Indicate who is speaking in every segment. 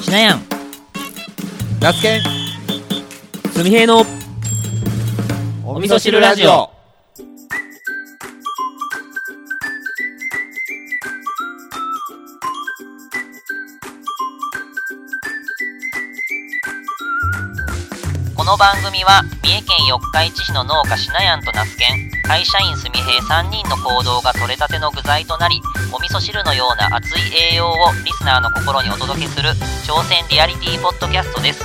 Speaker 1: しなやん
Speaker 2: ラスケン
Speaker 1: すみへいのお味噌汁ラジオこの番組は三重県四日市市の農家しなやんと那須県会社員すみへい3人の行動が取れたての具材となりお味噌汁のような熱い栄養をリスナーの心にお届けする挑戦リアリティポッドキャストです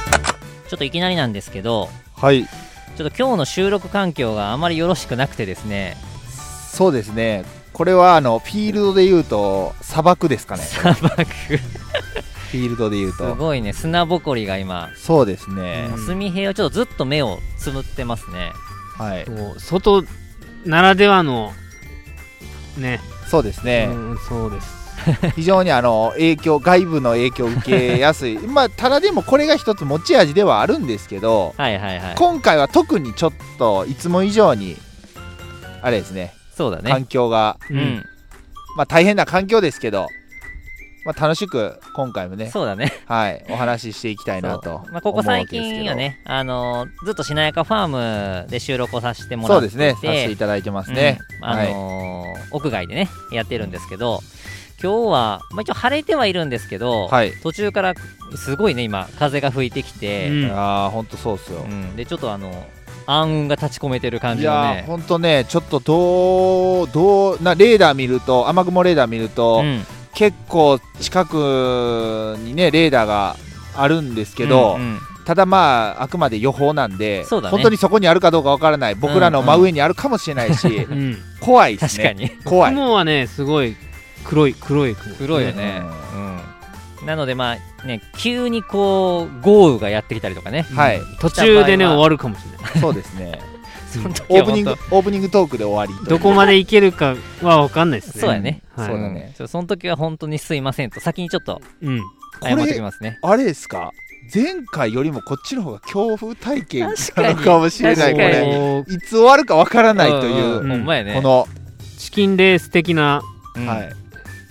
Speaker 1: ちょっといきなりなんですけど
Speaker 2: はい
Speaker 1: ちょっと今日の収録環境があまりよろしくなくてですね
Speaker 2: そうですねこれはあのフィールドで言うと砂漠ですかね
Speaker 1: 砂漠す
Speaker 2: フィールドで言うと
Speaker 1: ごいね砂ぼこりが今
Speaker 2: そうですね、
Speaker 1: 墨平はちょっとずっと目をつむってますね
Speaker 2: はい
Speaker 3: そう外ならではのね、
Speaker 2: そうですね、
Speaker 3: うん、そうです
Speaker 2: 非常にあの影響外部の影響を受けやすい まあただでもこれが一つ持ち味ではあるんですけど
Speaker 1: はいはいはい
Speaker 2: 今回は特にちょっといつも以上にあれですね
Speaker 1: そうだね
Speaker 2: 環境が、
Speaker 1: うん、
Speaker 2: まあ大変な環境ですけど、まあ、楽しく今回もね
Speaker 1: そうだね
Speaker 2: はい、お話ししていきたいなと
Speaker 1: そうまあ、ここ最近はねあのーずっとしなやかファームで収録をさせても
Speaker 2: そ
Speaker 1: らっ
Speaker 2: うで
Speaker 1: て
Speaker 2: すね、
Speaker 1: て
Speaker 2: させていただいてますね。
Speaker 1: うんあ
Speaker 2: はい、
Speaker 1: のー屋外でねやってるんですけど今日は、まあ、一応晴れてはいるんですけど、
Speaker 2: はい
Speaker 1: 途中からすごいね今風が吹いてきて、
Speaker 3: うん
Speaker 2: ああ、本当そうっすよ。
Speaker 1: うんでちょっとあの暗雲が立ち込めてる感
Speaker 2: い
Speaker 1: じの
Speaker 2: やー、
Speaker 1: ね
Speaker 2: 本当ね、ちょっとどう、どう、な、レーダー見ると、雨雲レーダー見ると、
Speaker 1: うん
Speaker 2: 結構近くにね、レーダーが。あるんですけど、
Speaker 1: うんうん
Speaker 2: ただまああくまで予報なんで、
Speaker 1: そうだね
Speaker 2: 本当にそこにあるかどうかわからない僕らの真上にあるかもしれないし、
Speaker 3: うん
Speaker 2: 怖いです
Speaker 1: 確か
Speaker 2: ね
Speaker 1: に、
Speaker 2: 怖い、
Speaker 3: 雲はねすごい黒い黒い雲
Speaker 1: 黒いよね、うんなのでまあね急にこう豪雨がやってきたりとかね
Speaker 2: はい
Speaker 3: 途中でね
Speaker 1: 来た場合は
Speaker 3: 終わるかもしれない
Speaker 2: そうですね
Speaker 1: その時
Speaker 2: オ
Speaker 1: は
Speaker 2: ープニング
Speaker 1: 本
Speaker 2: オープニングトークで終わりという
Speaker 3: どこまで行けるかは分かんないですね
Speaker 1: そうやね
Speaker 3: はい、
Speaker 2: そ
Speaker 1: 当
Speaker 2: うだね
Speaker 1: うんその時は本当にすいませんと先にちょっと
Speaker 3: うん
Speaker 1: 謝
Speaker 2: こ
Speaker 1: って
Speaker 2: れ
Speaker 1: きますね
Speaker 2: あれですか前回よりもこっちの方が恐怖体験
Speaker 1: 確か
Speaker 2: な
Speaker 1: に
Speaker 2: のかもしれな
Speaker 1: 確
Speaker 2: いこ
Speaker 1: かに
Speaker 2: れ
Speaker 3: こう
Speaker 2: いつ終わるかわからないという、
Speaker 1: んんほんまやね
Speaker 2: この、
Speaker 3: チキンレース的な
Speaker 1: うん
Speaker 2: はい、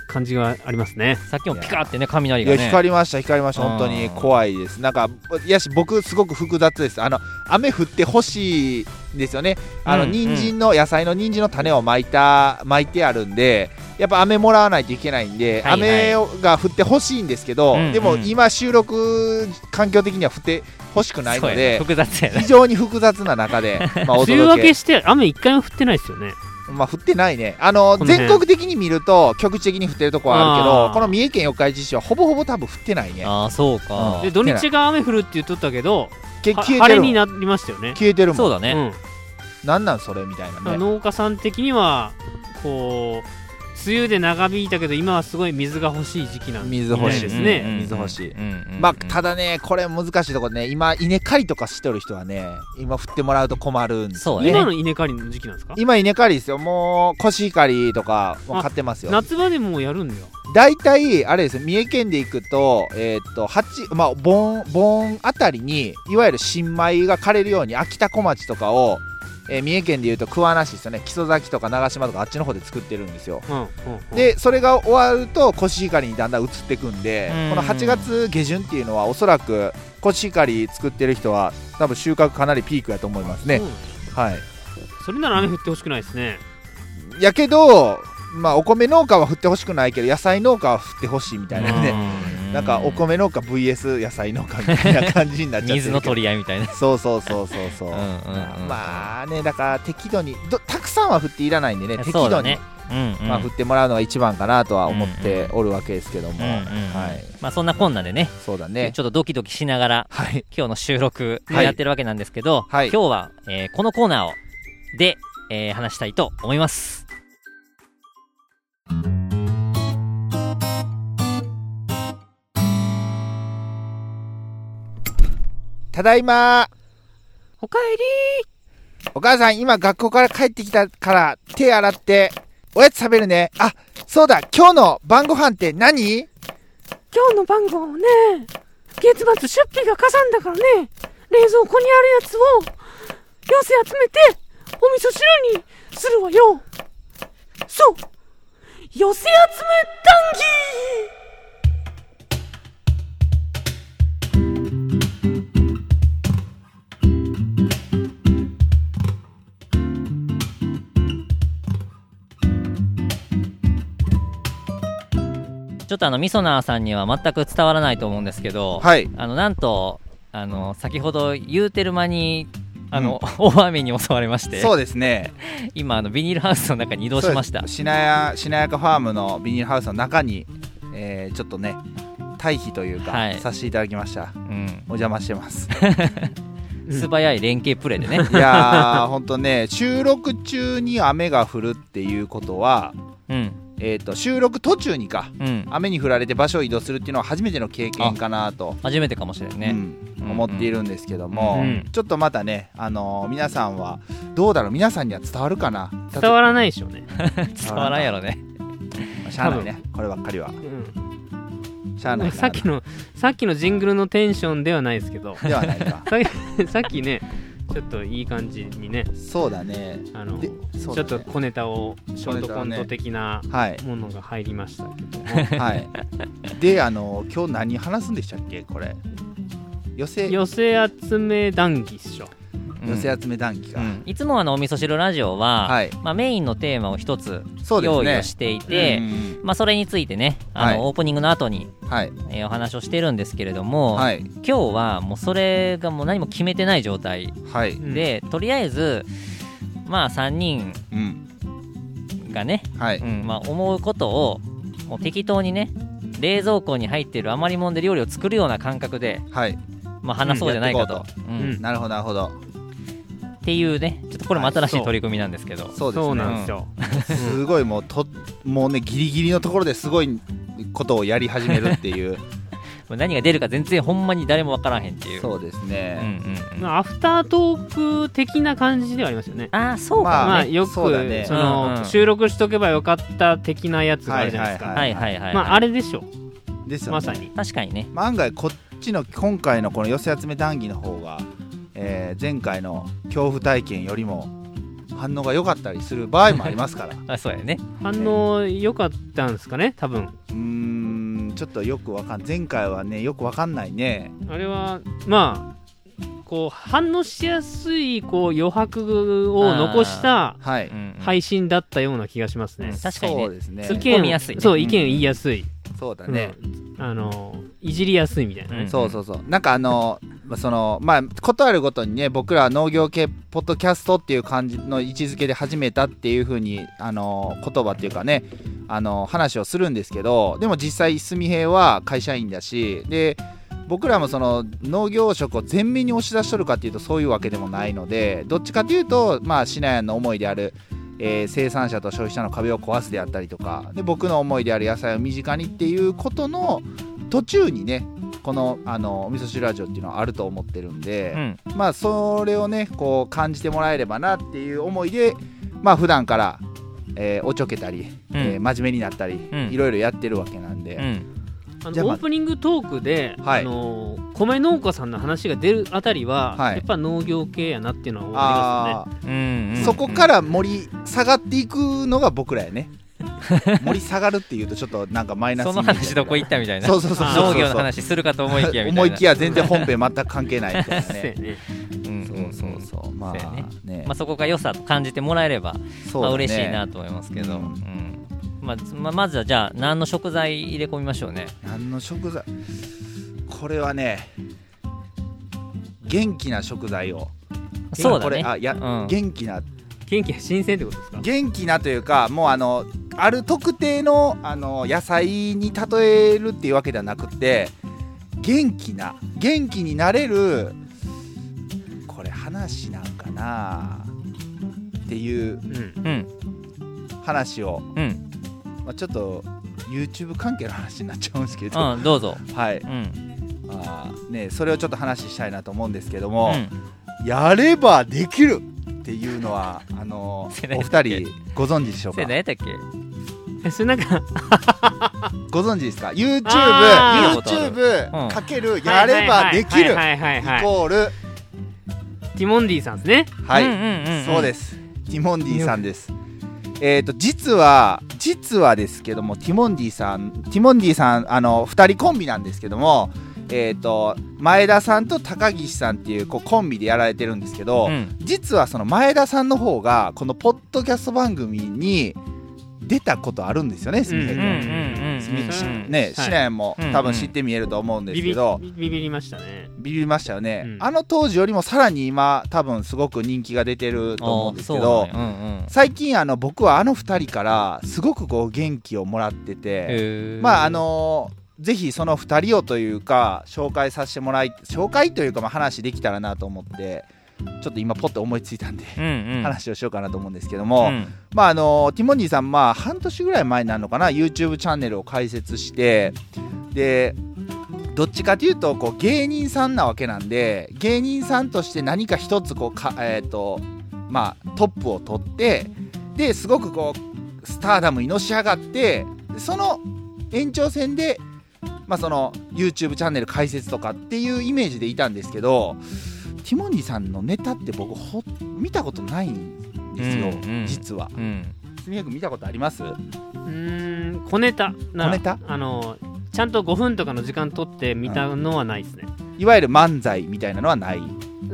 Speaker 3: 感じがありますね
Speaker 1: さっきもピカってね雷
Speaker 2: い
Speaker 1: が
Speaker 2: や
Speaker 1: ね
Speaker 2: 光りました光りました
Speaker 1: うん
Speaker 2: 本当に怖いですなんかいやし僕すごく複雑ですあの雨降ってほしいんですよねあの、
Speaker 1: うん
Speaker 2: 人参の野菜の人参の種をまいた巻いてあるんでやっぱ雨もらわないといけないんで、
Speaker 1: はいはい
Speaker 2: 雨をが降ってほしいんですけど、
Speaker 1: うん
Speaker 2: でも
Speaker 1: うん
Speaker 2: 今収録環境的には降ってほしくないの
Speaker 1: そうやね
Speaker 2: で、
Speaker 1: 複雑やね
Speaker 2: 非常に複雑な中 で、まあ、お
Speaker 3: 梅雨明
Speaker 2: 届
Speaker 3: け
Speaker 2: け
Speaker 3: して雨一回も降ってないですよね
Speaker 2: まあ降ってないねあの
Speaker 3: この
Speaker 2: 全
Speaker 3: 辺
Speaker 2: 国的に見ると局地的に降ってるとこはあるけ
Speaker 3: あ
Speaker 2: ど
Speaker 3: ー
Speaker 2: この三重県四日市市はほぼほぼ多分降ってないね
Speaker 1: ああそうか
Speaker 2: う
Speaker 3: で土日が雨降るって言っとったけど
Speaker 2: け
Speaker 3: は
Speaker 2: 消え
Speaker 3: 晴
Speaker 2: て
Speaker 3: れ
Speaker 2: る
Speaker 3: に
Speaker 2: もん
Speaker 3: なりましたよね
Speaker 2: 消えてるも
Speaker 1: そうんだね
Speaker 3: うん
Speaker 2: なんなんそれみたいなね
Speaker 3: 農家さん的にはこう梅雨で長引いたけど今はすごい水が欲しい時期なんで
Speaker 2: 水欲しい
Speaker 3: ですね
Speaker 1: うん
Speaker 2: 水欲しい
Speaker 1: うんうんうん
Speaker 2: まあただねこれ難しいところね今稲刈りとかしてる人はね今振ってもらうと困るんです
Speaker 1: そうね
Speaker 3: 今の稲刈りの時期なんですか
Speaker 2: 今稲刈りですよもうコシヒカリとかもう買ってますよ
Speaker 3: 夏場でもうやるんだよ
Speaker 2: 大体あれですよ三重県で行くとえーっと八まあ盆盆あたりにいわゆる新米が枯れるように秋田小町とかを、えー三重県でいうと桑名市ですよね木曽崎とか長島とかあっちの方で作ってるんですよ
Speaker 3: うんうんうん
Speaker 2: でそれが終わるとコシヒカリにだんだん移っていくんで
Speaker 1: うん
Speaker 2: この8月下旬っていうのはおそらくコシヒカリ作ってる人は多分収穫かなりピークやと思いますね
Speaker 3: そう
Speaker 2: はい
Speaker 3: それなら雨降ってほしくないですね
Speaker 2: やけどまあお米農家は振ってほしくないけど野菜農家は振ってほしいみたいなね
Speaker 1: うん
Speaker 2: なんかお米農家 VS 野菜農家みたいな感じになっちゃってる
Speaker 1: 水の取り合いみたいな
Speaker 2: そうそうそうそうそう
Speaker 1: うんうんうん
Speaker 2: まあねだから適度にどたくさんは振っていらないんでね適
Speaker 1: そう
Speaker 2: 度
Speaker 1: だ
Speaker 2: に、
Speaker 1: ねうんうん
Speaker 2: まあ、振ってもらうのが一番かなとは思っておるわけですけども、
Speaker 1: うんうん
Speaker 2: はい
Speaker 1: まあそんなこんなでね
Speaker 2: そうだね
Speaker 1: ちょっとドキドキしながら
Speaker 2: はい
Speaker 1: 今日の収録
Speaker 2: はい
Speaker 1: やってるわけなんですけど、
Speaker 2: はい
Speaker 1: 今日は、えーこのコーナーをで、えー話したいと思います。
Speaker 2: ただいま
Speaker 3: おかえり
Speaker 2: お母さん今学校から帰ってきたから手洗っておやつ食べるねあそうだ今日の晩ご飯って何
Speaker 4: 今日の晩ご飯をね月末出費がかさんだからね冷蔵庫にあるやつを寄せ集めてお味噌汁にするわよそう寄せ集め談義
Speaker 1: ちょっとあのみそなーさんには全く伝わらないと思うんですけど、
Speaker 2: はい
Speaker 1: あのなんとあの先ほど言うてる間にあの、大雨に襲われまして
Speaker 2: そうですね
Speaker 1: 今あのビニールハウスの中に移
Speaker 2: ど
Speaker 1: 動しました
Speaker 2: しなやしなやかファームのビニールハウスの中に、えーちょっとね退避というか、
Speaker 1: はい
Speaker 2: させていただきました
Speaker 1: うん、
Speaker 2: お邪魔してます
Speaker 1: 素早い連携プレーでね、
Speaker 2: いやーほんとね収録中に雨が降るっていうことは
Speaker 1: うん
Speaker 2: えっ、と収録途中にか
Speaker 1: うん、
Speaker 2: 雨に降られて場所を移動するっていうのは初めての経験かなと、
Speaker 1: 初めてかもしれないね、
Speaker 2: う
Speaker 1: う
Speaker 2: ん
Speaker 1: ん
Speaker 2: 思っているんですけども、
Speaker 3: うん
Speaker 2: ちょっとまたね、あのー皆さんはどうだろう皆さんには伝わるかな
Speaker 3: 伝わらないでしょうね、
Speaker 1: 伝わらんやろね
Speaker 2: らしゃあないねこればっかりは
Speaker 3: う
Speaker 2: しゃあない
Speaker 3: ん、
Speaker 2: な
Speaker 3: さっきのさっきのジングルのテンションではないですけど
Speaker 2: ではないか
Speaker 3: ささっきねちょっといい感じにね
Speaker 2: そうだね
Speaker 3: あの
Speaker 2: でそう
Speaker 3: ちょ
Speaker 2: だ
Speaker 3: っ
Speaker 2: ね
Speaker 3: と小ネタをショートコント的な
Speaker 2: はい
Speaker 3: ものが入りましたけど も、
Speaker 2: はいであのー今日何話すんでしたっけこれ寄せ寄
Speaker 3: 寄せ集め談義っしょ
Speaker 2: せ集め談義が、
Speaker 1: うんいつもあのお味噌汁ラジオは、
Speaker 2: はい
Speaker 1: まあ、メインのテーマを一つ
Speaker 2: そうです
Speaker 1: 用意
Speaker 2: ね
Speaker 1: をしてい
Speaker 2: うん
Speaker 1: て、まあ、それについてねあの、
Speaker 2: はい
Speaker 1: オープニングの後に、
Speaker 2: はい
Speaker 1: えーお話をしてるんですけれども、
Speaker 2: はい
Speaker 1: 今日はもうそれがもう何も決めてない状態
Speaker 2: はい
Speaker 1: で、とりあえずまあ3人
Speaker 2: うん
Speaker 1: がね、
Speaker 2: はい、
Speaker 1: うんまあ、思うことをもう適当にね冷蔵庫に入ってる余り物で料理を作るような感覚で、
Speaker 2: はい
Speaker 1: まあ、話そうじゃないか
Speaker 2: うんや
Speaker 1: と
Speaker 2: って、
Speaker 1: うん
Speaker 3: うん
Speaker 2: なるほどなるほど
Speaker 1: っていうねちょっとこれも新し
Speaker 3: はい
Speaker 1: い
Speaker 3: そう
Speaker 1: 取り組みなんですけど、
Speaker 2: そうですね
Speaker 3: そうなんですよ、
Speaker 2: すごいもうともうねギリギリのところですごいことをやり始めるっていう
Speaker 1: 何が出るか全然ほんまに誰もわからへんっていう
Speaker 2: そうです
Speaker 1: う
Speaker 2: ね、
Speaker 1: んうんうん
Speaker 3: アフタートーク的な感じではありますよね
Speaker 1: ああそうか
Speaker 3: ま
Speaker 2: ま
Speaker 3: あ
Speaker 2: あ
Speaker 3: よくそ,、
Speaker 2: そうだね
Speaker 3: の、
Speaker 1: うんうん
Speaker 3: 収録しとけばよかった的なやつがあるじゃないですか、
Speaker 2: は
Speaker 1: はいはいはい、はい
Speaker 3: まああれでしょ
Speaker 2: ですよね
Speaker 3: まさに
Speaker 1: 確かにね
Speaker 2: まあ案外こっちの今回のこの寄せ集め談義の方が、えー前回の恐怖体験よりも反応が良かったりする場合もありますから
Speaker 1: あそうやね
Speaker 3: 反応良かったんですかね多分
Speaker 2: うーんちょっとよくわかん前回はねよくわかんないね
Speaker 3: あれはまあこう反応しやすいこう余白を残した
Speaker 2: はい、
Speaker 1: うんうん
Speaker 3: 配信だったような気がしますね、
Speaker 1: 確かにね
Speaker 2: そうですね
Speaker 1: 突っ
Speaker 3: 意見
Speaker 1: 込みやすいね
Speaker 3: そううん意見言いやすい、
Speaker 2: そうだね、
Speaker 3: うんあのいじりやすいみたいなね、
Speaker 1: うん
Speaker 2: そうそうそうなんかあのまあそのまあことあるごとにね僕らは農業系ポッドキャストっていう感じの位置づけで始めたっていうふうにあの言葉っていうかねあの話をするんですけどでも実際すみへいは会社員だしで僕らもその農業職を前面に押し出しとるかっていうとそういうわけでもないのでどっちかというとまあシナヤンの思いである、えー生産者と消費者の壁を壊すであったりとかで僕の思いである野菜を身近にっていうことの途中にねこのあのお味噌汁ラジオっていうのはあると思ってるん
Speaker 1: う
Speaker 2: で、
Speaker 1: ん
Speaker 2: まあそれをねこう感じてもらえればなっていう思いでまあ普段から、えーおちょけたり、
Speaker 1: うん
Speaker 2: えー真面目になったり、
Speaker 1: うん
Speaker 2: いろいろやってるわけなんで、
Speaker 1: うん
Speaker 3: あ
Speaker 2: じゃ
Speaker 3: の
Speaker 2: あま
Speaker 3: オープニングトークで、
Speaker 2: はい
Speaker 3: あの米農家さんの話が出るあたりは、
Speaker 2: はい
Speaker 3: やっぱ農業系やなっていうのは思いま
Speaker 2: あー
Speaker 1: うんうん
Speaker 2: そこから盛り下がっていくのが僕ら やね盛り下がるっていうとちょっとなんかマイナス
Speaker 1: その話どこ行ったみたいな
Speaker 2: そうそうそうそう
Speaker 1: 農業の話するかと思いきやみたいな
Speaker 2: 思いきや全然本編全く関係ないみたいな
Speaker 3: すね
Speaker 2: ね
Speaker 3: そうやね
Speaker 1: うん
Speaker 2: そ
Speaker 1: そうう
Speaker 2: そ
Speaker 1: そうう
Speaker 2: そ
Speaker 1: そうう
Speaker 2: ま
Speaker 1: まあ
Speaker 2: あね
Speaker 1: まあそこが良さと感じてもらえれば、
Speaker 2: そう
Speaker 1: ま
Speaker 2: だ
Speaker 1: あ
Speaker 2: ね
Speaker 1: 嬉しいなと思いますけど、
Speaker 2: うん
Speaker 1: うんまあつまあまずはじゃあ何の食材入れ込みましょうね
Speaker 2: 何の食材これはね元気な食材を
Speaker 1: そうだ
Speaker 2: これ
Speaker 1: ね
Speaker 2: あいや、
Speaker 1: うん
Speaker 2: 元気な
Speaker 3: 元気や新鮮ってことですか
Speaker 2: 元気なというかもうあのある特定のあの野菜に例えるっていうわけではなくて元気な元気になれるこれ話なんかなっていう
Speaker 3: うん
Speaker 1: うん
Speaker 2: 話を、
Speaker 1: うん
Speaker 2: まあ、ちょっと YouTube 関係の話になっちゃうんですけど、
Speaker 1: うんどうぞ
Speaker 2: はい
Speaker 1: うん
Speaker 2: あーね、それをちょっと話したいなと思うんですけど
Speaker 1: う
Speaker 2: も、
Speaker 1: ん
Speaker 2: やればできるっていうのはあ の
Speaker 1: 世代
Speaker 2: お
Speaker 1: だっ
Speaker 2: 二
Speaker 1: け
Speaker 2: 人ご存知でしょう
Speaker 1: それ
Speaker 2: か
Speaker 1: 何やったっけ
Speaker 3: えそれなんか
Speaker 2: ご存知ですか YouTube
Speaker 3: あ
Speaker 1: ーうん
Speaker 2: YouTube かけるやればできるイ
Speaker 3: はいはいはいはいはいはい
Speaker 2: コール
Speaker 3: ティモンディさんですね
Speaker 2: は
Speaker 1: うん
Speaker 2: い
Speaker 1: うんうん、
Speaker 2: そうですすティモンディさんですえっと実は実はですけどもティモンディさんティモンディさんあの二人コンビなんですけどもえっと前田さんと高岸さんっていうこうコンビでやられてるんですけど、
Speaker 1: うん
Speaker 2: 実はその前田さんの方がこのポッドキャスト番組に出たことあるんですよね、スミヘイ
Speaker 1: うんうんうんうん
Speaker 2: 君。ス
Speaker 3: うんうん
Speaker 2: ね、
Speaker 3: はい
Speaker 2: シナヤンも
Speaker 5: うん
Speaker 2: 多分知って見えると思うんです
Speaker 3: ビ
Speaker 2: け
Speaker 3: ビ
Speaker 2: ど、
Speaker 3: ビビりましたね
Speaker 2: ビビりましたよね、
Speaker 3: うん
Speaker 2: あの当時よりもさらに今多分すごく人気が出てると思うんですけ
Speaker 5: お
Speaker 2: ど
Speaker 5: ーそうなんやうんうん
Speaker 2: 最近あの僕はあの2人からすごくこう元気をもらってて、まああのーぜひその2人をというか紹介させてもらい紹介というかまあ話できたらなと思ってちょっと今ポッと思いついたんで、
Speaker 5: うんうん
Speaker 2: 話をしようかなと思うんですけど
Speaker 5: う
Speaker 2: も、
Speaker 5: ん
Speaker 2: まああのティモンディさん、まあ、半年ぐらい前になるのかな YouTube チャンネルを開設してでどっちかというとこう芸人さんなわけなんで芸人さんとして何か一つこうか、えーとまあ、トップを取ってですごくこうスターダムにのし上がってその延長戦で、まあ、その YouTube チャンネル開設とかっていうイメージでいたんですけどティモンディさんのネタって僕ほ見たことないんですよ、
Speaker 5: うんうん
Speaker 2: 実は。
Speaker 5: うん
Speaker 2: すみやくん見たことあります
Speaker 3: うーん小ネタなら
Speaker 2: 小ネタ
Speaker 3: あのちゃんと5分とかの時間取って見たのはないですね、
Speaker 2: いわゆる漫才みたいなのはない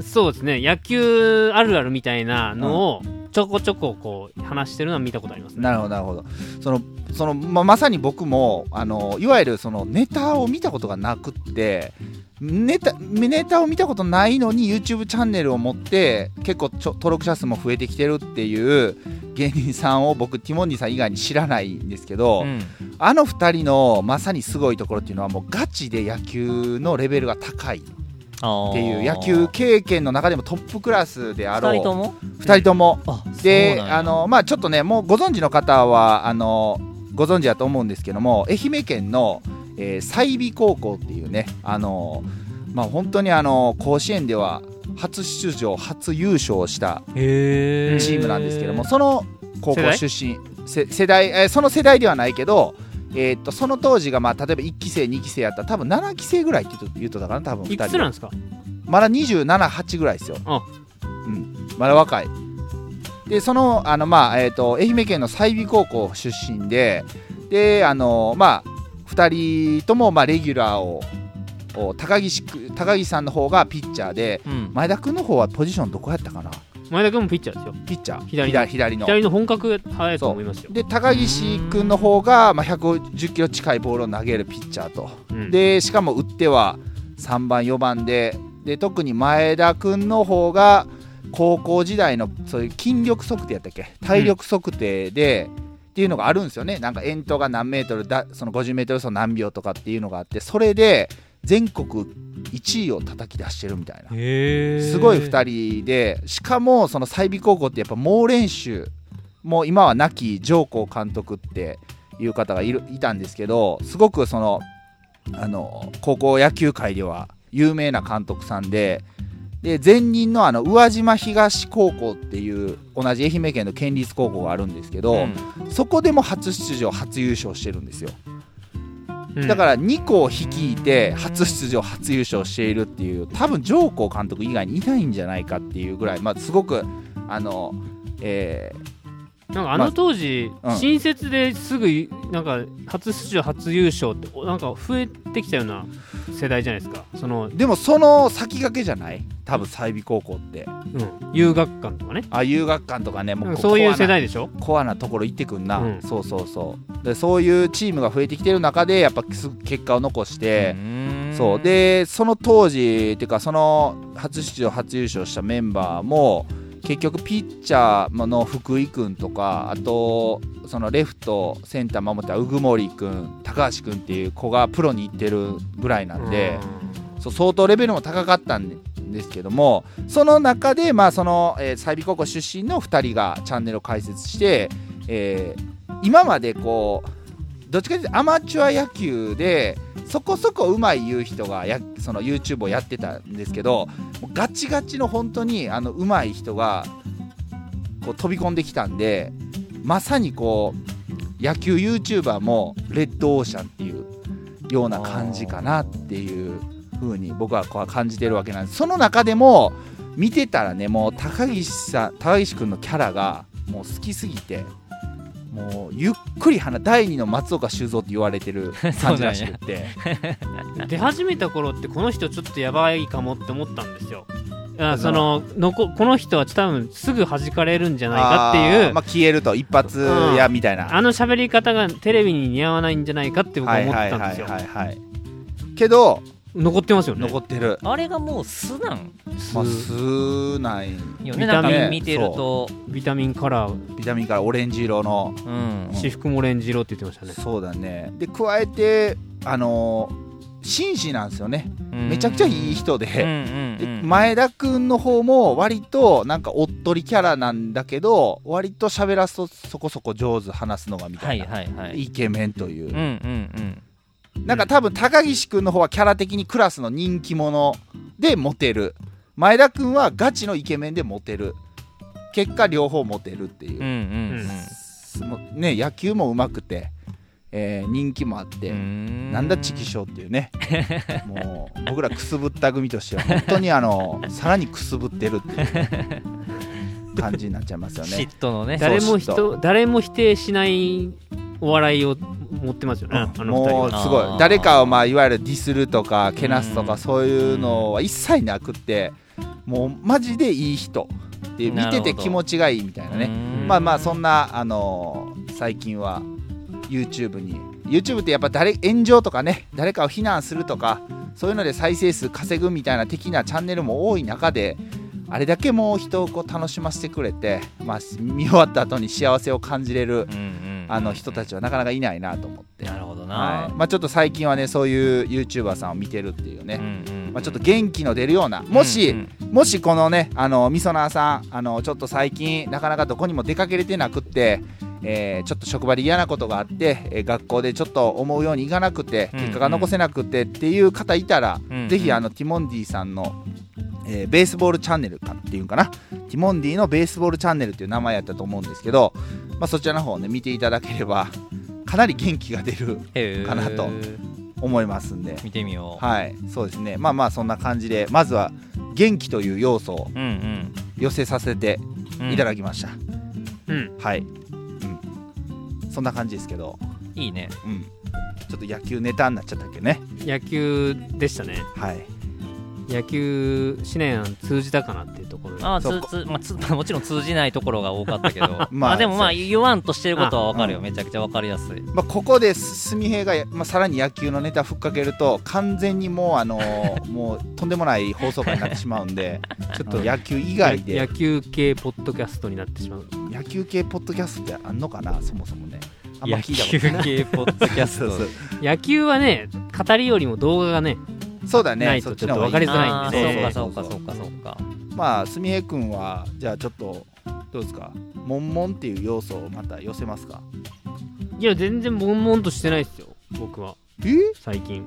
Speaker 3: そうですね野球あるあるみたいなのをちょこちょここう話してるのは見たことありますね
Speaker 2: なるほどなるほどそのそのままさに僕もあのいわゆるそのネタを見たことがなくってネタネタを見たことないのに YouTube チャンネルを持って結構ちょ登録者数も増えてきてるっていう芸人さんを僕ティモンディさん以外に知らないんですけど、
Speaker 5: うん
Speaker 2: あの2人のまさにすごいところっていうのはもうガチで野球のレベルが高いって
Speaker 5: っ
Speaker 2: いう野球経験の中でもトップクラスであろう
Speaker 5: 2人とも
Speaker 2: 二人とも
Speaker 5: あ
Speaker 2: であのまあちょっとねもうご存知の方はあのご存知だと思うんですけども愛媛県の、えー、済美高校っていうねあのまあ本当にあの甲子園では初出場初優勝した
Speaker 5: へ
Speaker 2: チームなんですけども、その高校
Speaker 3: 世代
Speaker 2: 出身せ世代、えーその世代ではないけど、えーっとその当時が、まあ、例えば1期生2期生やったら多分7期生ぐらいって言うと言うとだから多分2
Speaker 3: いく
Speaker 2: 人
Speaker 3: つな
Speaker 2: は
Speaker 3: んですか
Speaker 2: まだ278ぐらいですよ
Speaker 3: あ
Speaker 2: うん、まだ若いでそのあの、まあえー、と愛媛県の済美高校出身でであのまあ2人とも、まあ、レギュラーをを高岸く高岸さんの方がピッチャーで
Speaker 5: うん
Speaker 2: 前田君の方はポジションどこやったかな
Speaker 3: 前田君もピッチャーですよ
Speaker 2: ピッチャー
Speaker 3: 左
Speaker 2: 左左の
Speaker 3: 左の本格早いと思いますよ
Speaker 2: で高岸君の方が、まあ、150キロ近いボールを投げるピッチャーと
Speaker 3: うん、
Speaker 2: でしかも打っては3番4番でで特に前田君の方が高校時代のそういう筋力測定やったっけ体力測定で、っていうのがあるんですよねなんか遠投が何メートルだその50メートル走何秒とかっていうのがあってそれで全国1位を叩き出してるみたいな
Speaker 5: へ
Speaker 2: すごい
Speaker 5: 人
Speaker 2: 2人でしかもその済美高校ってやっぱ猛練習もう今は亡き上皇監督っていう方がいるいたんですけどすごくそのあの高校野球界では有名な監督さんでで前任のあの宇和島東高校っていう同じ愛媛県の県立高校があるんですけど、そこでも初出場初優勝してるんですよ。だからら2校率いて初出場初優勝しているっていう多分上皇監督以外にいないんじゃないかっていうぐらい、まあ、すごくあの、えー
Speaker 3: うんなんかあの当時、
Speaker 2: まあうん
Speaker 3: 新設ですぐなんか初出場初優勝っておなんか増えてきたような世代じゃないですかその、
Speaker 2: でもその先駆けじゃない多分済美高校って
Speaker 3: うん、遊学館とかね
Speaker 2: あ遊学館とかねも
Speaker 3: なん
Speaker 2: う
Speaker 3: かそういう
Speaker 2: コ
Speaker 3: 世
Speaker 2: アな
Speaker 3: 代でしょ
Speaker 2: コアなところ行ってくんな、
Speaker 3: うん
Speaker 2: そうそうそうでそういうチームが増えてきてる中でやっぱす結果を残して、そうでその当時っていうかその初出場初優勝したメンバーも結局ピッチャーの福井君とかあとそのレフトセンター守った鵜久森君高橋君っていう子がプロに行ってるぐらいなんで、そう相当レベルも高かったんですけどもその中でまあそのえー済美、高校出身の2人がチャンネルを開設して、えー今までこうどっちかというとアマチュア野球でそこそこうまい言う人がやその YouTube をやってたんですけどもうガチガチの本当にあのうまい人がこう飛び込んできたんでまさにこう野球 YouTuber もレッドオーシャンっていうような感じかなっていう風に僕はこう感じてるわけなんですその中でも見てたらねもう高岸さん高岸君のキャラがもう好きすぎてもうゆっくり話第二の松岡修造って言われて る感じらしくって
Speaker 3: 出始めた頃ってこの人ちょっとやばいかもって思ったんですよあそののここの人は多分すぐ弾かれるんじゃないかってい
Speaker 2: あー
Speaker 3: う
Speaker 2: まあ、消えると一発やみたいな、
Speaker 3: あの喋り方がテレビに似合わないんじゃないかって僕は
Speaker 2: はい
Speaker 3: 思っ
Speaker 2: は
Speaker 3: て
Speaker 2: い
Speaker 3: たん
Speaker 2: は
Speaker 3: で
Speaker 2: い
Speaker 3: すよ
Speaker 2: はいはいけど
Speaker 3: 残ってますよね
Speaker 2: 残ってる、
Speaker 5: あれがもう素なん
Speaker 2: まあ、すない
Speaker 5: よね
Speaker 3: 見た
Speaker 5: なん
Speaker 3: 目
Speaker 5: か見てると
Speaker 3: ビタミンカラー
Speaker 2: ビタミンからオレンジ色の
Speaker 5: うん
Speaker 3: 私服もオレンジ色って言ってましたね
Speaker 2: そうだねで加えてあのー紳士なんですよねめちゃくちゃいい人で,
Speaker 5: うんう
Speaker 2: で、
Speaker 5: んうん
Speaker 2: 前田君の方も割となんかおっとりキャラなんだけど割と喋らすとそこそこ上手話すのがみた
Speaker 5: はいい
Speaker 2: な、
Speaker 5: はいはい
Speaker 2: イケメンという
Speaker 5: うんう、ん
Speaker 2: なんか多分高岸君の方はキャラ的にクラスの人気者でモテる前田君はガチのイケメンでモテる結果両方モテるっていう
Speaker 5: うんうんう、ん
Speaker 2: もうね、野球もうまくて、えー人気もあって、
Speaker 5: うん
Speaker 2: なんだチキショーっていうね もう僕らくすぶった組としては本当にあのさらにくすぶってるって いう感じになっちゃいますよ
Speaker 5: 嫉
Speaker 2: ね。
Speaker 5: 妬のね
Speaker 3: 誰も
Speaker 2: そ
Speaker 3: 人誰も否定しないお笑いを持ってますよね、あの二人
Speaker 2: もう
Speaker 3: は
Speaker 2: すご
Speaker 5: あ
Speaker 2: い
Speaker 5: ー
Speaker 2: 誰かをまあいわゆるディスるとかけなすと
Speaker 5: う
Speaker 2: か
Speaker 5: ん
Speaker 2: そういうのは一切なくってもうマジでいい人っていう見
Speaker 5: なる
Speaker 2: て
Speaker 5: ほど
Speaker 2: て気持ちがいいみたいなね
Speaker 5: うん
Speaker 2: まあまあそんなあのー最近は YouTube に YouTube ってやっぱ誰炎上とかね誰かを非難するとかそういうので再生数稼ぐみたいな的なチャンネルも多い中であれだけもう人をこう楽しませてくれて、まあ、見終わった後に幸せを感じれる
Speaker 5: うんうん
Speaker 2: あの人たちはなかなかいないなと思って、
Speaker 5: なるほど
Speaker 2: はい
Speaker 5: な
Speaker 2: まあ、ちょっと最近はねそういう YouTuber さんを見てるっていうね、まあ、ちょっ
Speaker 5: と
Speaker 2: と元気の出るようなもし、もしこのねあのみそなーさんあのちょっと最近なかなかどこにも出かけれてなくって、えーちょっと職場で嫌なことがあって、えー学校でちょっと思うようにいかなくて
Speaker 5: うん
Speaker 2: 結果が残せなくてっていう方いたら、
Speaker 5: うん
Speaker 2: ぜひあのティモンディさんの、えーベースボールチャンネルかっていうんかなティモンディのベースボールチャンネルっていう名前やったと思うんですけど、まあ、そちらの方をね見ていただければかなり元気が出るかなと思いますんで。
Speaker 5: 見てみよう
Speaker 2: はい、そうですね。まあまあそんな感じで、まずは元気という要素を
Speaker 5: うん
Speaker 2: 寄せさせて
Speaker 5: うん
Speaker 2: いただきました。
Speaker 3: うん
Speaker 2: はい、うんそんな感じですけど、
Speaker 5: いいね
Speaker 2: うん、ちょっと野球ネタになっちゃったっけね。
Speaker 3: 野球でしたね
Speaker 2: はい、
Speaker 3: 野球思念通じたかなっていうところで
Speaker 5: あー
Speaker 2: そう
Speaker 5: つつまあつもちろん通じないところが多かったけ ど
Speaker 2: ま
Speaker 5: ま
Speaker 2: あ
Speaker 5: あでもまあ
Speaker 2: そ
Speaker 5: 言わんとしてることはわかるよ
Speaker 2: う
Speaker 5: めちゃくちゃわかりやすい
Speaker 2: まあ、ここですみへいが、まあ、さらに野球のネタふっかけると完全にもうあの ーもうとんでもない放送回になってしまうんで、
Speaker 3: ちょっ
Speaker 2: あの
Speaker 3: と
Speaker 2: 野球以外
Speaker 3: や
Speaker 2: で
Speaker 3: 野球系ポッドキャストになってしまう
Speaker 2: 野球系ポッドキャストってあんのかなそもそもね。あんま
Speaker 5: 野
Speaker 2: 聞い
Speaker 5: 球
Speaker 2: たことない。
Speaker 5: 系ポッドキャス
Speaker 2: そうそ
Speaker 5: ト
Speaker 2: う
Speaker 3: 野球はね語りよりも動画がね
Speaker 2: そうだね。
Speaker 3: ないと
Speaker 2: そっの方がいい
Speaker 3: ちょっと分かりづらい
Speaker 5: あ
Speaker 3: んで
Speaker 5: ー
Speaker 3: ね
Speaker 5: そうかそうかそうかそうか
Speaker 2: まあ、すみへくんは、じゃあちょっと、どうですか、悶々っていう要素をまた寄せますか。
Speaker 3: いや全然悶々としてないですよ僕は
Speaker 2: え
Speaker 3: 最近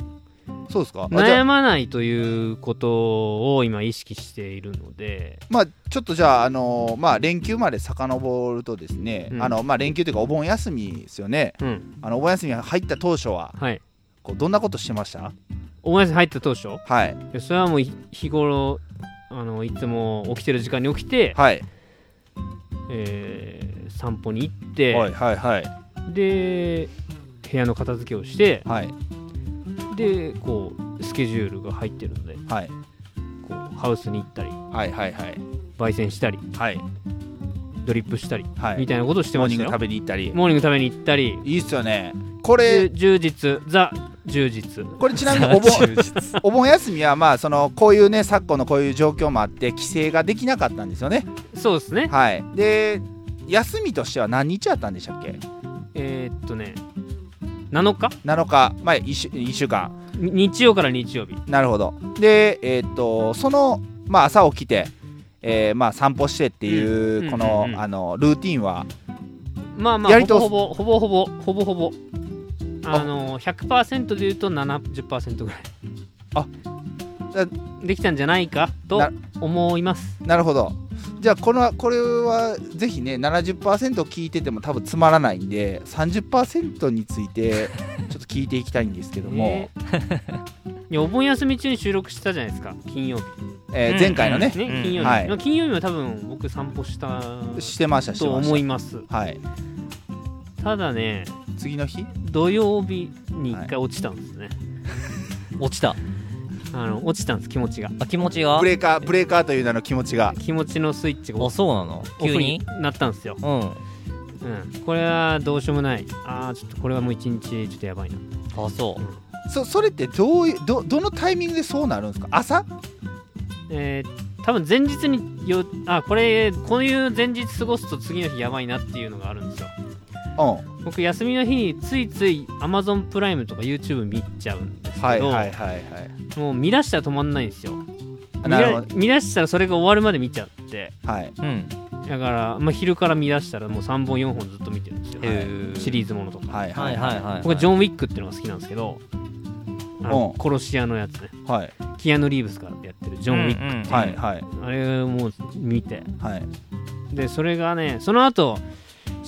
Speaker 2: そうですか。あじゃ
Speaker 3: 悩
Speaker 2: あ
Speaker 3: まないということを今意識しているので
Speaker 2: まあ、ちょっとじゃあ、あのーまあ、連休まで遡るとですね、
Speaker 3: うん
Speaker 2: あの、まあ、連休というか、お盆休みですよね。
Speaker 3: うん
Speaker 2: あの、お盆休み入った当初は、
Speaker 3: はい
Speaker 2: こう、どんなことしてました。
Speaker 3: お前さん入った当初い
Speaker 2: はい。
Speaker 3: やそれはもうい日頃あのいつも起きてる時間に起きて、
Speaker 2: はい。
Speaker 3: えー散歩に行って、
Speaker 2: はい。はい。はい。
Speaker 3: で部屋の片付けをして
Speaker 2: はい。
Speaker 3: でこうスケジュールが入ってるので
Speaker 2: はい。
Speaker 3: こうハウスに行ったり
Speaker 2: はい。はい。はい。
Speaker 3: 焙煎したり
Speaker 2: はい。
Speaker 3: ドリップしたり、
Speaker 2: はい
Speaker 3: みたいなことをして
Speaker 2: モー
Speaker 3: ま
Speaker 2: ニン
Speaker 3: し
Speaker 2: グ
Speaker 3: たよ
Speaker 2: 食べに行ったり。
Speaker 3: モーニング食べに行ったり
Speaker 2: いいっすよね。こ
Speaker 3: で
Speaker 2: れ、
Speaker 3: 充実ザ充実
Speaker 2: これ、ちなみに、お 盆。お盆休みはまあそのこういうね昨今のこういう状況もあって帰省ができなかったんですよ ね。
Speaker 3: そうですね
Speaker 2: はい。で休みとしては何日あったんでしたっけ
Speaker 3: えーっとね7日
Speaker 2: ?7 日前、1週一週間。
Speaker 3: に日曜から日曜日
Speaker 2: なるほど。で、えーっと、その、まあ、朝起きて、えーまあ、散歩してってい
Speaker 3: うん
Speaker 2: う、この、
Speaker 3: うんうんうん
Speaker 2: あのルーティンは、
Speaker 3: まあまあ
Speaker 2: やりと
Speaker 3: ほぼほぼほぼほぼほぼほぼあの100%で言うと70%ぐらい
Speaker 2: あだ
Speaker 3: できたんじゃないかと
Speaker 2: な
Speaker 3: 思います
Speaker 2: なるほど。じゃあこのこれはぜひね70%聞いてても多分つまらないんで30%についてちょっと聞いていきたいんですけど も、
Speaker 3: ねいやお盆休み中に収録したじゃないですか金曜日
Speaker 2: えー前回のね、
Speaker 3: ね
Speaker 5: うん
Speaker 3: 金曜日、
Speaker 2: はい
Speaker 3: まあ金曜日は多分僕散歩した
Speaker 2: してましたして
Speaker 3: と
Speaker 2: ました
Speaker 3: 思います
Speaker 2: はい、
Speaker 3: ただね
Speaker 2: 次の日
Speaker 3: 土曜日に一回落ちたんですね、
Speaker 5: 落ちた
Speaker 3: あの落ちたんです気持ちが
Speaker 5: あ気持ちが
Speaker 2: ブレーカーブレーカーという名の気持ちが
Speaker 3: 気持ちのスイッチが
Speaker 5: あ
Speaker 3: オ
Speaker 5: そうなの急
Speaker 3: フ
Speaker 5: に
Speaker 3: になったんですよ、
Speaker 5: うん
Speaker 3: うん、これはどうしようもないああちょっとこれはもう一日ちょっとやばいな
Speaker 5: あそう
Speaker 2: そそれってどういうどどのタイミングでそうなるんですか朝
Speaker 3: えー、多分前日によあこれこういう前日過ごすと次の日やばいなっていうのがあるんですよ
Speaker 2: うんは
Speaker 3: 僕休みの日についつい Amazon プライムとか YouTube 見ちゃうんですけど、
Speaker 2: いはいはいはい
Speaker 3: もう見出したら止まんないんですよ
Speaker 2: あ
Speaker 3: 見
Speaker 2: なるほ
Speaker 3: ら見出したらそれが終わるまで見ちゃって
Speaker 2: はい
Speaker 5: うん
Speaker 3: だから、まあ、昼から見出したらもう3本4本ずっと見てるんですよ、
Speaker 5: へー
Speaker 3: シリーズものとか、
Speaker 2: はい
Speaker 5: は
Speaker 2: はいい
Speaker 5: はいはい
Speaker 3: 僕はジョン・ウィックっていうのが好きなんですけどあの殺し屋のやつね
Speaker 2: はい
Speaker 3: キアヌ・リーブスがやってるジョン・ウィック、
Speaker 5: ッ
Speaker 2: はいはい
Speaker 3: あれをもう見て
Speaker 2: はい
Speaker 3: でそれがねその後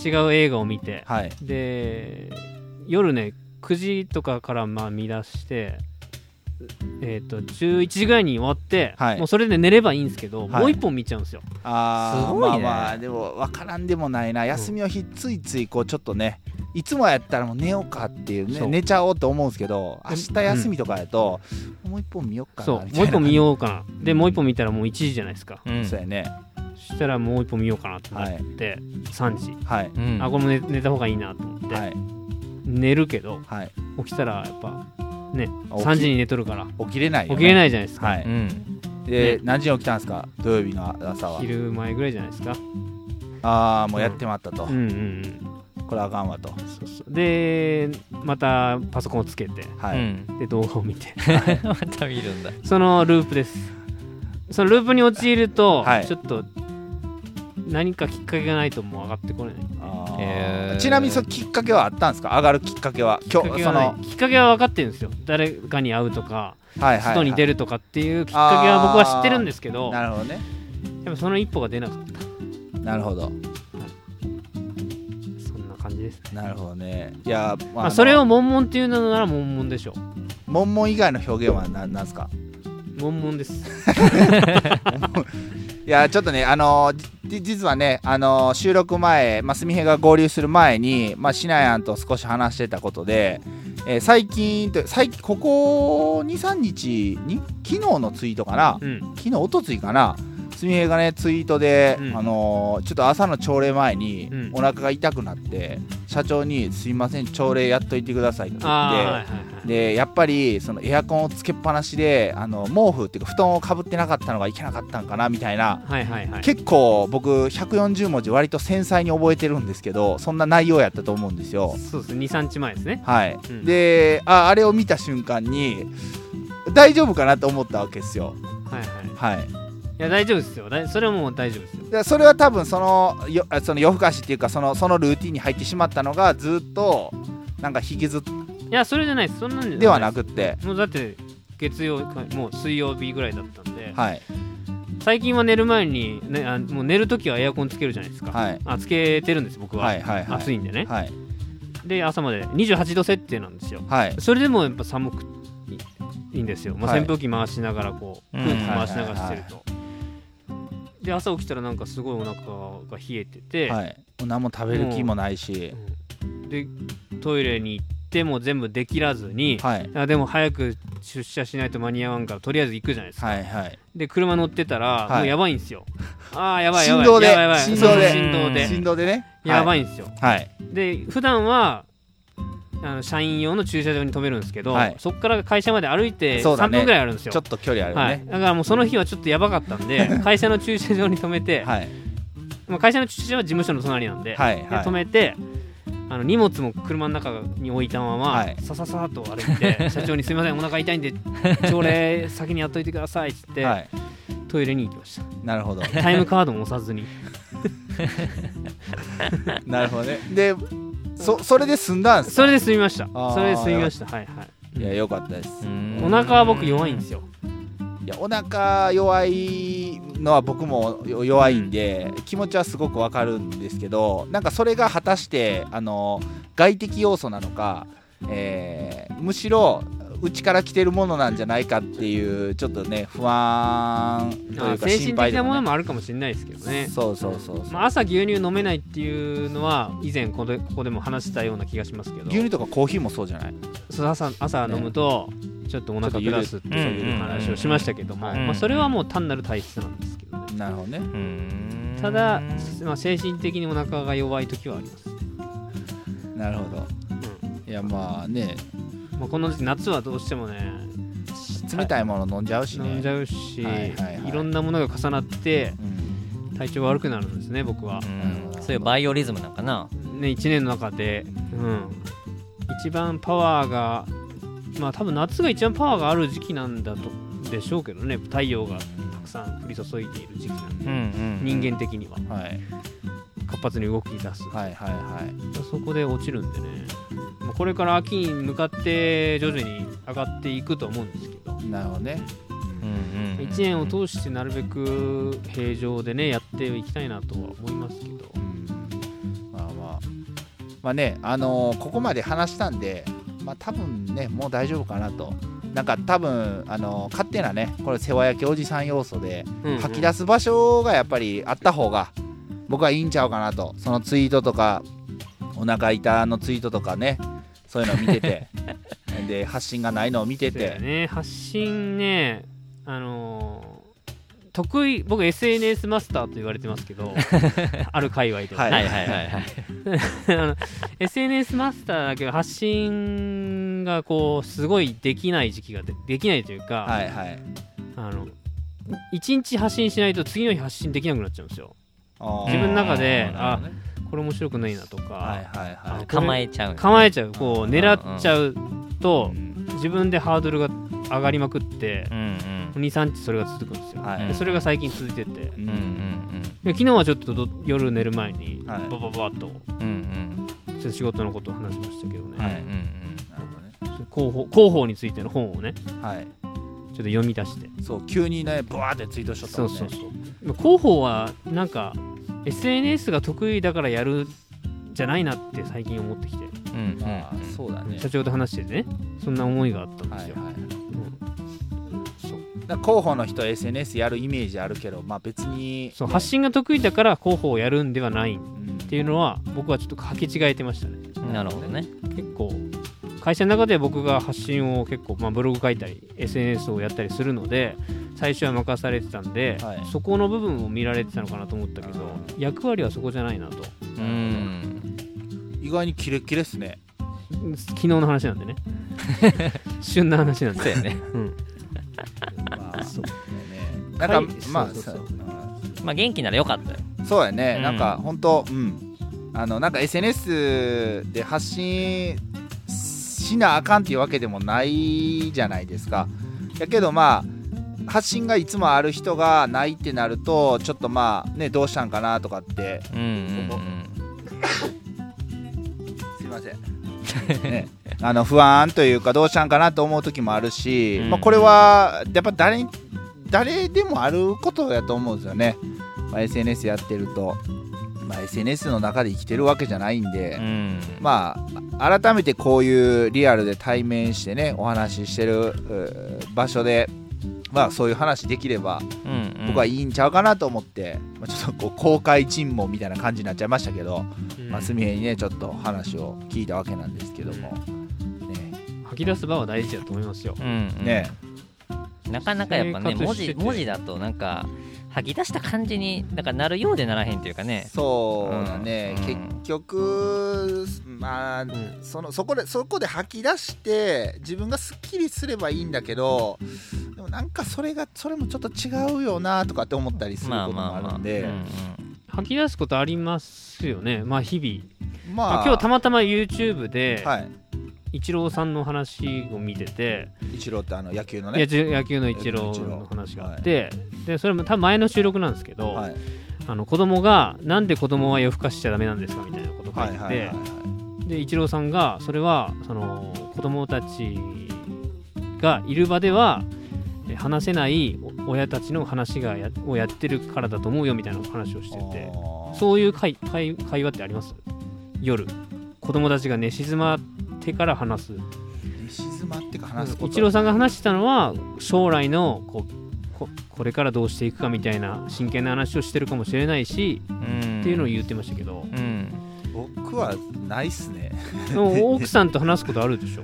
Speaker 3: 違う映画を見て
Speaker 2: はい
Speaker 3: で夜ね9時とかからまあ見出してえっ、と11時ぐらいに終わって、
Speaker 2: はい
Speaker 3: もうそれで寝ればいいんですけど、
Speaker 2: はい
Speaker 3: もう一本見ちゃうんですよ
Speaker 2: あー
Speaker 5: すごいね
Speaker 2: まあまあでも分からんでもないな休みの日ついついこうちょっとねいつもやったらもう寝ようかっていうね
Speaker 3: そう
Speaker 2: 寝ちゃおうと思うんですけど明日休みとかやと、もう一本見よっか
Speaker 3: そ
Speaker 2: な
Speaker 3: う
Speaker 2: みたいな
Speaker 3: もう一本見よ うかなでもう一本見たらもう1時じゃないですか
Speaker 5: うん
Speaker 2: そうやね
Speaker 3: そしたらもう一本見ようかなと思って、3時
Speaker 2: はい
Speaker 5: うん
Speaker 3: あこれも寝寝た方がいいなと思って、
Speaker 2: はい
Speaker 3: 寝るけど
Speaker 2: はい
Speaker 3: 起きたらやっぱね
Speaker 2: あ起き
Speaker 3: 3時に寝とるから
Speaker 2: 起きれないよ、
Speaker 3: 起
Speaker 2: ね、
Speaker 3: きれないじゃないですか、
Speaker 2: はい
Speaker 5: うん
Speaker 2: で、
Speaker 3: ね
Speaker 2: 何時に起きたんですか土曜日の朝は
Speaker 3: 昼前ぐらいじゃないですか
Speaker 2: ああもうやってまったと、
Speaker 3: うんうんうん
Speaker 2: これあかんわと
Speaker 3: そうそうでまたパソコンをつけて
Speaker 2: はい、
Speaker 5: うん
Speaker 3: で動画を 見て
Speaker 5: また見るんだ
Speaker 3: そのループですそのループに陥ると、
Speaker 2: はい
Speaker 3: ちょっと何かきっかけがないともう上がってこれない
Speaker 2: あ
Speaker 5: へ
Speaker 2: ー
Speaker 5: ー
Speaker 2: ちなみにそのきっかけはあったんですか上がるきっかけは
Speaker 3: き
Speaker 2: 今
Speaker 3: っか
Speaker 2: 日
Speaker 3: け
Speaker 2: そ
Speaker 3: は
Speaker 2: の、
Speaker 3: ないきっかけは分かってるんですよ誰かに会うとか
Speaker 2: はいはいはい、
Speaker 3: 外に出るとかっていうきっかけは僕は知ってるんですけど、
Speaker 2: なるほどね
Speaker 3: やっぱその一歩が出なかった
Speaker 2: なるほど
Speaker 3: そんな感じですね
Speaker 2: なるほどねいやー、ま
Speaker 3: ま
Speaker 2: あ
Speaker 3: あ、それを悶々っていうのなら悶々でしょう
Speaker 2: モンモン以外の表現は何なんですか
Speaker 3: 悶々です
Speaker 2: いやちょっとねあのーじ実はねあのー収録前まあすみへが合流する前にまあシナヤンと少し話してたことで、えー最近と最近ここ23日に昨日のツイートかな、
Speaker 3: うん
Speaker 2: 昨日おとついかなすみへがねツイートで、
Speaker 3: うん
Speaker 2: あのーちょっと朝の朝礼前に、
Speaker 3: うん
Speaker 2: お腹が痛くなって社長に「すいません朝礼やっといてください」って言
Speaker 3: ああはいは
Speaker 2: っ
Speaker 3: い
Speaker 2: て。
Speaker 3: はい
Speaker 2: でやっぱりそのエアコンをつけっぱなしであの毛布っていうか布団をかぶってなかったのがいけなかったんかなみたいな
Speaker 3: はいはいはい
Speaker 2: 結構僕140文字割と繊細に覚えてるんですけどそんな内容やったと思うんですよ。
Speaker 3: そうですね23日前ですね
Speaker 2: はい、
Speaker 3: うん
Speaker 2: でああれを見た瞬間に大丈夫かなと思ったわけですよ。
Speaker 3: はいはい
Speaker 2: はい、
Speaker 3: いや大丈夫ですよだいそれはもう大丈夫ですよ
Speaker 2: でそれは多分そのよあその夜更かしっていうかそのそのルーティンに入ってしまったのがずっとなんか引きずっ
Speaker 3: いやそれじゃないですそんなんじゃない
Speaker 2: ではなくって
Speaker 3: もうだって月曜かもう水曜日ぐらいだったんで、
Speaker 2: はい
Speaker 3: 最近は寝る前に、ね、あもう寝るときはエアコンつけるじゃないですか、
Speaker 2: はい
Speaker 3: あつけてるんです僕は、
Speaker 2: はいはいはい
Speaker 3: 暑いんでね、
Speaker 2: はい
Speaker 3: で朝まで28度設定なんですよ
Speaker 2: はい
Speaker 3: それでもやっぱ寒くいいいんですよ、まあ、
Speaker 2: はい
Speaker 3: 扇風機回しながらこう、
Speaker 5: うん
Speaker 3: 空気回しながらしてると、で朝起きたらなんかすごいお腹が冷えてて、
Speaker 2: はい何も食べる気もないし
Speaker 3: うんでトイレに行っても全部できらずに、
Speaker 2: はい
Speaker 3: あでも早く出社しないと間に合わんからとりあえず行くじゃないですか、
Speaker 2: はいはい
Speaker 3: で車乗ってたら、
Speaker 2: はい
Speaker 3: もうやばいんですよああやばいやば
Speaker 2: 振
Speaker 3: い
Speaker 2: 動で
Speaker 3: やばいやばい
Speaker 2: 振動で
Speaker 3: そう振動で
Speaker 5: うん
Speaker 2: 振動でね
Speaker 3: やば
Speaker 2: い
Speaker 3: いんですよ、
Speaker 2: はい
Speaker 3: で普段はあの社員用の駐車場に止めるんですけど、
Speaker 2: はい
Speaker 3: そこから会社まで歩いて
Speaker 2: そうだ
Speaker 3: 3
Speaker 2: ね
Speaker 3: 分ぐらいあるんですよ、
Speaker 2: ちょっと距離ある
Speaker 3: はい、
Speaker 2: ね
Speaker 3: だからもうその日はちょっとやばかった んで会社の駐車場に止めて、
Speaker 2: はい
Speaker 3: まあ、会社の駐車場は事務所の隣なんで,、
Speaker 2: はい
Speaker 3: で
Speaker 2: はい
Speaker 3: 止めてあの荷物も車の中に置いたまま、
Speaker 2: はい
Speaker 3: さささっと歩 いて社長に「すいませんお腹痛いんで朝礼先にやっといてください」っつって、
Speaker 2: はい
Speaker 3: トイレに行きました
Speaker 2: なるほど
Speaker 3: タイムカードも押さずに
Speaker 2: なるほどねでそそれで済んだんですか
Speaker 3: それで済みました
Speaker 2: あー
Speaker 3: それで済みましたはいはい
Speaker 2: いやよかったです
Speaker 3: お腹は僕弱いんです
Speaker 5: よ
Speaker 3: よ
Speaker 2: いやお腹弱いのは僕もよ弱いんで、気持ちはすごくわかるんですけどなんかそれが果たしてあの外的要素なのか、えーむしろうちから来てるものなんじゃないかっていうちょっとね不安とい
Speaker 3: あ
Speaker 2: うか
Speaker 3: 精
Speaker 2: 心
Speaker 3: 神
Speaker 2: 配
Speaker 3: 的
Speaker 2: と
Speaker 3: なも
Speaker 2: か
Speaker 3: の
Speaker 2: ね
Speaker 3: もあるかもしれないですけどね、
Speaker 2: そうそうそうそう、
Speaker 3: まあ、朝牛乳飲めないっていうのは以前ここでここでも話したような気がしますけど
Speaker 2: 牛乳とかコーヒーもそうじゃない
Speaker 3: そう朝朝飲むとちょっとお腹下すっていう話をしましたけども、
Speaker 1: うんうんうん
Speaker 3: まあ、それはもう単なる体質なんですけどね
Speaker 2: なるほどね
Speaker 1: うん
Speaker 3: ただ、まあ、精神的にお腹が弱い時はあります、
Speaker 2: なるほどいやまあね
Speaker 3: まあ、この時期夏はどうしてもね
Speaker 2: 冷たいもの飲んじゃうしね
Speaker 3: 飲んじゃうし、
Speaker 2: はい
Speaker 3: い
Speaker 2: はいはい
Speaker 3: ろんなものが重なって
Speaker 2: うん
Speaker 3: 体調悪くなるんですね僕は
Speaker 1: う、
Speaker 2: なる
Speaker 1: ん
Speaker 2: ほど
Speaker 1: そういうバイオリズムなんかな
Speaker 3: ね、1年の中で、うん、一番パワーがまあ多分夏が一番パワーがある時期なんだとでしょうけどね太陽がたくさん降り注いでいる時期なんで、人間的には
Speaker 2: はい
Speaker 3: 活発に動き出す、
Speaker 2: はいはいはい
Speaker 3: そこで落ちるんでねまあこれから秋に向かって徐々に上がっていくと思うんですけど
Speaker 2: なるほどね
Speaker 1: 間
Speaker 3: 1年を通してなるべく平常でねやっていきたいなとは思いますけど
Speaker 2: まあまあまあねあのーここまで話したんでまあ多分ねもう大丈夫かなとなんか多分あのー勝手なねこれ世話焼きおじさん要素で吐き出す場所がやっぱりあった方が僕はいいんちゃうかなとそのツイートとかお腹痛のツイートとかねそういうのを見て てで発信がないのを見て
Speaker 3: そうだよ
Speaker 2: て、
Speaker 3: ね発信ねあのー得意僕 SNS マスターと言われてます けどある界隈ではね、
Speaker 1: はいはいはいはい
Speaker 3: あの SNS マスターだけど発信がこうすごいできない時期がでできないというか、
Speaker 2: はいはい
Speaker 3: あの1日発信しないと次の日発信できなくなっちゃうんですよ
Speaker 2: あー
Speaker 3: 自分の中で
Speaker 1: うん
Speaker 3: あこれ面白くないなとか、
Speaker 2: はいはいは
Speaker 1: あ構えちゃう
Speaker 3: 構えちゃうこう
Speaker 1: うん
Speaker 3: 狙っちゃう
Speaker 2: い、
Speaker 3: と
Speaker 2: うん
Speaker 3: 自分でハードルが上がりまくって
Speaker 1: うんうん
Speaker 3: 23日それが続くんですよ、
Speaker 2: はい
Speaker 3: でそれが最近続いてて
Speaker 2: う
Speaker 1: うん
Speaker 2: ん
Speaker 3: で昨日はちょっとど夜寝る前に
Speaker 2: は
Speaker 3: バ
Speaker 2: い
Speaker 3: バババッと
Speaker 1: うんうんうん
Speaker 3: ちょっと仕事のことを話しましたけどね、
Speaker 1: うん
Speaker 2: はい
Speaker 1: うん
Speaker 2: なるほどね
Speaker 3: 広報広報についての本をねちょ
Speaker 2: はい
Speaker 3: っと読み出して
Speaker 2: そう急にねブワーってツイートしとった
Speaker 3: そ
Speaker 2: も
Speaker 3: うん
Speaker 2: ね
Speaker 3: そうそうまあ広報はなんか SNS が得意だからやるじゃないなって最近思ってきて、
Speaker 1: うんうん
Speaker 2: まあそうだね
Speaker 3: 社長と話しててねそんな思いがあったんで
Speaker 2: はい
Speaker 3: すよ、
Speaker 2: はい
Speaker 3: うん
Speaker 2: だから候補の人 SNS やるイメージあるけどまあ別に
Speaker 3: そう発信が得意だから広報をやるんではないっ
Speaker 2: うん
Speaker 3: ていうのは僕はちょっとかけ違えてましたね
Speaker 1: なるほどね
Speaker 3: 結構会社の中で僕が発信を結構、まあ、ブログ書いたり SNS をやったりするので最初は任されてたんで、
Speaker 2: はい
Speaker 3: そこの部分を見られてたのかなと思ったけど役割はそこじゃないなと
Speaker 1: うん
Speaker 2: 意外にキレッキレっす ね
Speaker 3: 昨日の話な んでね旬な話なん
Speaker 1: そう
Speaker 3: で
Speaker 1: やね
Speaker 2: まあ
Speaker 3: そう
Speaker 2: ねなんか
Speaker 3: はい
Speaker 2: まあ
Speaker 3: そうそうそ
Speaker 2: さ
Speaker 3: う
Speaker 1: まあ元気ならよかったよ
Speaker 2: うんそうやね、
Speaker 1: うん
Speaker 2: なんか本当うんあのなんか SNS で発信しなあかんっていうわけでもないじゃないですかやけどまあ発信がいつもある人がないってなるとちょっとまあねどうしたんかなとかって
Speaker 1: うんうん
Speaker 2: すいません、ね、 あの不安というかどうしたんかなと思う時もあるし、
Speaker 1: うん
Speaker 2: まあ、これはやっぱ誰に誰でもあることやと思うんですよね、まあ、SNS やってると、まあ、SNS の中で生きてるわけじゃないんで、
Speaker 1: うん
Speaker 2: まあ改めてこういうリアルで対面してねお話ししてるうー場所で、まあ、そういう話できれば
Speaker 1: うんうん
Speaker 2: 僕はいいんちゃうかなと思って、まあ、ちょっとこう公開尋問みたいな感じになっちゃいましたけど、
Speaker 3: うん
Speaker 2: まあ、すみへにねちょっと話を聞いたわけなんですけども、ね、
Speaker 3: 吐き出す場は大事だと思いますよ
Speaker 1: うんうん
Speaker 2: ね
Speaker 1: なかなかやっぱね
Speaker 3: 生
Speaker 1: 文
Speaker 3: 活して
Speaker 1: 字
Speaker 3: て
Speaker 1: 文字だとなんか吐き出した感じになんかなるようでならへんというかね
Speaker 2: そうだね、
Speaker 1: うん
Speaker 2: 結局まあ
Speaker 3: うん
Speaker 2: そのそこでそこで吐き出して自分がすっきりすればいいんだけどでもなんかそれがそれもちょっと違うよなとかって思ったりするこ
Speaker 1: まあ
Speaker 2: とも
Speaker 1: まあま
Speaker 2: あ
Speaker 1: あ
Speaker 2: るんで
Speaker 1: うん
Speaker 3: 吐き出すことありますよねまあ日々ま
Speaker 2: ま
Speaker 3: あ
Speaker 2: あ
Speaker 3: 今日たまたま YouTube で
Speaker 2: はい
Speaker 3: イチローさんの話を見てて、
Speaker 2: 一郎ってあの野球の
Speaker 3: いや
Speaker 2: ね
Speaker 3: じゅ野球のイチローの話があって、でそれも多分前の収録なんですけど、
Speaker 2: はい
Speaker 3: あの子供がなんで子供は夜更かしちゃダメなんですかみたいなことを書い
Speaker 2: はい
Speaker 3: てて、
Speaker 2: はいはいはい
Speaker 3: でイチローさんがそれはその子供たちがいる場ではえ話せないお親たちの話がやをやってるからだと思うよみたいな話をして
Speaker 2: あ
Speaker 3: て
Speaker 2: ー
Speaker 3: そういう会会会話ってあります夜子供たちが寝静まってから話す
Speaker 2: 寝静まってか話すこと
Speaker 3: 一郎さんが話してたのは将来のこうここれからどうしていくかみたいな真剣な話をしてるかもしれないし、
Speaker 1: うん
Speaker 3: っていうのを言ってましたけ ど
Speaker 1: うん
Speaker 2: 僕はないっすね
Speaker 3: でも奥さんと話すことあるでしょ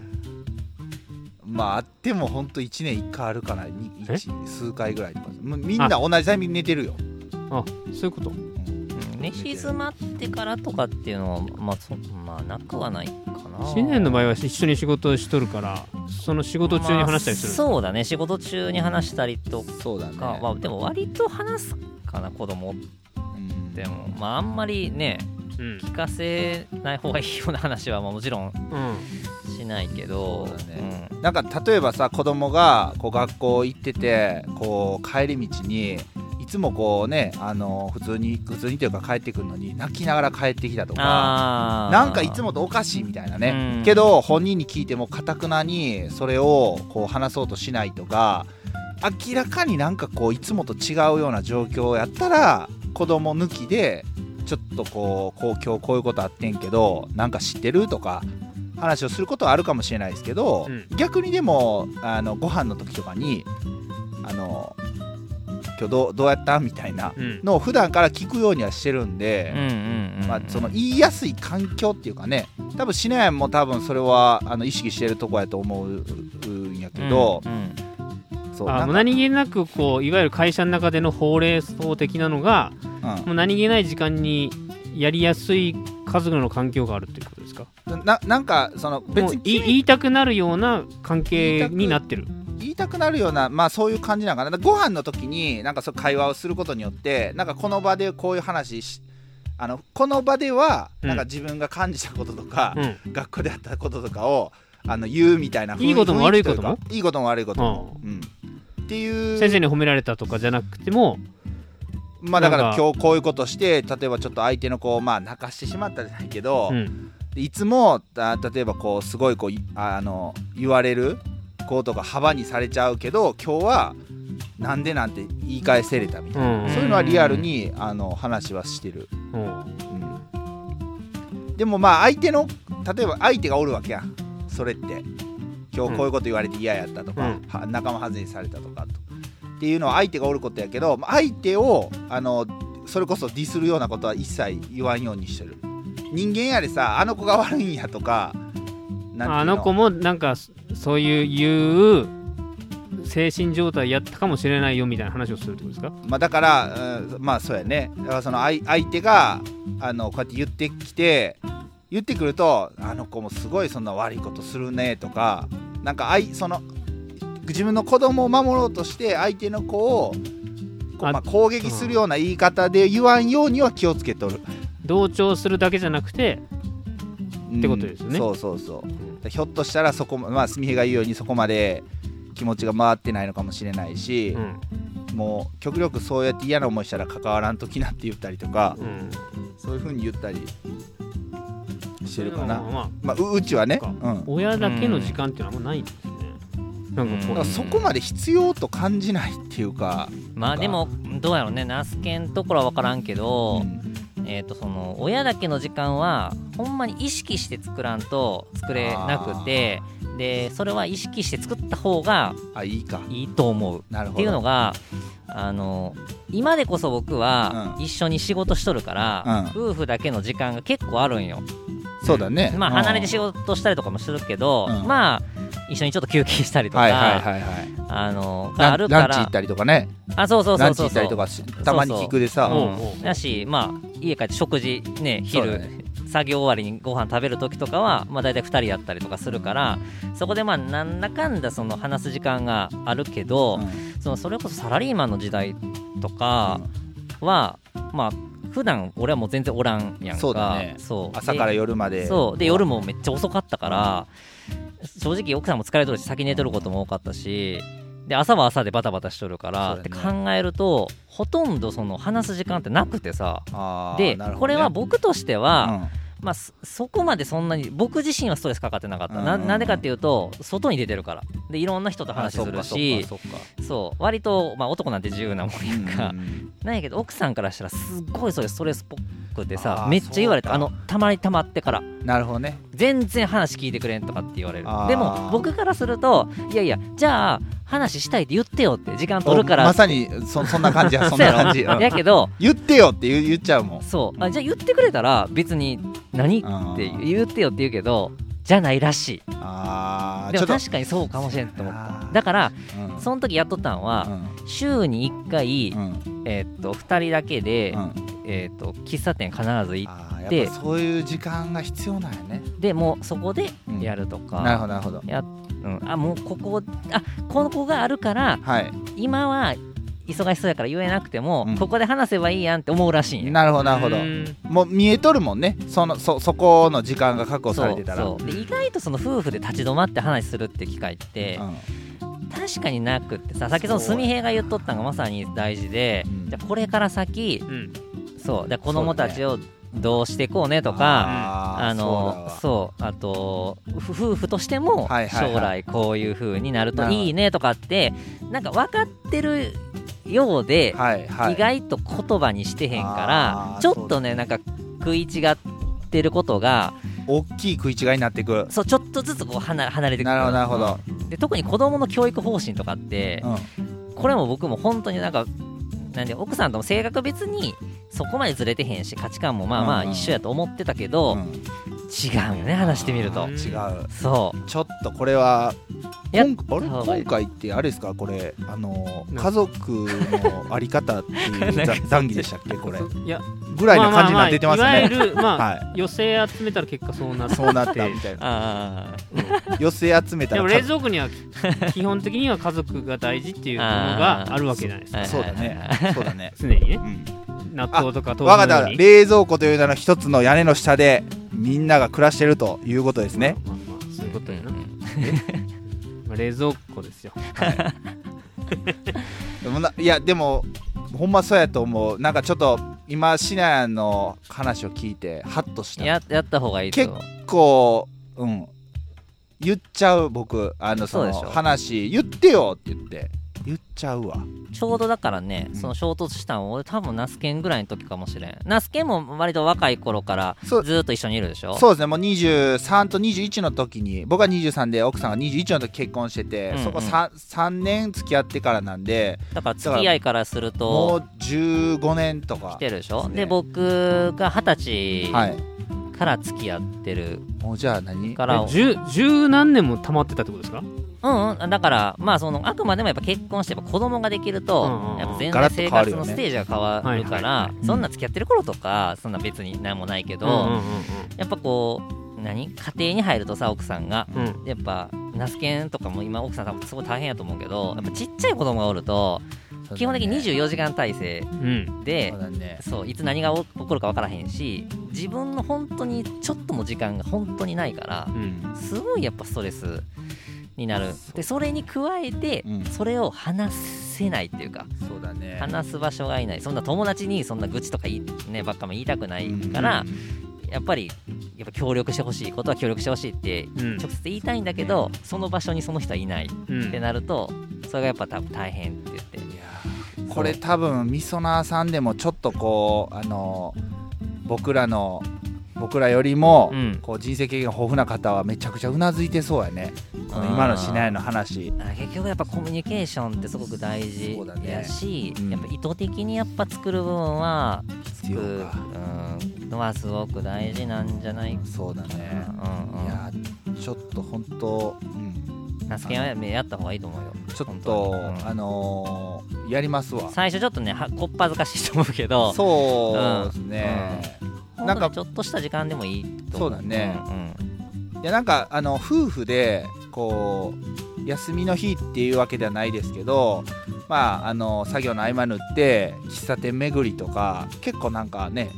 Speaker 2: まああってもほんと1年1回あるからに
Speaker 3: え
Speaker 2: 一数回ぐらいとかもうみんな同じタイミングで寝てるよ
Speaker 3: あそういうこと
Speaker 1: うん寝静まってからとかっていうのはまあそまあなくはないかな
Speaker 3: 新年の場合は一緒に仕事をしとるからその仕事中に話したりする、
Speaker 1: まあそうだね仕事中に話したりと
Speaker 2: そうだね
Speaker 1: か、まあ、でも割と話すかな子供
Speaker 2: うん
Speaker 1: でもまああんまりね
Speaker 3: うん
Speaker 1: 聞かせない方がいいような話はまあもちろん
Speaker 3: うん
Speaker 1: しないけど
Speaker 2: そうだねなんか例えばさ子供がこう学校行っててこう帰り道にいつもこうねあの普通に普通にというか帰ってくるのに泣きながら帰ってきたとか
Speaker 1: ああ
Speaker 2: なんかいつもとおかしいみたいなね、
Speaker 1: うん
Speaker 2: けど本人に聞いてもかたくなにそれをこう話そうとしないとか明らかになんかこういつもと違うような状況やったら子供抜きでちょっとこうこう今日こういうことあってんけどなんか知ってるとか話をすることはあるかもしれないですけど、
Speaker 3: うん
Speaker 2: 逆にでもあのご飯の時とかにあの今日どうどうやったみたいな
Speaker 3: うん
Speaker 2: のを普段から聞くようにはしてるんで。
Speaker 1: うんうんうん
Speaker 2: まあ、その言いやすい環境っていうかね多分シネアンも多分それはあの意識してるとこやと思うんやけど、
Speaker 1: うんうん
Speaker 2: そう
Speaker 3: あ
Speaker 2: なん
Speaker 3: もう
Speaker 2: か
Speaker 3: 何気なくこういわゆる会社の中での法令法的なのがもう何気ない時間にやりやすい家族の環境があるっていうことですか
Speaker 2: うん、ななんかその
Speaker 3: も
Speaker 2: 別
Speaker 3: うい
Speaker 2: に
Speaker 3: 言いたくなるような関係になってる
Speaker 2: 言いたくなるようなまあそういう感じなんかなだからご飯の時になんかそう会話をすることによってなんかこの場でこういう話しあのこの場では
Speaker 3: うん
Speaker 2: なんか自分が感じたこととか、
Speaker 3: うん
Speaker 2: 学校であったこととかをあの言うみたいな雰囲
Speaker 3: いいことも
Speaker 2: 雰囲気
Speaker 3: 悪いことも
Speaker 2: いうかいいことも悪いことも、うんっていう
Speaker 3: 先生に褒められたとかじゃなくても
Speaker 2: まあだから
Speaker 3: なんか
Speaker 2: 今日こういうことして例えばちょっと相手の子をまあ泣かしてしまったじゃないけど、
Speaker 3: うん
Speaker 2: いつもあ例えばこうすごいこういああの言われる子とか幅にされちゃうけど今日はなんでなんて言い返せれたみた
Speaker 3: う
Speaker 2: い
Speaker 3: ん
Speaker 2: な、そういうのはリアルにあの話はしてる、
Speaker 3: うん
Speaker 2: うんでもまあ相手の例えば相手がおるわけやんそれって今日こういうこと言われて嫌やったとか、
Speaker 3: うん
Speaker 2: は仲間外れされたとかとっていうのは相手がおることやけどまあ相手をあのそれこそディスるようなことは一切言わんようにしてる人間やでさあの子が悪いんやとかなんていう
Speaker 3: あの子もなんかそそういう言う精神状態やったかもしれないよみたいな話をするってことですか
Speaker 2: まあ、だから、うんまあそうやねだからその相相手があのこうやって言ってきて言ってくるとあの子もすごいそんな悪いことするねとかなんかあいその自分の子供を守ろうとして相手の子をこう
Speaker 3: あ
Speaker 2: まあ、攻撃するような言い方で言わんようには気をつけとる、
Speaker 3: 同調するだけじゃなくて
Speaker 2: うん
Speaker 3: ってことですよね
Speaker 2: そうそうそうひょっとしたらそこまあすみへが言うようにそこまで気持ちが回ってないのかもしれないし
Speaker 3: う、ん
Speaker 2: もう極力そうやって嫌な思いしたら関わらんときなって言ったりとか、
Speaker 3: うん
Speaker 2: そういう風に言ったりしてるか
Speaker 3: それは
Speaker 2: な。
Speaker 3: まあ
Speaker 2: まあ、ううちはね、う
Speaker 3: そっか
Speaker 2: ん、
Speaker 3: 親だけの時間っていうのはあんまないんですね。なんか
Speaker 2: だ
Speaker 3: こ
Speaker 2: からそこまで必要と感じないっていうか、
Speaker 1: まあでもどうやろうねナスケんところは分からんけ
Speaker 2: う
Speaker 1: ど、
Speaker 2: ん
Speaker 1: えっ、とその親だけの時間はほんまに意識して作らんと作れなくてでそれは意識して作った方が
Speaker 2: あいいか
Speaker 1: いいと思う
Speaker 2: なるほど
Speaker 1: っていうのがあの今でこそ僕は
Speaker 2: うん
Speaker 1: 一緒に仕事しとるから、夫婦だけの時間が結構あるんよ、
Speaker 2: そうだね、
Speaker 1: まあ離れて
Speaker 2: し
Speaker 1: 仕事したりとかもするけど、
Speaker 2: うん
Speaker 1: まあ一緒にちょっと休憩したりとか、
Speaker 2: はいはいはいはい
Speaker 1: あのが
Speaker 2: ラ
Speaker 1: あ
Speaker 2: ン
Speaker 1: る
Speaker 2: ラ
Speaker 1: か
Speaker 2: ンチ行っ
Speaker 1: ら
Speaker 2: たりとかね
Speaker 1: あそうそう
Speaker 2: ラ
Speaker 1: そ
Speaker 2: ン
Speaker 1: う
Speaker 2: チ
Speaker 1: そう
Speaker 2: 行ったりとかしたまに聞くでさ
Speaker 3: う
Speaker 1: そう
Speaker 3: おうおう
Speaker 1: だし、まあ、家帰って食事ね
Speaker 2: そう
Speaker 1: 昼、
Speaker 2: だね
Speaker 1: 作業終わりにご飯食べる時とかは、まあ、大体2人やったりとかするからそこでまあなんだかんだその話す時間があるけど、
Speaker 2: うん
Speaker 1: そのそれこそサラリーマンの時代とかは、まあ普段俺はもう全然おらんやんか
Speaker 2: そうだね
Speaker 1: そう
Speaker 2: 朝から夜まで
Speaker 1: そうで夜もめっちゃ遅かったから正直奥さんも疲れとるし先寝とることも多かったしで朝は朝でバタバタしとるから、
Speaker 2: そう
Speaker 1: っ
Speaker 2: だ
Speaker 1: て
Speaker 2: ね
Speaker 1: 考えるとほとんどその話す時間ってなくてさ
Speaker 2: あー
Speaker 1: で、
Speaker 2: なるほ
Speaker 1: こ
Speaker 2: どね
Speaker 1: れは僕としては、
Speaker 2: うん
Speaker 1: まあ、そそこまでそんなに僕自身はストレスかかってなかった、
Speaker 2: う
Speaker 1: なん
Speaker 2: うんうん
Speaker 1: なんでかっていうと外に出てるからでいろんな人と
Speaker 2: あ
Speaker 1: 話
Speaker 2: そ
Speaker 1: す
Speaker 2: っ
Speaker 1: る
Speaker 2: かそ
Speaker 1: し
Speaker 2: っかそっか
Speaker 1: そう割と、まあ、男なんて自由なもんやんか、
Speaker 2: うん
Speaker 1: なんやけど奥さんからしたらすっごいそういうストレスポくてさ
Speaker 2: あー
Speaker 1: めっちゃ言われたあ
Speaker 2: そう
Speaker 1: のたまにたまってから
Speaker 2: なるほどね
Speaker 1: 全然話聞いてくれんとかって言われる
Speaker 2: あー
Speaker 1: でも僕からするといやいやじゃあ話したいって言ってよって時間取るから
Speaker 2: おまさにそそんな感じやそん な感じ、うん
Speaker 1: やけど
Speaker 2: 言ってよって言う言っちゃうもん
Speaker 1: そうあじゃあ言ってくれたら別に何っ
Speaker 2: あー
Speaker 1: て言ってよって言うけどじゃないらし
Speaker 2: あ
Speaker 1: い
Speaker 2: あ
Speaker 1: で
Speaker 2: ちょ
Speaker 1: も
Speaker 2: っと
Speaker 1: 確かにそうかもしれんと思っ
Speaker 2: あ
Speaker 1: た
Speaker 2: ー
Speaker 1: だから
Speaker 2: うん
Speaker 1: その時やっとったん
Speaker 2: う
Speaker 1: は
Speaker 2: ん
Speaker 1: 週に1回、
Speaker 2: うん
Speaker 1: えーっと2人だけで、
Speaker 2: うん
Speaker 1: えーっと喫茶店必ず行っ
Speaker 2: あー
Speaker 1: で
Speaker 2: やっぱそういう時間が必要なんやね
Speaker 1: てもうそこでやると
Speaker 2: なる
Speaker 1: か、
Speaker 2: ほどなるほど
Speaker 1: うんあもうここあここがあるから
Speaker 2: はい
Speaker 1: 今は忙しそうやから言えなくても、
Speaker 2: うん
Speaker 1: ここで話せばいいやんって思うらしいんや
Speaker 2: なるほどなるほど
Speaker 3: うん
Speaker 2: もう見えとるもんねそのそそこの時間が確保さ
Speaker 1: そ
Speaker 2: れ
Speaker 1: う
Speaker 2: てたら
Speaker 1: そうで意外とその夫婦で立ち止まって話するって機会って、
Speaker 2: うん
Speaker 1: 確かになくってささっきその
Speaker 2: そう
Speaker 1: 純平が言っとったのがまさに大事で、
Speaker 2: うん
Speaker 1: じゃあこれから先
Speaker 3: うん
Speaker 1: そうじゃあ子供たちをどうしていこうねとか、
Speaker 2: あー
Speaker 1: あの
Speaker 2: そう
Speaker 1: そうあとふ夫婦としても
Speaker 2: はいはいはい
Speaker 1: 将来こういう風になるといいねとかってなんか分かってるようで
Speaker 2: だわはいはい
Speaker 1: 意外と言葉にしてへんか
Speaker 2: あ
Speaker 1: ら
Speaker 2: ー
Speaker 1: ちょっとねなんか食い違ってることが
Speaker 2: 大きい食い違いになっていく
Speaker 1: そうちょっとずつこう離離れてく
Speaker 2: なるほどなるほど、
Speaker 1: で特に子どもの教育方針とかって
Speaker 2: うん
Speaker 1: これも僕も本当になんかなんで奥さんとも性格別にそこまでずれてへんし価値観もまあまあ一緒やと思ってたけど、
Speaker 2: うん
Speaker 1: 違うよね話してみると
Speaker 2: あ。ー違う
Speaker 1: そう
Speaker 2: ちょっとこれは
Speaker 1: や
Speaker 2: 今あれ
Speaker 1: った方がいい
Speaker 2: 今回ってあれですかこれあの
Speaker 3: なん
Speaker 2: 家族のあり方って いうざ談義でしたっけこれ
Speaker 3: そういや
Speaker 2: ぐらいな感じになっていってます
Speaker 3: あああ
Speaker 2: ね
Speaker 3: い わゆるまあ、
Speaker 2: は
Speaker 3: 寄せ集めたら結果そうなる
Speaker 2: いそうなっ たみたいな
Speaker 1: あ
Speaker 2: 寄せ集めた
Speaker 3: で
Speaker 2: ら
Speaker 3: も冷蔵庫には 基本的には家族が大事っていうものがあるわけじゃないですか
Speaker 1: あ
Speaker 2: そうだねそうだね
Speaker 3: 常にね
Speaker 2: うん
Speaker 3: 納豆とか豆
Speaker 2: わか
Speaker 3: 腐
Speaker 2: った
Speaker 3: のように
Speaker 2: 冷蔵庫という名の一つの屋根の下でみんなが暮らしてるということですね
Speaker 3: まあまあまあそういうことやな、
Speaker 1: うん
Speaker 3: まあ、冷蔵庫ですよ
Speaker 2: でもないやでもほんまそうやと思うなんかちょっと今シナヤの話を聞いてハッとした
Speaker 1: ややった方がいいと
Speaker 2: 結構うん言っちゃう僕あのその
Speaker 1: そうでしょ
Speaker 2: 話言ってよって言って言っちゃうわ
Speaker 1: ちょうどだからね
Speaker 2: うん
Speaker 1: その衝突したの俺多分ナスケンぐらいの時かもしれんナスケンも割と若い頃からず
Speaker 2: そう
Speaker 1: ーっと一緒にいるでしょ
Speaker 2: そうですねもう23と21の時に僕は23で奥さんが21の時結婚してて、
Speaker 1: うんうん
Speaker 2: そこ 3, 三年付き合ってからなんで
Speaker 1: だから付き合いからする
Speaker 2: も
Speaker 1: と
Speaker 2: う15年とか
Speaker 1: 来てるでしょ
Speaker 2: ね
Speaker 1: で僕が二十
Speaker 2: は
Speaker 1: 歳
Speaker 2: い
Speaker 1: から付き合ってる
Speaker 2: もうじゃあ何
Speaker 1: か
Speaker 3: え
Speaker 1: ら、
Speaker 3: 十十何年も溜まってたってことですか
Speaker 1: うんうんだからまあそのあくまでもやっぱ結婚してやっぱ子供ができると、
Speaker 3: うんうんうん
Speaker 1: やっぱ全
Speaker 2: ガラ
Speaker 1: 然
Speaker 2: ッと変
Speaker 1: 生
Speaker 2: わる
Speaker 1: 活
Speaker 2: よね
Speaker 1: のステージが変わるか
Speaker 3: はいはい
Speaker 1: ら
Speaker 3: は
Speaker 1: そんな付き合ってる頃とかそんな別に何もないけど、やっぱこう何家庭に入るとさ奥さんが
Speaker 3: うんうんうん
Speaker 1: やっぱナスケンとかも今奥さん多分すごい大変やと思うけどやっぱちっちゃい子供がおると基本的に24時間体制
Speaker 3: うん
Speaker 1: で
Speaker 2: そうだね
Speaker 1: そういつ何が起こるか分からへんし自分の本当にちょっとも時間が本当にないから
Speaker 3: うん
Speaker 1: すごいやっぱストレスになるでそれに加えて
Speaker 2: うん
Speaker 1: それを話せないっていうか
Speaker 2: そうだね
Speaker 1: 話す場所がいないそんな友達にそんな愚痴とか言い、ね、ばっかも言いたくないからやっぱりやっぱ協力してほしいことは協力してほしいって
Speaker 3: うん
Speaker 1: 直接言いたいんだけど、その場所にその人はいないっ
Speaker 3: うん
Speaker 1: てなると、それがやっぱ多分大変って言って
Speaker 2: いやーこれ多分みそなーさんでもちょっとこうあのー僕らの僕らよりも、
Speaker 1: うん
Speaker 2: こう人生経験豊富な方はめちゃくちゃうなずいてそうやねこの
Speaker 1: あー
Speaker 2: 今のしないの話
Speaker 1: あ結局やっぱコミュニケーションってすごく大事
Speaker 2: そうだね
Speaker 1: やし、
Speaker 2: うん
Speaker 1: やっぱ意図的にやっぱ作る部分は
Speaker 2: 必要
Speaker 1: う
Speaker 2: か
Speaker 1: んのはすごく大事なんじゃない
Speaker 2: そうだ
Speaker 1: か
Speaker 2: ね
Speaker 1: な、うん
Speaker 2: い
Speaker 1: うん
Speaker 2: やーちょっと本当、うん、
Speaker 1: ナスケンはやった方がいいと思うよ
Speaker 2: ちょっ
Speaker 1: 本
Speaker 2: と
Speaker 1: 当にうん
Speaker 2: あのーやりますわ
Speaker 1: 最初ちょっとねはこっぱずかしいと思うけど
Speaker 2: そうですね、な
Speaker 1: なんん
Speaker 2: か
Speaker 1: かちょっとした時間でもいいと思
Speaker 2: そうだね
Speaker 1: うんうん
Speaker 2: いやなんかあの夫婦でこう休みの日っていうわけではないですけどまああの作業の合間縫って喫茶店巡りとか結構なんかね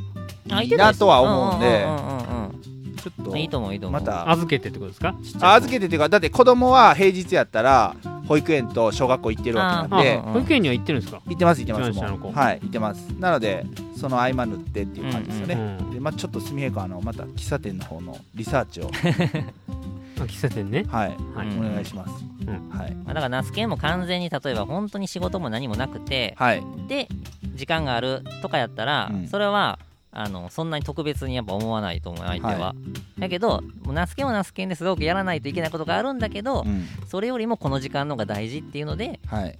Speaker 1: あ
Speaker 2: い
Speaker 1: い
Speaker 2: い
Speaker 1: て
Speaker 2: な
Speaker 1: たでし
Speaker 2: と
Speaker 1: ょ
Speaker 2: は思うんで
Speaker 1: うんうんうんうん
Speaker 2: ちょっ
Speaker 1: うんいいと
Speaker 2: と
Speaker 1: 思ういいと思う
Speaker 2: また
Speaker 3: 預けてってことですかちっちゃい子
Speaker 2: あ預けてっていうかだって子供は平日やったら保育園と小学校行ってるわけ
Speaker 1: あ
Speaker 2: なんで
Speaker 1: あ
Speaker 3: 保育園には行ってるんですか
Speaker 2: 行ってます行ってます
Speaker 3: 一番下の
Speaker 2: も
Speaker 3: 子
Speaker 2: うはい行ってますなのでその合間縫ってっていう感じですよ
Speaker 3: う
Speaker 2: ね
Speaker 3: ん
Speaker 2: でまあちょっとすみへこあのまた喫茶店の方のリサーチを
Speaker 3: あ喫茶店ね
Speaker 2: はい
Speaker 3: はい
Speaker 1: うん
Speaker 2: お願いします
Speaker 3: うん
Speaker 2: はい
Speaker 1: まあ、だからナスケも完全に例えば本当に仕事も何もなくて
Speaker 2: はい
Speaker 1: で時間があるとかやったら、
Speaker 2: うん
Speaker 1: それはあのそんなに特別にやっぱ思わないと思う相手は、
Speaker 2: は
Speaker 1: だけどもうナスケもナスケですごくやらないといけないことがあるんだけど、
Speaker 2: うん
Speaker 1: それよりもこの時間の方が大事っていうので
Speaker 2: はいそうですね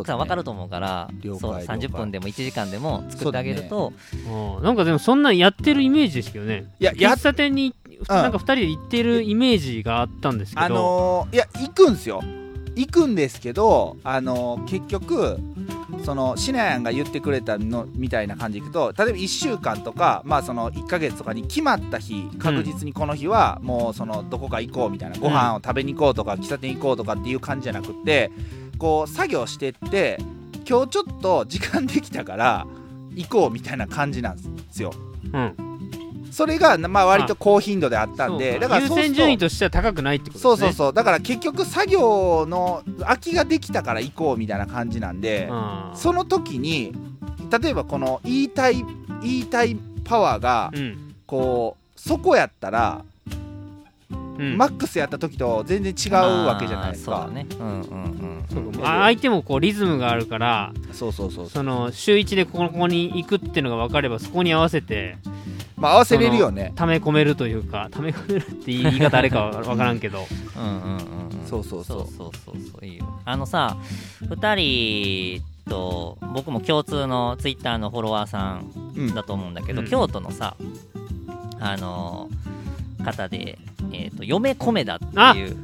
Speaker 1: 奥さん分かると思うから
Speaker 2: 了解
Speaker 1: そう
Speaker 2: 了解
Speaker 1: 30分でも1時間でも作ってあげると、
Speaker 3: あーなんかでもそんなんやってるイメージですけどね
Speaker 2: いやや
Speaker 3: 喫茶店になんか2人で行ってるイメージがあったんですけど、
Speaker 2: あのーいや行くんすよ行くんですけどあのー結局そのシナヤンが言ってくれたのみたいな感じでいくと例えば1週間とか、まあ、その1ヶ月とかに決まった日確実にこの日はもうそのどこか行こうみたいな、ご飯を食べに行こうとか喫茶店行こうとかっていう感じじゃなくってこう作業してって今日ちょっと時間できたから行こうみたいな感じなんですよ。
Speaker 3: うん、
Speaker 2: それが、まあ、割と高頻度であったん
Speaker 3: そ
Speaker 2: で
Speaker 3: う
Speaker 2: だから
Speaker 3: 優
Speaker 2: そうす
Speaker 3: 先
Speaker 2: ると
Speaker 3: 順位としては高くないってことですね
Speaker 2: そうそうそうだから結局作業の空きができたから行こうみたいな感じなんで、
Speaker 3: あー
Speaker 2: その時に例えばこの言いたい言いたいパワーが
Speaker 3: うん
Speaker 2: こうそこやったら、
Speaker 3: うん
Speaker 2: マックスやった時と全然違うわけじゃないですか、
Speaker 1: まあそうだねうんうんうん
Speaker 3: あ相手もこうリズムがあるから
Speaker 2: そうそうそうそう
Speaker 3: その週1でここここに行くっていうのが分かればそこに合わせて
Speaker 2: まあ合わせれるよね
Speaker 3: 溜め込めるというか溜め込めるって言い方あ れか分からんけど
Speaker 1: うんうんうんうん
Speaker 2: そうそうそう
Speaker 1: そうそうそういいよあのさ2人と僕も共通のツイッターのフォロワーさん
Speaker 2: うん
Speaker 1: だと思うんだけど、
Speaker 3: うん
Speaker 1: 京都のさあのー方で、えー、と嫁コメダって
Speaker 3: あ
Speaker 1: いう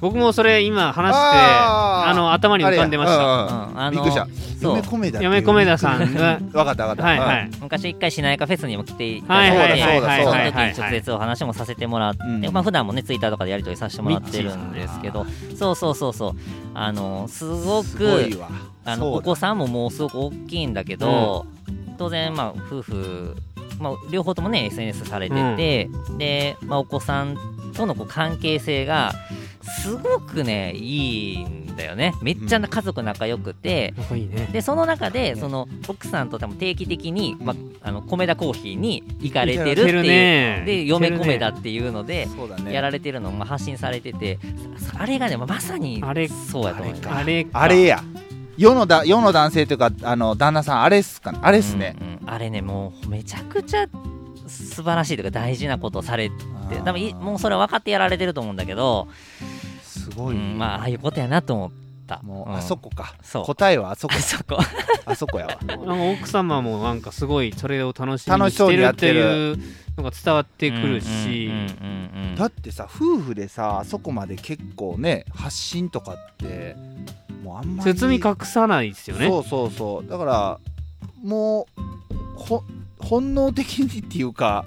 Speaker 3: 僕もそれ今話して
Speaker 2: あ
Speaker 3: あ
Speaker 2: ー
Speaker 3: の頭に浮かんでまし
Speaker 2: あ
Speaker 1: う
Speaker 2: れやう
Speaker 3: た
Speaker 2: んん
Speaker 1: あの
Speaker 2: びっくりした
Speaker 1: そう
Speaker 2: 嫁コメダ
Speaker 3: 嫁コメダさんが
Speaker 2: わかったわかった
Speaker 3: はいはい
Speaker 1: 昔一回しなやかフェスにも来ていた
Speaker 3: はい
Speaker 1: だいて、
Speaker 3: はいはいはい
Speaker 1: その
Speaker 3: はい
Speaker 1: 時
Speaker 3: はい
Speaker 1: に直接お話もさせてもらって、
Speaker 2: うん
Speaker 1: まあ普段もねツイッターとかでやり取りさせてもらってるんですけどそうそうそうそうあのすごく
Speaker 2: すごいわ
Speaker 1: あ
Speaker 2: そう
Speaker 1: の
Speaker 2: だ
Speaker 1: お子さんももうすごく大きいんだけど、当然まあ夫婦、まあ、両方ともね SNS されてて、で、まあ、お子さんとのこう関係性がすごくねいいんだよねめっちゃな家族仲良くて、
Speaker 3: なんかいいね
Speaker 1: でその中でその奥さんと多分定期的に、まあ、あの米田コーヒーに行かれてるっていう、
Speaker 3: ね
Speaker 1: で嫁米田っていうので。
Speaker 2: そうだね
Speaker 1: やられてるのも発信されてて、あれがねまさに
Speaker 3: あれ
Speaker 1: そうやと思います
Speaker 3: あれか
Speaker 2: あれや世のだ世の男性というかあの旦那さんあれっすかあれっすね、
Speaker 1: うんうんあれねもうめちゃくちゃ素晴らしいというか大事なことをされて
Speaker 2: あー
Speaker 1: 多分いもうそれは分かってやられてると思うんだけど、
Speaker 2: すご
Speaker 1: う
Speaker 2: い、
Speaker 1: ん、まあああいうことやなと思った
Speaker 2: もう、
Speaker 1: ん
Speaker 2: あそこか
Speaker 1: そう
Speaker 2: 答えはあそこ
Speaker 1: あそこ
Speaker 2: あそこやわ
Speaker 3: なんか奥様もなんかすごいそれを楽しみ
Speaker 2: 楽
Speaker 3: に
Speaker 2: しそう
Speaker 3: して
Speaker 2: に
Speaker 3: る
Speaker 2: やっ
Speaker 3: って
Speaker 2: てる
Speaker 3: いうのが伝わってくるし、
Speaker 1: うんうんうんうんうん
Speaker 2: だってさ夫婦でさあそこまで結構ね発信とかってもうあんまり
Speaker 3: 包み隠さないですよね
Speaker 2: そうそうそうだからもうほ本能的にっていうか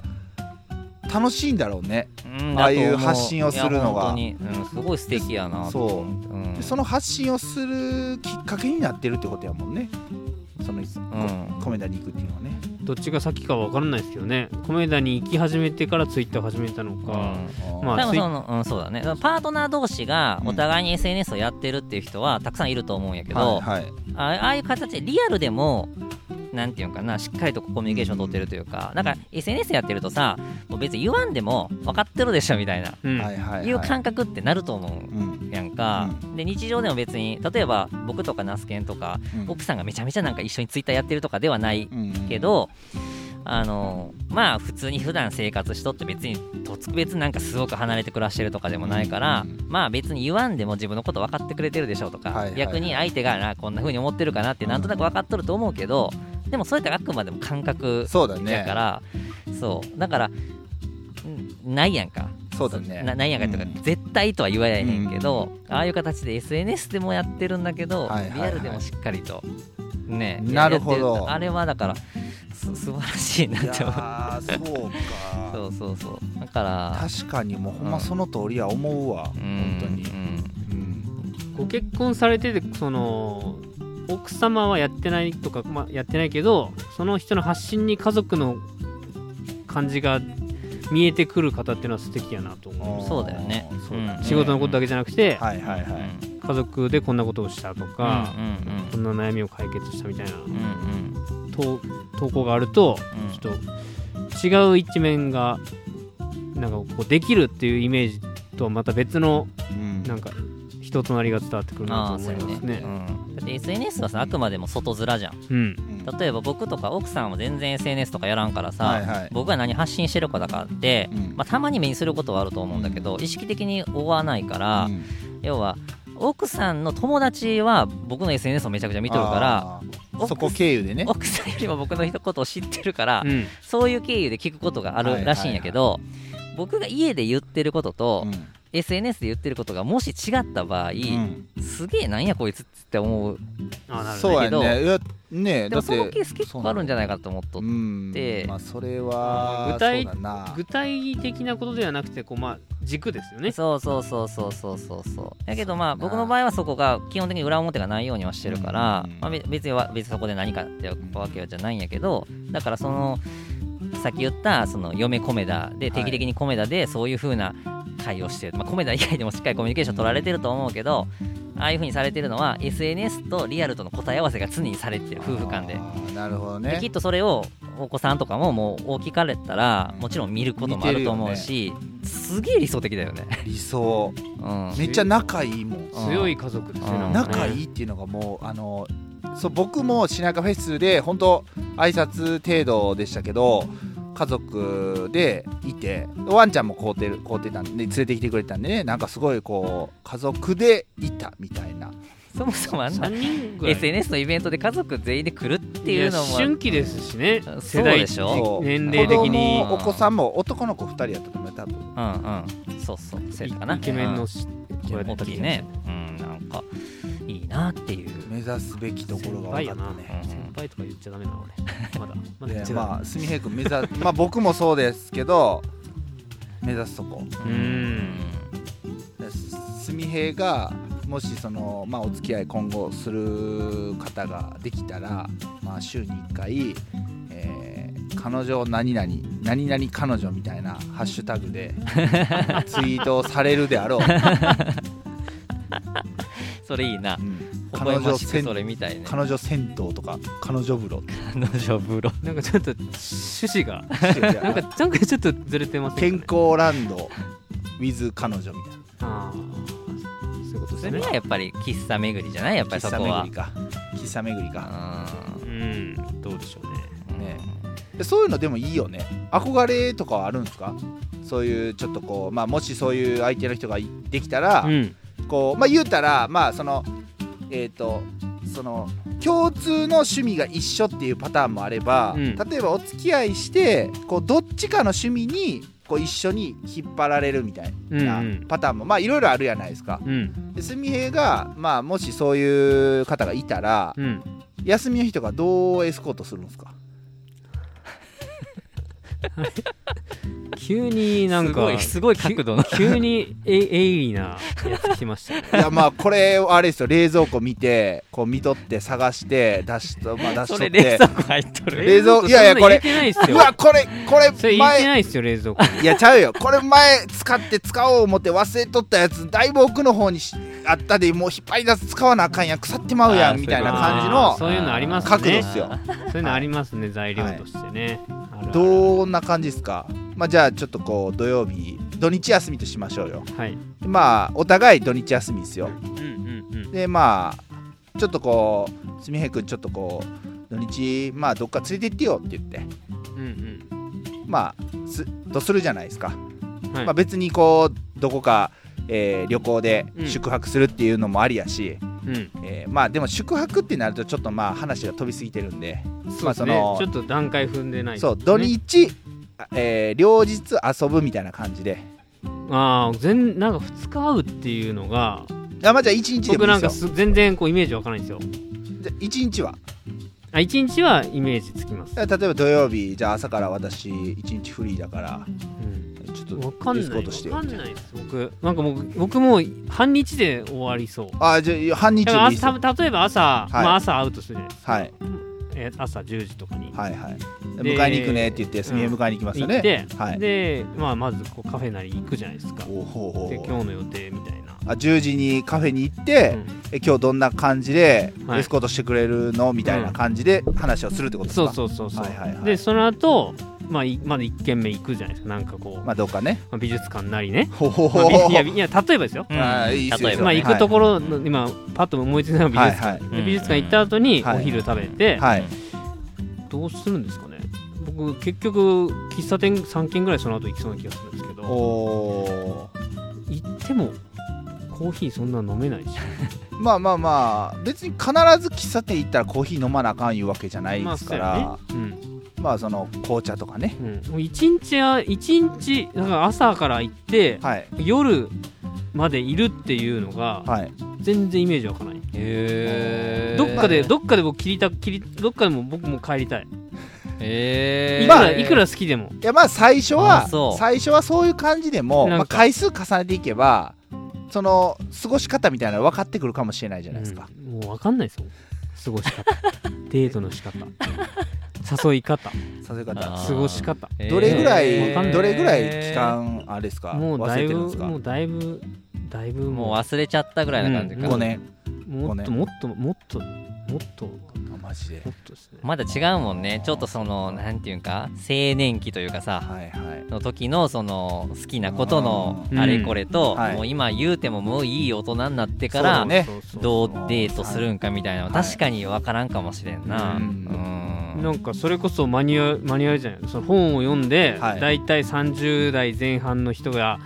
Speaker 2: 楽しいんだろうね
Speaker 1: うん
Speaker 2: ああい
Speaker 1: だ
Speaker 2: う
Speaker 1: と思
Speaker 2: 発信をするのが
Speaker 1: いや本当に、うん、すごい素敵やな
Speaker 2: そう
Speaker 1: と思って
Speaker 2: でその発信をするきっかけになってるってことやもんねその、
Speaker 1: ん
Speaker 2: コメダに行くっていうのはね
Speaker 3: どっちが先か分からないですけどね米田に行き始めてからツイッター始めたの
Speaker 1: うん
Speaker 3: か、
Speaker 2: うん
Speaker 3: まあ
Speaker 1: 多分
Speaker 3: ツイ
Speaker 1: その、うん、そうだねパートナー同士がお互いに SNS をやってるっていう人はたくさんいると思うんやけど、
Speaker 2: はいはい
Speaker 1: あああいう形でリアルでもなんていうのかなしっかりとコミュニケーション取ってるというかなんか SNS やってるとさもう別に言わんでも分かってるでしょみたいな、
Speaker 3: うん
Speaker 2: はいはいはい
Speaker 1: い、う感覚ってなると思
Speaker 2: うんうん
Speaker 1: うやんか、で日常でも別に例えば僕とかナスケンとか、奥さんがめちゃめちゃなんか一緒にツイッターやってるとかではない
Speaker 2: うん
Speaker 1: けど、あのまあ普通に普段生活しとって別に特別なんかすごく離れて暮らしてるとかでもないから、
Speaker 2: うん
Speaker 1: まあ別に言わんでも自分のこと分かってくれてるでしょうとか、
Speaker 2: はいはいはい
Speaker 1: 逆に相手がなこんな風に思ってるかなってなんとなく分かっとると思うけど、でもそれってあくまでも感覚
Speaker 2: そうだね
Speaker 1: やからそうだからんないやんか
Speaker 2: そうだね
Speaker 1: なないやんかっていうか、
Speaker 2: うん
Speaker 1: 絶対とは言わへんけど、ああいう形で SNS でもやってるんだけど、
Speaker 2: はいはいはい
Speaker 1: リアルでもしっかりとね
Speaker 2: なるほど
Speaker 1: やってあれはだからす素晴らしいない
Speaker 2: や
Speaker 1: って思う
Speaker 2: ーそうか
Speaker 1: そうそうそうだから
Speaker 2: 確かにもうほんまその通りや思うわ、
Speaker 1: うん
Speaker 2: 本当に
Speaker 1: う、ん
Speaker 2: うん
Speaker 3: ご結婚されててその奥様はやってないとか、まあ、やってないけどその人の発信に家族の感じが見えてくる方っていうのは素敵やなと思
Speaker 2: あ
Speaker 3: う
Speaker 2: ー
Speaker 1: そうだよね
Speaker 2: そうだね
Speaker 1: うん
Speaker 3: 仕事のことだけじゃなくて、
Speaker 2: はいはいはい、
Speaker 3: 家族でこんなことをしたとか、
Speaker 1: うんうん
Speaker 3: こんな悩みを解決したみたいな
Speaker 1: うんうん
Speaker 3: 投投稿があると
Speaker 1: うん
Speaker 3: ちょっと違う一面がなんかこうできるっていうイメージとはまた別の
Speaker 2: うん
Speaker 3: なんか人となりが伝わってくるなと
Speaker 1: ああそ
Speaker 3: 思
Speaker 1: う
Speaker 3: い
Speaker 1: よ
Speaker 3: ま
Speaker 1: ね
Speaker 3: すね。
Speaker 1: うん、だって SNS はさあくまでも外面じゃん
Speaker 3: うん、
Speaker 1: 例えば僕とか奥さんは全然 SNS とかやらんからさ、
Speaker 2: はいはい
Speaker 1: 僕が何発信してるかだからって、
Speaker 2: うん
Speaker 1: まあ、たまに目にすることはあると思うんだけど、意識的に追わないから、
Speaker 2: うん
Speaker 1: 要は奥さんの友達は僕の SNS をめちゃくちゃ見とるから
Speaker 2: あーそこ経由でね
Speaker 1: 奥さんよりも僕の一言を知ってるから、
Speaker 3: うん、
Speaker 1: そういう経由で聞くことがあるらしいんやけど、僕が家で言ってることと、
Speaker 2: うん
Speaker 1: SNS で言ってることがもし違った場合、
Speaker 2: うん
Speaker 1: すげえなんやこいつって思う
Speaker 3: ああなるほ
Speaker 2: そう
Speaker 3: ど、ね。
Speaker 2: やねいやねえ
Speaker 1: で
Speaker 2: だ
Speaker 1: も
Speaker 2: って
Speaker 1: そのケース結構あるんじゃないかと思っとっ
Speaker 2: うん
Speaker 1: て
Speaker 2: まあそれは
Speaker 3: 具体
Speaker 2: そうだな
Speaker 3: 具体的なことではなくてこうまあ軸ですよね。
Speaker 1: そうそうそうそうそうそうそうだけどまあ
Speaker 2: そうだな
Speaker 1: 僕の場合はそこが基本的に裏表がないようにはしてるから、
Speaker 2: うん
Speaker 1: まあ、べ別には別にそこで何かってわけじゃないんやけどだからそのさっき言ったその嫁コメダで定期的にコメダでそういう風な会をしてる、まあ、コメダ以外でもしっかりコミュニケーション取られてると思うけどああいう風にされてるのは SNS とリアルとの答え合わせが常にされてる夫婦間で
Speaker 2: あ。ーなるほど
Speaker 1: で
Speaker 2: ね
Speaker 1: きっとそれをお子さんとかももう大きかれたらもちろん見ることもあると思うし、すげえ理想的だよね、
Speaker 2: 理想
Speaker 1: うん、
Speaker 2: めっちゃ仲いいもん
Speaker 3: 強い家族ですね。
Speaker 1: うん
Speaker 3: なんかね
Speaker 2: 仲いいっていうのがもうあのそう僕もシナカフェスで本当挨拶程度でしたけど家族でいてワンちゃんも凍ってる凍ってたんで連れてきてくれたんでねなんかすごいこう家族でいたみたいな
Speaker 1: そもそもあんな
Speaker 3: 三人ぐらい。
Speaker 1: SNS のイベントで家族全員で来るっていうのも
Speaker 3: や春季ですしね
Speaker 1: そう。
Speaker 3: 世代
Speaker 1: でしょ
Speaker 2: そう
Speaker 3: 年齢的に
Speaker 2: 子供お子さんも男の子2人やったと思う多分
Speaker 1: うんうんそうそうそうやったかな
Speaker 3: イケメン
Speaker 1: う
Speaker 3: の
Speaker 1: ん
Speaker 3: し声
Speaker 1: 大きいねうんなんかいいなっていう
Speaker 2: 目指すべきところが分かったね
Speaker 3: 先輩とか言っちゃダメなの俺。まだまだ言っ
Speaker 2: で
Speaker 3: ちゃダメ。
Speaker 2: まあすみへい君目指まあ僕もそうですけど目指すとこ
Speaker 3: う
Speaker 1: うん
Speaker 3: ん。
Speaker 2: すみへいがもしその、まあ、お付き合い今後する方ができたら、まあ、週に1回、えー彼女何々何々彼女みたいなハッシュタグでツイートをされるであろう、
Speaker 1: それいいな
Speaker 2: うん
Speaker 1: 微
Speaker 2: 彼
Speaker 1: 笑
Speaker 2: 女
Speaker 1: ましく
Speaker 2: 銭
Speaker 1: それみたいね
Speaker 2: 彼女銭湯とか彼女風呂 って
Speaker 1: 彼女風呂
Speaker 3: なんかちょっと趣旨が
Speaker 2: な
Speaker 3: なんかなんかちょっとずれてませ
Speaker 2: 健
Speaker 3: んかね。
Speaker 2: 康ランド with 彼女みたいな
Speaker 3: ああそういうことで
Speaker 1: そ
Speaker 3: す
Speaker 1: れ
Speaker 3: ね
Speaker 1: は。やっぱり喫茶巡りじゃないやっぱりそ
Speaker 2: 喫茶
Speaker 1: こ
Speaker 2: 巡
Speaker 1: は
Speaker 2: りか喫茶巡りか
Speaker 3: うん。どうでしょうね。
Speaker 1: うん
Speaker 2: ねでそういうのでもいいよね憧れとかはあるんですかそういうちょっとこう、まあ、もしそういう相手の人がいできたら、
Speaker 3: うん。
Speaker 2: こうまあ言うたらまあそのえっ、とその共通の趣味が一緒っていうパターンもあれば、
Speaker 3: うん
Speaker 2: 例えばお付き合いしてこうどっちかの趣味にこう一緒に引っ張られるみたいな
Speaker 3: うんうん
Speaker 2: パターンも、まあいろいろあるやないですか。
Speaker 3: うん。
Speaker 2: で純平が、まあ、もしそういう方がいたら、
Speaker 3: うん。
Speaker 2: 休みの日とかどうエスコートするんですか
Speaker 3: 急になん
Speaker 1: すご
Speaker 3: か
Speaker 1: いすごい角度の
Speaker 3: 急にえ鋭利なやつ来ました ね
Speaker 2: いやまあこれあれですよ冷蔵庫見てこう見とって探して出しとまあ出
Speaker 1: そ
Speaker 2: しと
Speaker 1: れ
Speaker 2: っ
Speaker 1: 冷
Speaker 2: て
Speaker 1: 蔵庫入っとる
Speaker 2: 冷蔵庫いやいやこれ
Speaker 3: そんな入れてないっす
Speaker 2: う
Speaker 3: よ
Speaker 2: わこれこ
Speaker 3: そ
Speaker 2: れ
Speaker 3: れ入れて
Speaker 2: 前
Speaker 3: ないっすよ冷蔵庫
Speaker 2: いやちゃうよこれ前使って使おう思って忘れとったやつだいぶ奥の方にしあったでもう引っ張り出す使わなあかんやん腐ってまうや
Speaker 1: あー
Speaker 2: んみたいな
Speaker 3: そういうこ
Speaker 2: 感じ
Speaker 3: とあーそ
Speaker 2: の
Speaker 3: ういうのありますね
Speaker 2: 角度ですよ
Speaker 3: そういうのありますね材料としてね、あるある
Speaker 2: どんな感じですかまあじゃあちょっとこう土曜日土日休みとしましょうよ
Speaker 3: はい
Speaker 2: まあお互い土日休みですよ
Speaker 3: うんうん
Speaker 2: でまあちょっとこうすみへいくんちょっとこう土日まあどっか連れてってよって言って
Speaker 3: うんうん
Speaker 2: まあすとするじゃないですか、
Speaker 3: うんはい、
Speaker 2: まあ、別にこうどこか、えー旅行で
Speaker 3: うん
Speaker 2: 宿泊するっていうのもありやし、
Speaker 3: うん
Speaker 2: えーまあでも宿泊ってなるとちょっとまあ話が飛びすぎてるんで
Speaker 3: そ
Speaker 2: まあ
Speaker 3: うです
Speaker 2: そ
Speaker 3: ね、
Speaker 2: の
Speaker 3: ちょっと段階踏んでないです
Speaker 2: そ
Speaker 3: ね、
Speaker 2: う土日、あえー両日遊ぶみたいな感じで
Speaker 3: ああ全なんか2日会うっていうのが
Speaker 2: あまあじゃあ1日でも
Speaker 3: 僕
Speaker 2: い
Speaker 3: ないん
Speaker 2: で
Speaker 3: か
Speaker 2: すよ
Speaker 3: す全然こうイメージわからないんですよ
Speaker 2: じゃあ1日は
Speaker 3: あ1日はイメージつきます、
Speaker 2: 例えば土曜日じゃあ朝から私1日フリーだから
Speaker 3: うん、
Speaker 2: ちょっ
Speaker 3: わ
Speaker 2: と
Speaker 3: かん
Speaker 2: ディ
Speaker 3: な
Speaker 2: スコー
Speaker 3: い
Speaker 2: トして
Speaker 3: わ
Speaker 2: よ
Speaker 3: かんないです僕なんかもう僕もう半日で終わりそう
Speaker 2: あじゃあ半日
Speaker 3: だ
Speaker 2: で
Speaker 3: から
Speaker 2: いいです
Speaker 3: 朝
Speaker 2: よ
Speaker 3: 例えば朝、
Speaker 2: い
Speaker 3: まあ、朝会うとするじゃないですか、
Speaker 2: はい
Speaker 3: えー朝10時とかに
Speaker 2: はいはい
Speaker 3: で
Speaker 2: 迎えに行くねって言ってすみへ
Speaker 3: うん
Speaker 2: 迎えに行きます
Speaker 3: 行
Speaker 2: よ
Speaker 3: っ
Speaker 2: ね、
Speaker 3: て、
Speaker 2: はい
Speaker 3: で、まあ、まずこうカフェなり行くじゃないですか
Speaker 2: おうほうほう
Speaker 3: で今日の予定みたいな、
Speaker 2: あ10時にカフェに行って、
Speaker 3: うん
Speaker 2: え今日どんな感じで
Speaker 3: はい
Speaker 2: エスコートしてくれるのみたいな感じで話をするってことですか、
Speaker 3: そうそうそうそう、
Speaker 2: はいはいはい
Speaker 3: でその後まあ、いまだ1軒目行くじゃないですかなんかこう、
Speaker 2: まあどうかね
Speaker 3: まあ美術館なりね、
Speaker 2: ほほ
Speaker 3: まあ
Speaker 2: ほ
Speaker 3: びいやいや例えばですよ、
Speaker 2: あーいいっすよ
Speaker 1: 例えば、
Speaker 3: まあ、
Speaker 2: いい
Speaker 3: 行
Speaker 2: っ
Speaker 3: くところの、今パッと思いついたのが
Speaker 2: はい
Speaker 3: 美術館、
Speaker 2: はい
Speaker 1: いはい
Speaker 3: で美術館行った後に
Speaker 2: はい
Speaker 3: お昼食べて、
Speaker 2: はい
Speaker 3: どうするんですかね僕結局喫茶店3軒ぐらいその後行きそうな気がするんですけ
Speaker 2: お
Speaker 3: ど
Speaker 2: お
Speaker 3: 行ってもコーヒーそんな飲めないし
Speaker 2: ーまあまあまあ別に必ず喫茶店行ったらコーヒー飲まなあかんいうわけじゃないですから、ま
Speaker 3: ま
Speaker 2: あ
Speaker 3: あ、そうやね
Speaker 2: その紅茶とかね
Speaker 3: うんうん、もう一日は一日だから朝から行って
Speaker 2: はい
Speaker 3: 夜までいるっていうのが
Speaker 2: はい
Speaker 3: 全然イメージわかない、
Speaker 6: へえ
Speaker 3: どっかでどっかで僕切りた切りどっかでも僕も帰りたい
Speaker 6: え
Speaker 3: い
Speaker 6: え
Speaker 3: くらいくら好きでも
Speaker 2: いやまあ最初
Speaker 1: あ
Speaker 2: は
Speaker 1: そう
Speaker 2: 最初はそういう感じでも、
Speaker 3: なん
Speaker 2: ま
Speaker 3: か
Speaker 2: あ、回数重ねていけばその過ごし方みたいなの分かってくるかもしれないじゃないですか、
Speaker 3: うんもうわかんないですよ過ごし 方デートの仕方誘い方
Speaker 2: 誘い方
Speaker 1: あー
Speaker 3: 過ごし方
Speaker 2: どれぐらい、
Speaker 3: えー
Speaker 2: どれぐらい期間あれですか
Speaker 3: もう
Speaker 2: 忘
Speaker 3: だ
Speaker 2: れ
Speaker 3: い
Speaker 2: てるん
Speaker 3: ぶ
Speaker 2: です
Speaker 3: も
Speaker 2: か
Speaker 3: うだいぶだいぶ
Speaker 1: もう
Speaker 3: も
Speaker 1: 忘れちゃったぐらいな感じか、
Speaker 3: うん
Speaker 2: 5年
Speaker 3: うもっと
Speaker 2: ご
Speaker 3: もっともっともっとも
Speaker 2: あマジで
Speaker 3: っとですね
Speaker 1: まだ違うもんねちょっとそのなんていうんか青年期というかさ
Speaker 2: はいはい
Speaker 1: の時のその好きなことの
Speaker 3: うん
Speaker 1: あれこれと、
Speaker 2: はい
Speaker 1: もう今言うてももういい大人になってか
Speaker 2: そ
Speaker 1: ら
Speaker 2: うね
Speaker 3: そうそう
Speaker 1: どうデートするんかみたいなの
Speaker 2: はい
Speaker 1: 確かに分からんかもしれんな、
Speaker 2: う
Speaker 1: うんん
Speaker 3: なんかそれこそマニュアルマニュアルじゃないその本を読んで、
Speaker 2: はい
Speaker 3: だいたい30代前半の人が、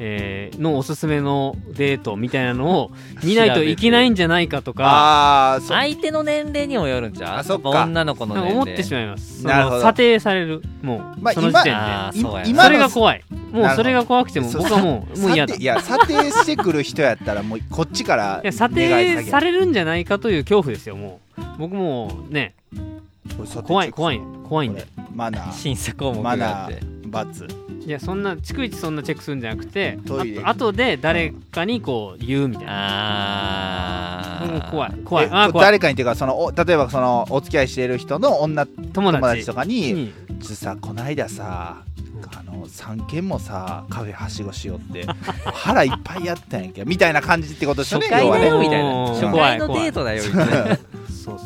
Speaker 3: えーのおすすめのデートみたいなのを見ないといけないんじゃないかとか
Speaker 2: ああそう
Speaker 1: 相手の年齢にもよるんちゃう
Speaker 2: あそっか
Speaker 1: やぱ女の子の
Speaker 3: なん
Speaker 1: 年齢
Speaker 3: か思ってしまいますその
Speaker 2: なるほど
Speaker 3: 査定されるもう、
Speaker 2: まあ
Speaker 3: その時
Speaker 2: 今
Speaker 3: 点で
Speaker 1: あー
Speaker 2: い
Speaker 1: そうやな
Speaker 2: 今
Speaker 3: それ
Speaker 2: の
Speaker 3: が怖いもうそれが怖くても
Speaker 2: そう
Speaker 3: 僕はもうもう嫌だ
Speaker 2: 査定いや査定してくる人やったらもうこっちから
Speaker 3: いや査
Speaker 2: 願い下
Speaker 3: 定
Speaker 2: げ
Speaker 3: されるんじゃないかという恐怖ですよもう僕もうね
Speaker 2: これ査定
Speaker 3: 怖い怖い怖いんで
Speaker 2: これマナー
Speaker 1: 審査項目があって、
Speaker 2: バツ
Speaker 3: いやそんな逐一そんなチェックするんじゃなくて
Speaker 2: トイレ
Speaker 3: あと後で誰かにこう言うみたいな
Speaker 1: あ
Speaker 3: もう
Speaker 1: ー
Speaker 3: 怖い怖い
Speaker 2: え
Speaker 3: あー怖い
Speaker 2: 誰かにっていうかそのお例えばそのお付き合いしている人の女友
Speaker 3: 友達
Speaker 2: 達とかに
Speaker 3: に
Speaker 2: 「ちょっとさこないださあの3軒もさカフェはしごしようって腹いっぱいやったんやけど」みたいな感じってことですよね
Speaker 1: 初回
Speaker 2: 要は
Speaker 1: だ
Speaker 2: ね
Speaker 1: よみたいな
Speaker 3: うん
Speaker 1: 初回のデ
Speaker 3: 怖い
Speaker 1: ートだよみたいな
Speaker 3: そうそう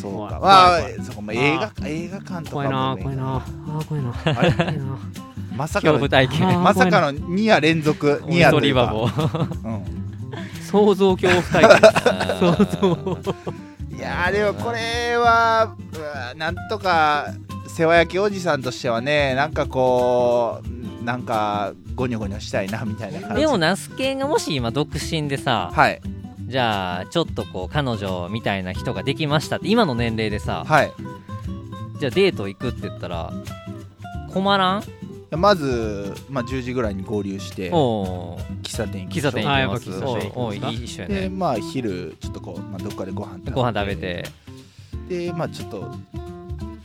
Speaker 2: そうか
Speaker 3: 怖い
Speaker 2: まあ
Speaker 3: 怖い
Speaker 2: そうかもう映画映画館と
Speaker 3: 怖
Speaker 2: か
Speaker 3: いな
Speaker 2: も
Speaker 3: ー怖いなーあー怖いな
Speaker 2: あれ
Speaker 3: 怖いな
Speaker 2: まさか
Speaker 1: 恐
Speaker 2: の
Speaker 1: 怖体験
Speaker 3: あー
Speaker 2: まさかの2夜連続2夜
Speaker 1: 一
Speaker 2: とい
Speaker 1: 人
Speaker 2: うか
Speaker 1: 箱
Speaker 2: うん
Speaker 3: ー想像恐怖体験
Speaker 1: 想像
Speaker 2: いやーでもこれはうわーなんとか世話焼きおじさんとしてはねなんかこうなんかゴニョゴニョしたいなみたいな感じ
Speaker 1: でもナスケンがもし今独身でさ
Speaker 2: はい
Speaker 1: じゃあちょっとこう彼女みたいな人ができましたって今の年齢でさ
Speaker 2: はい
Speaker 1: じゃあデート行くって言ったら困らん
Speaker 2: まず、まあ、10時ぐらいに合流して喫
Speaker 1: おー
Speaker 2: 茶店行き
Speaker 1: 喫
Speaker 2: ま
Speaker 1: 茶
Speaker 2: しょ
Speaker 1: 店行
Speaker 2: う
Speaker 3: あや
Speaker 1: きますおー
Speaker 3: っぱ喫茶店行くんですか
Speaker 1: おーいい一緒や
Speaker 2: で
Speaker 1: ね
Speaker 2: まあ昼ちょっとこう、まあ、どっかでご飯食べて
Speaker 1: ご飯食べて
Speaker 2: でまあちょっと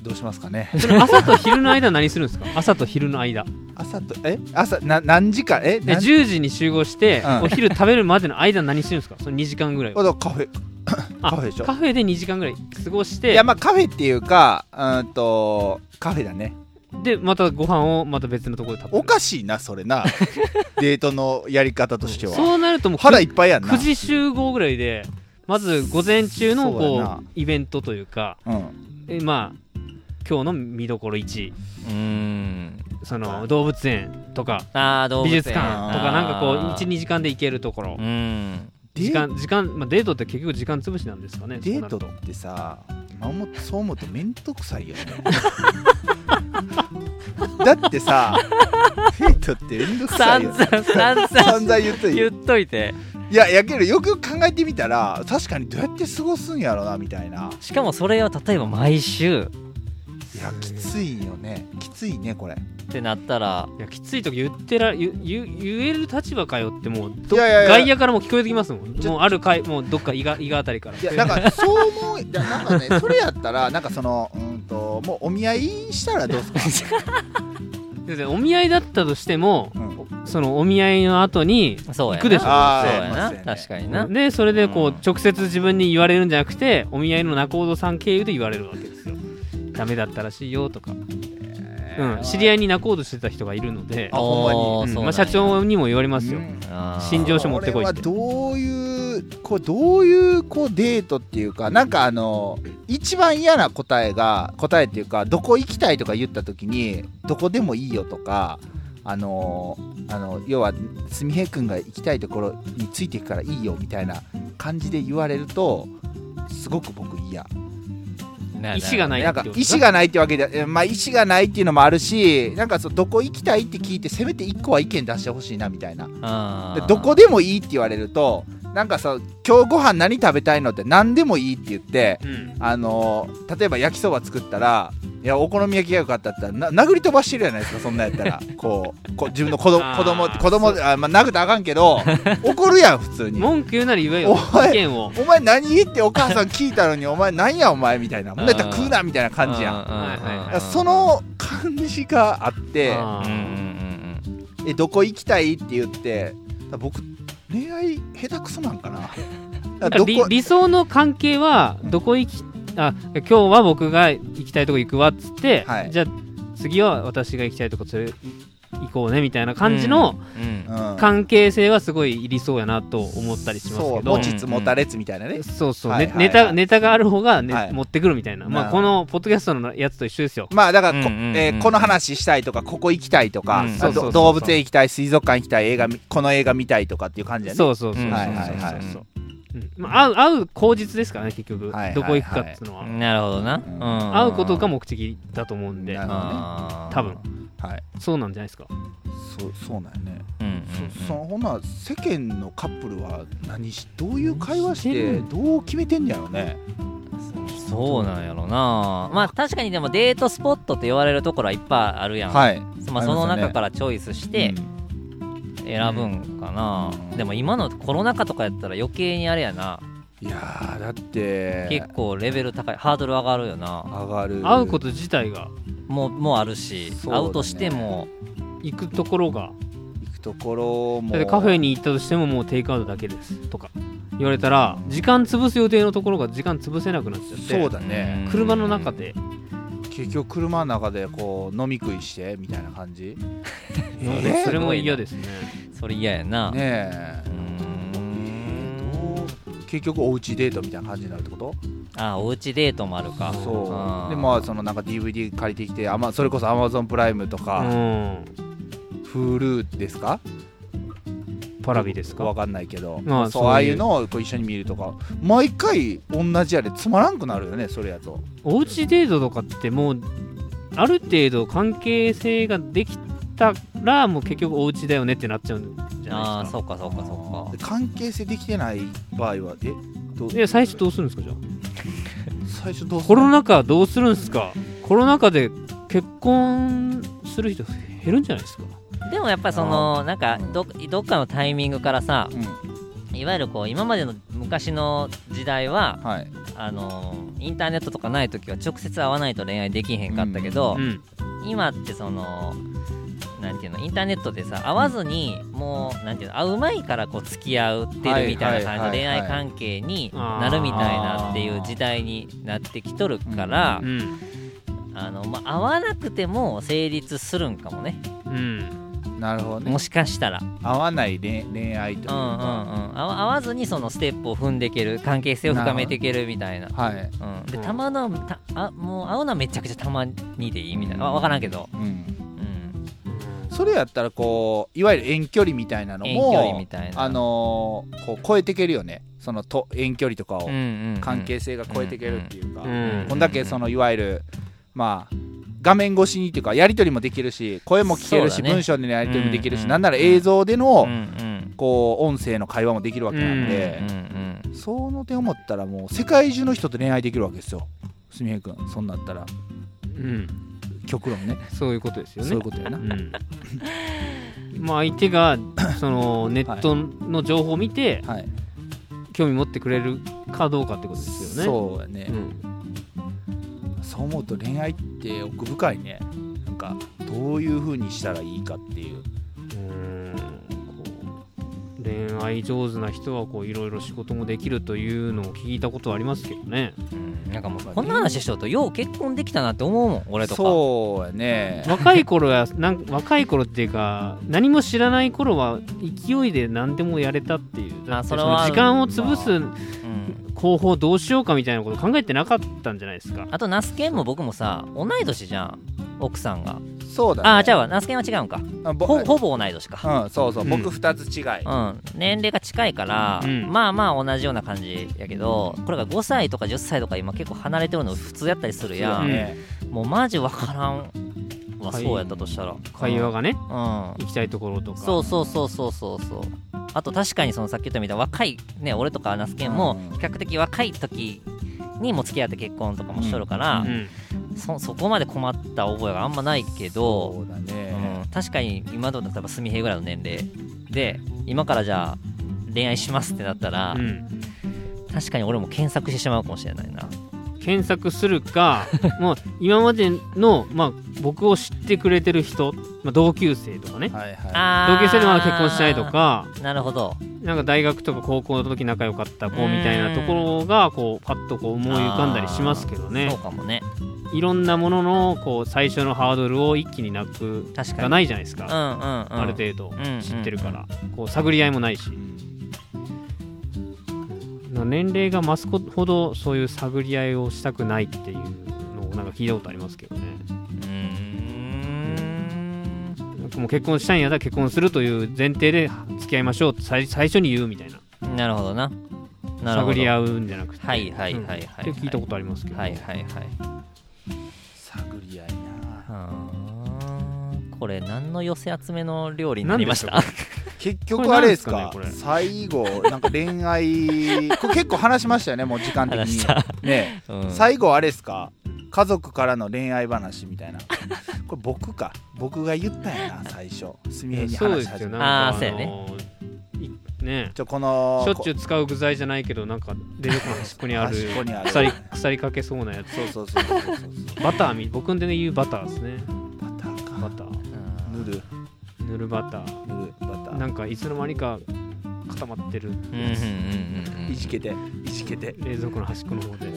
Speaker 2: どうしますかね
Speaker 3: それ朝と昼の間何するんですか朝と昼の間
Speaker 2: 朝とえ朝な何時からえ
Speaker 3: で
Speaker 2: 何時
Speaker 3: 10時に集合して、
Speaker 2: うん
Speaker 3: お昼食べるまでの間何してるんですかその2時間ぐらいは
Speaker 2: あだからカフェ
Speaker 3: あ
Speaker 2: カフェでしょ
Speaker 3: カフェで2時間ぐらい過ごし
Speaker 2: い
Speaker 3: て
Speaker 2: やまあカフェっていうかうーんとカフェだね
Speaker 3: でまたご飯をまた別のところで食べる
Speaker 2: おかしいなそれなデートのやり方としては
Speaker 3: そうなるともう
Speaker 2: 腹いっぱいやんな
Speaker 3: 9時集合ぐらいでまず午前中の
Speaker 2: そう
Speaker 3: こ
Speaker 2: や
Speaker 3: う
Speaker 2: な
Speaker 3: イベントというか
Speaker 2: うん
Speaker 3: えまあ今日の見どころ1
Speaker 1: うーん
Speaker 3: その動物園とか
Speaker 1: あー動物
Speaker 3: 美
Speaker 1: 園
Speaker 3: 術館とかなんかこう
Speaker 1: あー
Speaker 3: 12時間で行けるところ
Speaker 1: うん
Speaker 3: 時間時間、まあ、デートって結局時間潰しなんですかね
Speaker 2: デート
Speaker 3: そうなる
Speaker 2: ってさ今思ってそう思うと面倒くさいよ ねだってさデートって面倒くさ
Speaker 1: 散
Speaker 2: いよ
Speaker 1: 々散
Speaker 2: ね 散
Speaker 1: 々
Speaker 2: 々言っとい
Speaker 1: 言
Speaker 2: て
Speaker 1: っといて
Speaker 2: いややけどよくよく考えてみたら確かにどうやって過ごすんやろなみたいな
Speaker 1: しかもそれを例えば毎週っ
Speaker 2: いやきついよねきついねこれ
Speaker 1: てなったら
Speaker 3: いやきつい時言ってら言言言える立場かよってもうど
Speaker 2: いやいやいや
Speaker 3: 外野からもう聞こえてきますもん
Speaker 2: ちょ
Speaker 3: もうある回もうどっか伊賀伊賀あたりから
Speaker 2: いやなんかそう思ういやなんかねそれやったらなんかそのうんともうお見合いしたらどうすか
Speaker 3: でお見合いだったとしても、
Speaker 2: う
Speaker 3: そのお見合いの後に
Speaker 1: そうやな
Speaker 3: 行くでしょ
Speaker 1: そ
Speaker 2: あ
Speaker 1: う
Speaker 2: ー
Speaker 1: や
Speaker 2: まあ
Speaker 1: な
Speaker 2: そうやね
Speaker 1: 確かにな
Speaker 3: でそれでこう、
Speaker 1: うん
Speaker 3: 直接自分に言われるんじゃなくてお見合いの仲人さん経由で言われるわけですよダメだったらしいよとか、うん、知り合いに仲人してた人がいるので
Speaker 2: あ、ほんまに
Speaker 1: おー
Speaker 3: う
Speaker 1: そ
Speaker 3: ん
Speaker 1: うなん
Speaker 3: まあ、
Speaker 1: や
Speaker 3: 社長にも言われますよ、
Speaker 2: うん
Speaker 1: あー
Speaker 3: 心情書持ってこいって
Speaker 2: これはどういういうこうどういうこうデートっていうかなんかあの一番嫌な答えが答えっていうかどこ行きたいとか言った時にどこでもいいよとかあのあの要はすみへい君が行きたいところについていくからいいよみたいな感じで言われるとすごく僕嫌
Speaker 1: な
Speaker 3: 意思がない
Speaker 2: なんか意思がないってわけで、えまあ、意思がないっていうのもあるしなんかそうどこ行きたいって聞いてせめて1個は意見出してほしいなみたいな
Speaker 1: あ
Speaker 2: で
Speaker 1: ー
Speaker 2: どこでもいいって言われるとなんかさ今日ご飯何食べたいのって何でもいいって言って、
Speaker 3: うん
Speaker 2: あのー例えば焼きそば作ったらいやお好み焼きが良かったって言ったらな殴り飛ばしてるじゃないですかそんなんやったらこうこ自分の子ど
Speaker 3: あー
Speaker 2: 子供子供あ、まあ、殴ったらあかんけど怒るやん普通に。
Speaker 3: 文句言うなら言え
Speaker 2: お
Speaker 3: よ
Speaker 2: い
Speaker 3: 意見を
Speaker 2: お前何ってお母さん聞いたのにお前何やお前みたいなほんだったら
Speaker 1: あー
Speaker 2: 食うなみたいな感じやん
Speaker 1: うんうんうんうん
Speaker 2: だからその感じがあって
Speaker 3: あ
Speaker 1: うんうん
Speaker 3: ー
Speaker 1: うん
Speaker 2: えどこ行きたいって言ってだから僕恋愛下手くそなんかなだからど
Speaker 3: 理
Speaker 2: こ
Speaker 3: 理想の関係はどこ行きあ今日は僕が行きたいとこ行くわっつって、
Speaker 2: はい
Speaker 3: じゃあ次は私が行きたいとこ連れ行こうねみたいな感じの
Speaker 1: うん
Speaker 2: うん
Speaker 3: 関係性はすごい理想やなと思ったりします
Speaker 2: そ
Speaker 3: け
Speaker 2: う
Speaker 3: ど、
Speaker 2: 持ちつ持たれつみたいなね、
Speaker 3: そうそう、
Speaker 2: はい
Speaker 3: ね
Speaker 2: はいはい
Speaker 3: ネタネタがある方が、ね
Speaker 2: はい
Speaker 3: 持ってくるみたいな、ま
Speaker 2: な
Speaker 3: あ、
Speaker 2: るほ
Speaker 3: こ
Speaker 2: ど
Speaker 3: のポッドキャストのやつと一緒ですよ。
Speaker 2: まあだからこ,、
Speaker 1: うんうんうん
Speaker 2: えーこの話したいとかここ行きたいとか、
Speaker 1: うん
Speaker 2: あ
Speaker 1: そう
Speaker 3: そうそうそ
Speaker 2: ど
Speaker 3: う
Speaker 2: 動物園行きたい水族館行きたい映画みこの映画見たいとかっていう感じだね
Speaker 3: そうそうそうそうそう、
Speaker 1: うん
Speaker 2: はいはいはい
Speaker 3: そうそううんまあ、会う会う口実ですからね結
Speaker 2: は
Speaker 3: 局、
Speaker 2: いはいはい
Speaker 3: どこ行くかっていうのは、
Speaker 1: なるほどな、
Speaker 2: ん
Speaker 1: ん
Speaker 3: 会うことが目的だと思うんで
Speaker 2: なるほどね
Speaker 1: あー
Speaker 3: 多分
Speaker 2: はい
Speaker 3: そうなんじゃないですか
Speaker 2: そうそうなんよね、
Speaker 1: うんうん
Speaker 2: そそほんな世間のカップルは何しどういう会話し
Speaker 3: 何して
Speaker 2: て
Speaker 3: る
Speaker 2: どう決めてんやろね
Speaker 1: うんそうなんやろなまあ確かにでもデートスポットって言われるところはいっぱいあるやん、
Speaker 2: はい
Speaker 1: まあ、その中からチョイスして
Speaker 2: うん
Speaker 1: 選ぶんかな、
Speaker 2: うん
Speaker 1: でも今のコロナ禍とかやったら余計にあれやな、
Speaker 2: いやーだって
Speaker 1: 結構レベル高いハードル上がるよな
Speaker 2: 上がる
Speaker 3: 会うこと自体が
Speaker 1: もうもうあるし、
Speaker 2: そうだね
Speaker 1: 会うとしても
Speaker 3: 行くところが
Speaker 2: 行くところも
Speaker 3: だってカフェに行ったとしてももうテイクアウトだけですとか言われたら時間潰す予定のところが時間潰せなくなっちゃって
Speaker 2: そうだね、
Speaker 1: うん
Speaker 3: 車の中で
Speaker 2: 結局車の中でこう飲み食いしてみたいな感じ
Speaker 3: 飲ん
Speaker 2: え
Speaker 3: で それも嫌ですね
Speaker 1: それ嫌やな、
Speaker 2: ねえ
Speaker 1: うーん
Speaker 2: どう結局おうちデートみたいな感じになるってこと
Speaker 1: あおうちデートもあるか
Speaker 2: そうで
Speaker 1: ま
Speaker 2: まあそのなんか DVD 借りてきてあ、ま、それこそ Amazon プライムと
Speaker 3: う
Speaker 2: か、
Speaker 3: ん
Speaker 2: Hulu ですか
Speaker 3: パラビです
Speaker 2: わ
Speaker 3: か
Speaker 2: かんないけど
Speaker 3: まあ
Speaker 2: そう
Speaker 3: そういう
Speaker 2: ああいうのをこう一緒に見るとか毎回同じやでつまらんくなるよねそれやと
Speaker 3: おうちデートとかってもうある程度関係性ができたらもう結局おうちだよねってなっちゃうんじゃ
Speaker 1: あ
Speaker 3: ない
Speaker 1: あ
Speaker 3: です
Speaker 1: そ
Speaker 3: か
Speaker 1: うかそうかそ
Speaker 2: で
Speaker 1: うか
Speaker 2: 関係性できてない場合はえどう
Speaker 3: で最初どうするんですかじゃあ
Speaker 2: 最初どうす
Speaker 3: コ
Speaker 2: る
Speaker 3: ロナ禍どうするんですかコロナ禍で結婚する人減るんじゃないですか
Speaker 1: でもやっぱりそのなんかどどっかのタイミングからさ
Speaker 2: うん
Speaker 1: いわゆるこう今までの昔の時代は
Speaker 2: はい
Speaker 1: あのーインターネットとかない時は直接会わないと恋愛できへんかったけど、
Speaker 3: うん
Speaker 1: 今ってそのなんていうのインターネットでさ会わずにもうなんていうの会う前からこう付き合ってるみたいな
Speaker 2: はいはいはいはい
Speaker 1: 感じの恋愛関係になるみたいなっていう時代になってきとるから
Speaker 3: うん
Speaker 1: あの、まあ、会わなくても成立するんかもね
Speaker 3: うん
Speaker 2: なるほどね
Speaker 1: もしかしたら、
Speaker 2: 合わない恋恋愛という
Speaker 1: うんうんうん、
Speaker 2: か、
Speaker 1: 会わ会わずにそのステップを踏んでいける関係性を深めていけるみたいな。
Speaker 2: はい、
Speaker 1: うん、で
Speaker 3: うん
Speaker 1: たまのたあもう会うのはめちゃくちゃたまにでいいみたいな分からんけど、
Speaker 2: うん、
Speaker 1: うん、
Speaker 2: それやったらこういわゆる遠距離みたいなのも
Speaker 1: 遠距離みたいな
Speaker 2: あのーこう超えていけるよねそのと遠距離とか
Speaker 1: うん
Speaker 2: を、
Speaker 1: うんうん
Speaker 2: 関係性が超えていけるっていうか、
Speaker 3: うん
Speaker 2: こんだけそのいわゆるまあ画面越しにっていうかやり取りもできるし声も聞ける
Speaker 1: そ
Speaker 2: し、
Speaker 1: うだね
Speaker 2: 文章でのやり取りもできるし、
Speaker 1: うん
Speaker 2: なんなら映像での、
Speaker 1: うんうん
Speaker 2: こう音声の会話もできるわけなんで
Speaker 1: うん、うん
Speaker 2: その点思ったらもう世界中の人と恋愛できるわけですよすみへん君そんなったら
Speaker 3: うん、
Speaker 2: 極論ね
Speaker 3: そういうことですよね。
Speaker 2: そういうことやな、
Speaker 3: うんまあ相手がそのネットの情報を見て
Speaker 2: はい
Speaker 3: 興味持ってくれるかどうかってことですよね。
Speaker 2: そうやね、
Speaker 3: うん
Speaker 2: そう思うと恋愛って奥深いねなんかどういうふうにしたらいいかっていう
Speaker 3: うーんこう恋愛上手な人はこういろいろ仕事もできるというのを聞いたことはありますけどね
Speaker 1: うんなんかもうこんな話しとるとよう結婚できたなって思うもん俺とか
Speaker 2: そうやね
Speaker 3: 若い頃は なん若い頃っていうか何も知らない頃は勢いで何でもやれたっていう
Speaker 1: まあ
Speaker 3: だって
Speaker 1: それは
Speaker 3: の時間を潰す
Speaker 1: うん
Speaker 3: 方法どうしようかみたいなこと考えてなかったんじゃないですか
Speaker 1: あとナスケンも僕もさ同い年じゃん奥さんが
Speaker 2: そうだね
Speaker 1: ああ違うわナスケンは違うんか
Speaker 2: あぼ
Speaker 1: ほほぼ同い年か
Speaker 2: うんそうそう、
Speaker 3: うん
Speaker 2: 僕2つ違い、
Speaker 1: うん、年齢が近いから、
Speaker 3: うん
Speaker 1: まあまあ同じような感じやけどこれが5歳とか10歳とか今結構離れてるの普通やったりするや
Speaker 2: だ
Speaker 1: ん、
Speaker 2: ね
Speaker 1: もうマジわからんわ
Speaker 3: はい
Speaker 1: そうやったとしたら
Speaker 3: 会話がね
Speaker 1: うん、
Speaker 3: 行きたいところとか
Speaker 1: そうそうそうそうそうそうあと確かにそのさっき言ったみたいな若いね俺とかナスケンも
Speaker 2: うん
Speaker 1: 比較的若い時にもう付き合って結婚とかもしとるから、
Speaker 3: うん
Speaker 1: そそこまで困った覚えがあんまないけど
Speaker 2: そうだ
Speaker 1: う
Speaker 2: ね、
Speaker 1: ん、確かに今となったらすみへぐらいの年齢で今からじゃあ恋愛しますってなったら、
Speaker 3: うん
Speaker 1: 確かに俺も検索してしまうかもしれないな
Speaker 3: 検索するか もう今までの、まあ、僕を知ってくれてる人、まあ、同級生とかね
Speaker 2: はいはい
Speaker 1: あ
Speaker 3: 同級生でまだ結婚しないとか
Speaker 1: なるほど
Speaker 3: なんか大学とか高校の時仲良かった子みたいなところがこうパッとこう思い浮かんだりしますけど
Speaker 1: そう
Speaker 3: ね
Speaker 1: かもね
Speaker 3: いろんなもののこう最初のハードルを一気になく
Speaker 1: 確か
Speaker 3: が
Speaker 1: に
Speaker 3: ないじゃないです
Speaker 1: うん
Speaker 3: か、
Speaker 1: うんうん
Speaker 3: ある程度
Speaker 1: うん
Speaker 3: 知ってるから、こう探り合いもないしな年齢が増すほどそういう探り合いをしたくないっていうのをなんか聞いたことありますけどね
Speaker 1: うーん
Speaker 3: もう結婚したいんやったら結婚するという前提で付き合いましょうって最最初に言うみたいな
Speaker 1: なるほどななるほど
Speaker 3: 探り合うんじゃなくて
Speaker 1: はいはいはいはいはい
Speaker 3: うんって聞いたことありますけど、
Speaker 1: はいはいはい
Speaker 2: 探り合いな
Speaker 1: はーんこれ何の寄せ集めの料理になりました
Speaker 2: 結局あれですか
Speaker 3: これなんです
Speaker 2: 最後なんか恋愛 これ結構話しましたよねもう時間的
Speaker 1: 話し
Speaker 2: に
Speaker 1: た、
Speaker 2: ね
Speaker 1: うん
Speaker 2: 最後あれですか家族からの恋愛話みたいなこれ僕か僕が言ったんやな最初すみへに
Speaker 3: そう
Speaker 2: 話し
Speaker 3: です
Speaker 2: 始
Speaker 3: よ
Speaker 2: め
Speaker 3: な
Speaker 1: あー
Speaker 2: た
Speaker 3: んか
Speaker 1: そうや
Speaker 3: いね
Speaker 2: ちょこの
Speaker 3: しょっちゅう使う具材じゃないけどなんか冷蔵庫の端っこにある
Speaker 2: 端っこにある
Speaker 3: 腐り腐りかけそうなやつ
Speaker 2: そうそうそうそうそうそう
Speaker 3: バターみ僕んで、ね、言うバターですね
Speaker 2: バターか
Speaker 3: バター
Speaker 1: うん
Speaker 2: 塗る
Speaker 3: ぬるバタ
Speaker 2: 塗るバタ
Speaker 3: ーな
Speaker 2: ー
Speaker 3: んかいつの間にか固まってる
Speaker 1: うんうんうんうん
Speaker 2: いじけていじけて
Speaker 3: 冷蔵庫の端っこの方で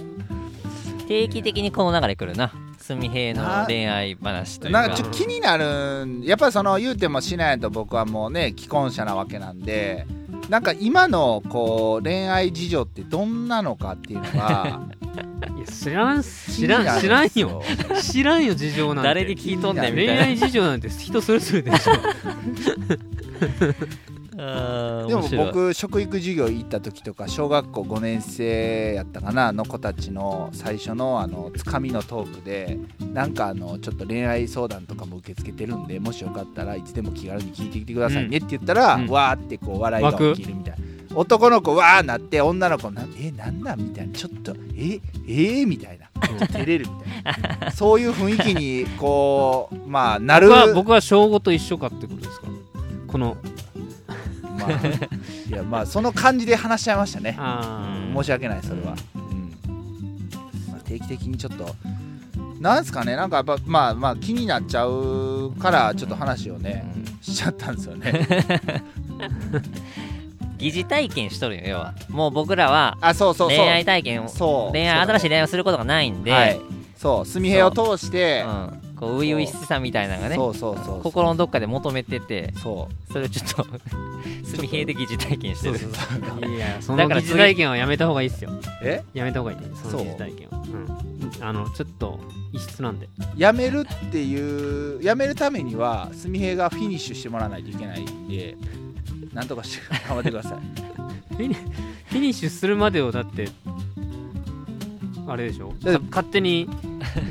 Speaker 1: 定期的にこの流れ来るな純平の恋愛話という
Speaker 2: なん
Speaker 1: か
Speaker 2: かちょっと気になるんやっぱりその言うてもしないと僕はもうね既婚者なわけなんでなんか今のこう恋愛事情ってどんなのかっていうのが
Speaker 3: いや知らん知らん知らんよ知らんよ事情なんて
Speaker 1: 誰に聞いとんねんみ
Speaker 3: 恋
Speaker 1: たい
Speaker 3: 愛事情なんて人それぞれで しょ
Speaker 1: な
Speaker 2: でも僕食育授業行った時とか小学校5年生やったかなの子たちの最初のあのつかみのトークでなんかあのちょっと恋愛相談とかも受け付けてるんでもしよかったらいつでも気軽に聞いてきてくださいねって言ったら、
Speaker 3: うん
Speaker 2: わーってこう笑いが起きるみたいな。男の子わーなって女の子なえなんなんみたいなちょっとええー、みたいな照れるみたい なそういう雰囲気にこうまあなる
Speaker 3: 僕は僕は小5と一緒かってことですかこの
Speaker 2: まあ、いやまあその感じで話しちゃいましたね
Speaker 3: あー
Speaker 2: 申し訳ないそれは、まあ定期的にちょっとなんすかねなんかやっぱまあまあ気になっちゃうからちょっと話をねしちゃったんですよね
Speaker 1: 疑似体験しとるよ要はもう僕らは
Speaker 2: あそうそうそう
Speaker 1: 恋愛体験を
Speaker 2: そう
Speaker 1: 恋愛新しい
Speaker 2: ね
Speaker 1: 恋愛をすることがないんで、
Speaker 2: はいそうすみへを通して
Speaker 1: うん、こう初々しさみたいなのがね
Speaker 2: そうそうそうそう
Speaker 1: 心のどっかで求めてて
Speaker 2: そう
Speaker 1: それをちょっ と純平で疑似体験してる
Speaker 3: いやそ
Speaker 1: だ
Speaker 3: の
Speaker 1: から
Speaker 3: 疑
Speaker 1: 次
Speaker 3: 似体験はやめた方がいいですよ
Speaker 2: え
Speaker 3: やめた方がいいねそ
Speaker 2: そ
Speaker 3: の
Speaker 2: う
Speaker 3: 疑似体験はうんあのちょっと異質なんで
Speaker 2: やめるっていうやめるためにはすみへがフィニッシュしてもらわないといけないんでなんとかして頑張ってくださ い
Speaker 3: フィニフィニッシュするまでをだってあれでしょ
Speaker 2: だって
Speaker 3: か勝手に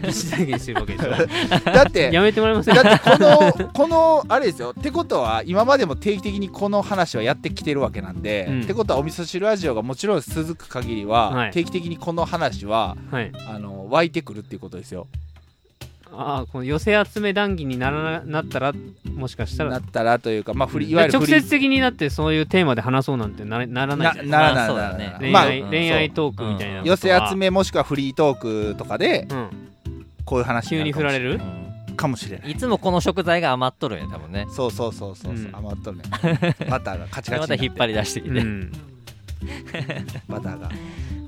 Speaker 3: 疑似体験してるわけ でし
Speaker 2: だっ
Speaker 3: ょ
Speaker 2: て
Speaker 3: やめてもらえませ ん
Speaker 2: だってこのこのあれですよってことは今までも定期的にこの話はやってきてるわけなんで、
Speaker 3: うん
Speaker 2: ってことはお味噌汁ラジオがもちろん続く限りは、
Speaker 3: はい
Speaker 2: 定期的にこの話は
Speaker 3: はい
Speaker 2: あの湧いてくるっていうことですよ
Speaker 3: ああこの寄せ集め談義にならななったらもしかした
Speaker 2: な
Speaker 3: ら
Speaker 2: ったらというかまあフリいわゆる
Speaker 3: 直
Speaker 2: フリ
Speaker 3: 接的になってそういうテーマで話そうなんてなれならないじゃ
Speaker 2: な
Speaker 3: ない
Speaker 1: ま
Speaker 2: ならな
Speaker 1: あ
Speaker 2: い
Speaker 1: そう
Speaker 2: な
Speaker 1: だ
Speaker 2: ら
Speaker 1: ね
Speaker 2: ない
Speaker 3: 恋愛,、
Speaker 2: まあ
Speaker 1: うん
Speaker 3: 恋愛トークみたいな
Speaker 2: 寄せ集
Speaker 3: め、
Speaker 2: めもしくはフリートークとかで
Speaker 3: うん、
Speaker 2: こういう話に
Speaker 3: 急
Speaker 2: な
Speaker 3: に
Speaker 2: るかもし
Speaker 3: 振られる
Speaker 1: うん
Speaker 2: かもしれない
Speaker 1: いつもこの食材が余っとるんや多分ね
Speaker 2: そうそうそうそうそう、
Speaker 3: うん
Speaker 2: 余っとる ねバターがカチ
Speaker 1: で
Speaker 2: カ
Speaker 1: また
Speaker 2: チにな
Speaker 1: 引っ張り出してきて、
Speaker 3: うん
Speaker 2: バターが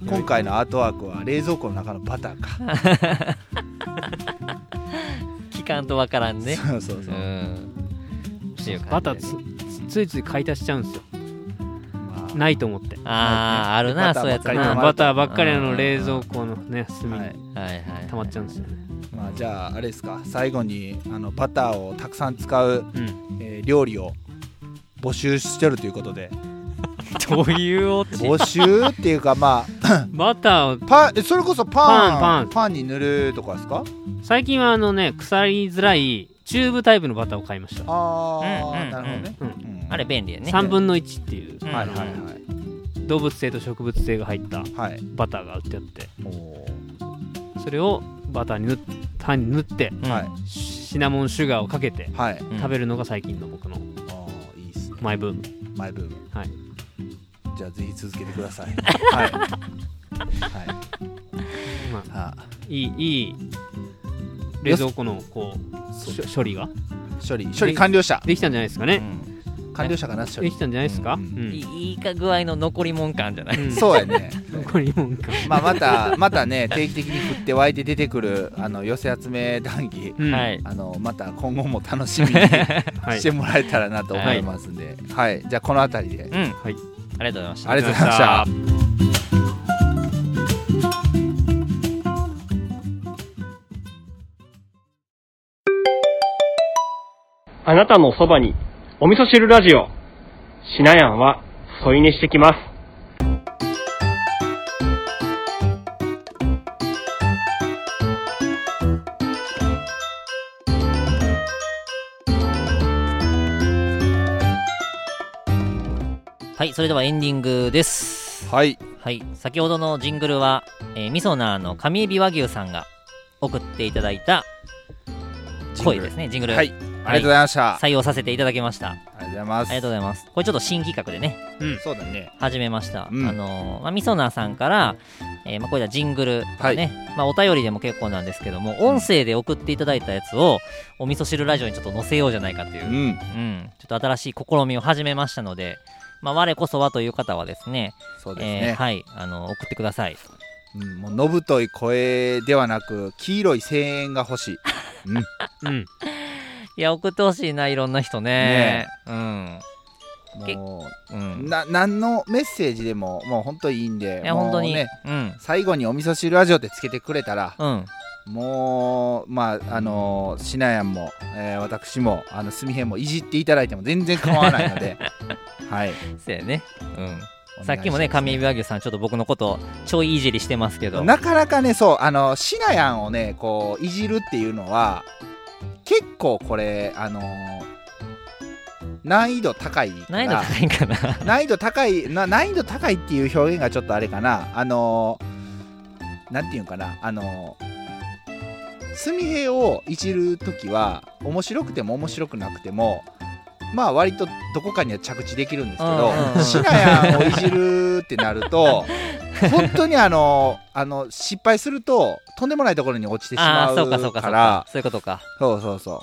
Speaker 2: 今回のアートワークは冷蔵庫の中のバターか
Speaker 1: 聞かんとわからんね
Speaker 2: そうそう
Speaker 1: う
Speaker 2: そう、
Speaker 1: んっていう感じで
Speaker 3: バターつついつい買い足しちゃうんですよ
Speaker 2: まあ
Speaker 3: ないと思って
Speaker 1: あああるな
Speaker 2: バター
Speaker 1: そういうやつ
Speaker 2: ばっかり
Speaker 1: な
Speaker 2: の
Speaker 1: は
Speaker 2: ま
Speaker 3: バターばっかりあの冷蔵庫のね隅
Speaker 2: はい
Speaker 3: に
Speaker 1: いはい
Speaker 3: 溜まっちゃうんですよね
Speaker 2: まあ、じゃああれですか最後にあのバターをたくさん使う、
Speaker 3: うん
Speaker 2: えー料理を募集してるということで
Speaker 1: どういうオ チ
Speaker 2: 募集っていうかま あ
Speaker 3: バターを
Speaker 2: パンえそれこそパン
Speaker 3: パンパン
Speaker 2: に塗るとかですか
Speaker 3: 最近はあのね腐りづらいチューブタイプのバターを買いました
Speaker 2: あ
Speaker 1: うん
Speaker 2: あ、
Speaker 1: うん
Speaker 2: なるほどね、
Speaker 3: うん
Speaker 2: ん
Speaker 1: あれ便利やね
Speaker 3: 3分の1っていう
Speaker 1: うん
Speaker 2: はいはいはい
Speaker 3: 動物性と植物性が入った
Speaker 2: はい
Speaker 3: バターが売ってあって
Speaker 2: おー
Speaker 3: それをバターに塗っパンに塗って
Speaker 1: うん
Speaker 2: はい
Speaker 3: シナモンシュガーをかけて
Speaker 2: はい
Speaker 1: うん
Speaker 3: 食べるのが最近の僕の
Speaker 2: あーいいですね
Speaker 3: マイブーム
Speaker 2: マイブーム
Speaker 3: はい
Speaker 2: じゃあぜひ続けてく ださいはいはい
Speaker 3: ま
Speaker 2: あ
Speaker 3: いいいい冷蔵庫のこう
Speaker 2: そう
Speaker 3: しょ処理が
Speaker 2: 処理処理完了者
Speaker 3: できたんじゃないですかね
Speaker 1: う
Speaker 2: 完了者かな処
Speaker 3: で
Speaker 2: 理
Speaker 3: きたんじゃないですか
Speaker 2: うん
Speaker 1: んいいいいか具合の残りもん感じゃない、
Speaker 3: うん
Speaker 2: そう やね
Speaker 3: 残りもんか
Speaker 2: まあまたまたね定期的に振って湧いて出てくるあの寄せ集め談義
Speaker 3: うん
Speaker 1: はい
Speaker 2: あのまた今後も楽しみ にし
Speaker 3: はい
Speaker 2: てもらえたらなと思いますんではい、じゃあこの辺りで
Speaker 1: うん
Speaker 3: はい
Speaker 1: ありがとうございました
Speaker 2: ありがとうございました
Speaker 6: あなたのそばに、お味噌汁ラジオ。しなやんは、添い寝してきます。
Speaker 1: はいそれではエンディングです
Speaker 2: はい
Speaker 1: はい先ほどのジングルは、えー、みそなーの神エビ和牛さんが送っていただいた声ですねジングル
Speaker 2: はいありがとうございました、
Speaker 1: 採用させていただきましたあ
Speaker 2: ありがとうございます
Speaker 1: りがとうございますこれちょっと新企画でね
Speaker 2: そうだね
Speaker 1: 始めました、
Speaker 2: うん
Speaker 1: あのーまあ、みそなーさんから、えーまあ、こういったジングルとかね、まあ、お便りでも結構なんですけども音声で送っていただいたやつをお味噌汁ラジオにちょっと載せようじゃないかというう、うん
Speaker 2: ん
Speaker 1: ちょっと新しい試みを始めましたので、まあ、我こそはという方はですね
Speaker 2: そうで
Speaker 1: え
Speaker 2: す
Speaker 1: ー
Speaker 2: ね、
Speaker 1: はいあの送ってください
Speaker 2: うん、もうのぶとい声ではなく黄色い声援が欲しい、うん、
Speaker 3: うん
Speaker 1: いや送ってほしいないろんな人ねうんけ
Speaker 2: も
Speaker 1: う
Speaker 2: うんな何のメッセージでももう本当にいいんで
Speaker 1: いや本当に、
Speaker 2: もうね
Speaker 1: うん
Speaker 2: 最後にお味噌汁ラジオってつけてくれたら
Speaker 1: うん
Speaker 2: もうまああのー、しなやんも、えー私もあのすみへんもいじっていただいても全然構わないの ではい
Speaker 1: そうやねうん
Speaker 2: お願いします
Speaker 1: さっきもね上指和牛さんちょっと僕のことちょいいじりしてますけど
Speaker 2: なかなかねそうあのしなやんをねこういじるっていうのは結構これあのー難易度高いから
Speaker 1: 難易度高いんかな
Speaker 2: 難易度高いな難易度高いっていう表現がちょっとあれかなあのー、なんていうんかなあのー、墨平をいじる時は面白くても面白くなくてもまあ割とどこかには着地できるんですけ
Speaker 1: うんうんう
Speaker 2: ど
Speaker 1: ん
Speaker 2: シナヤンをいじるってな ると本当にあのあの失敗するととんでもないところに落ちてし
Speaker 1: あ
Speaker 2: ま
Speaker 1: あ
Speaker 2: う
Speaker 1: そうかそうか
Speaker 2: か
Speaker 1: そうからそういうことか
Speaker 2: そうそうそ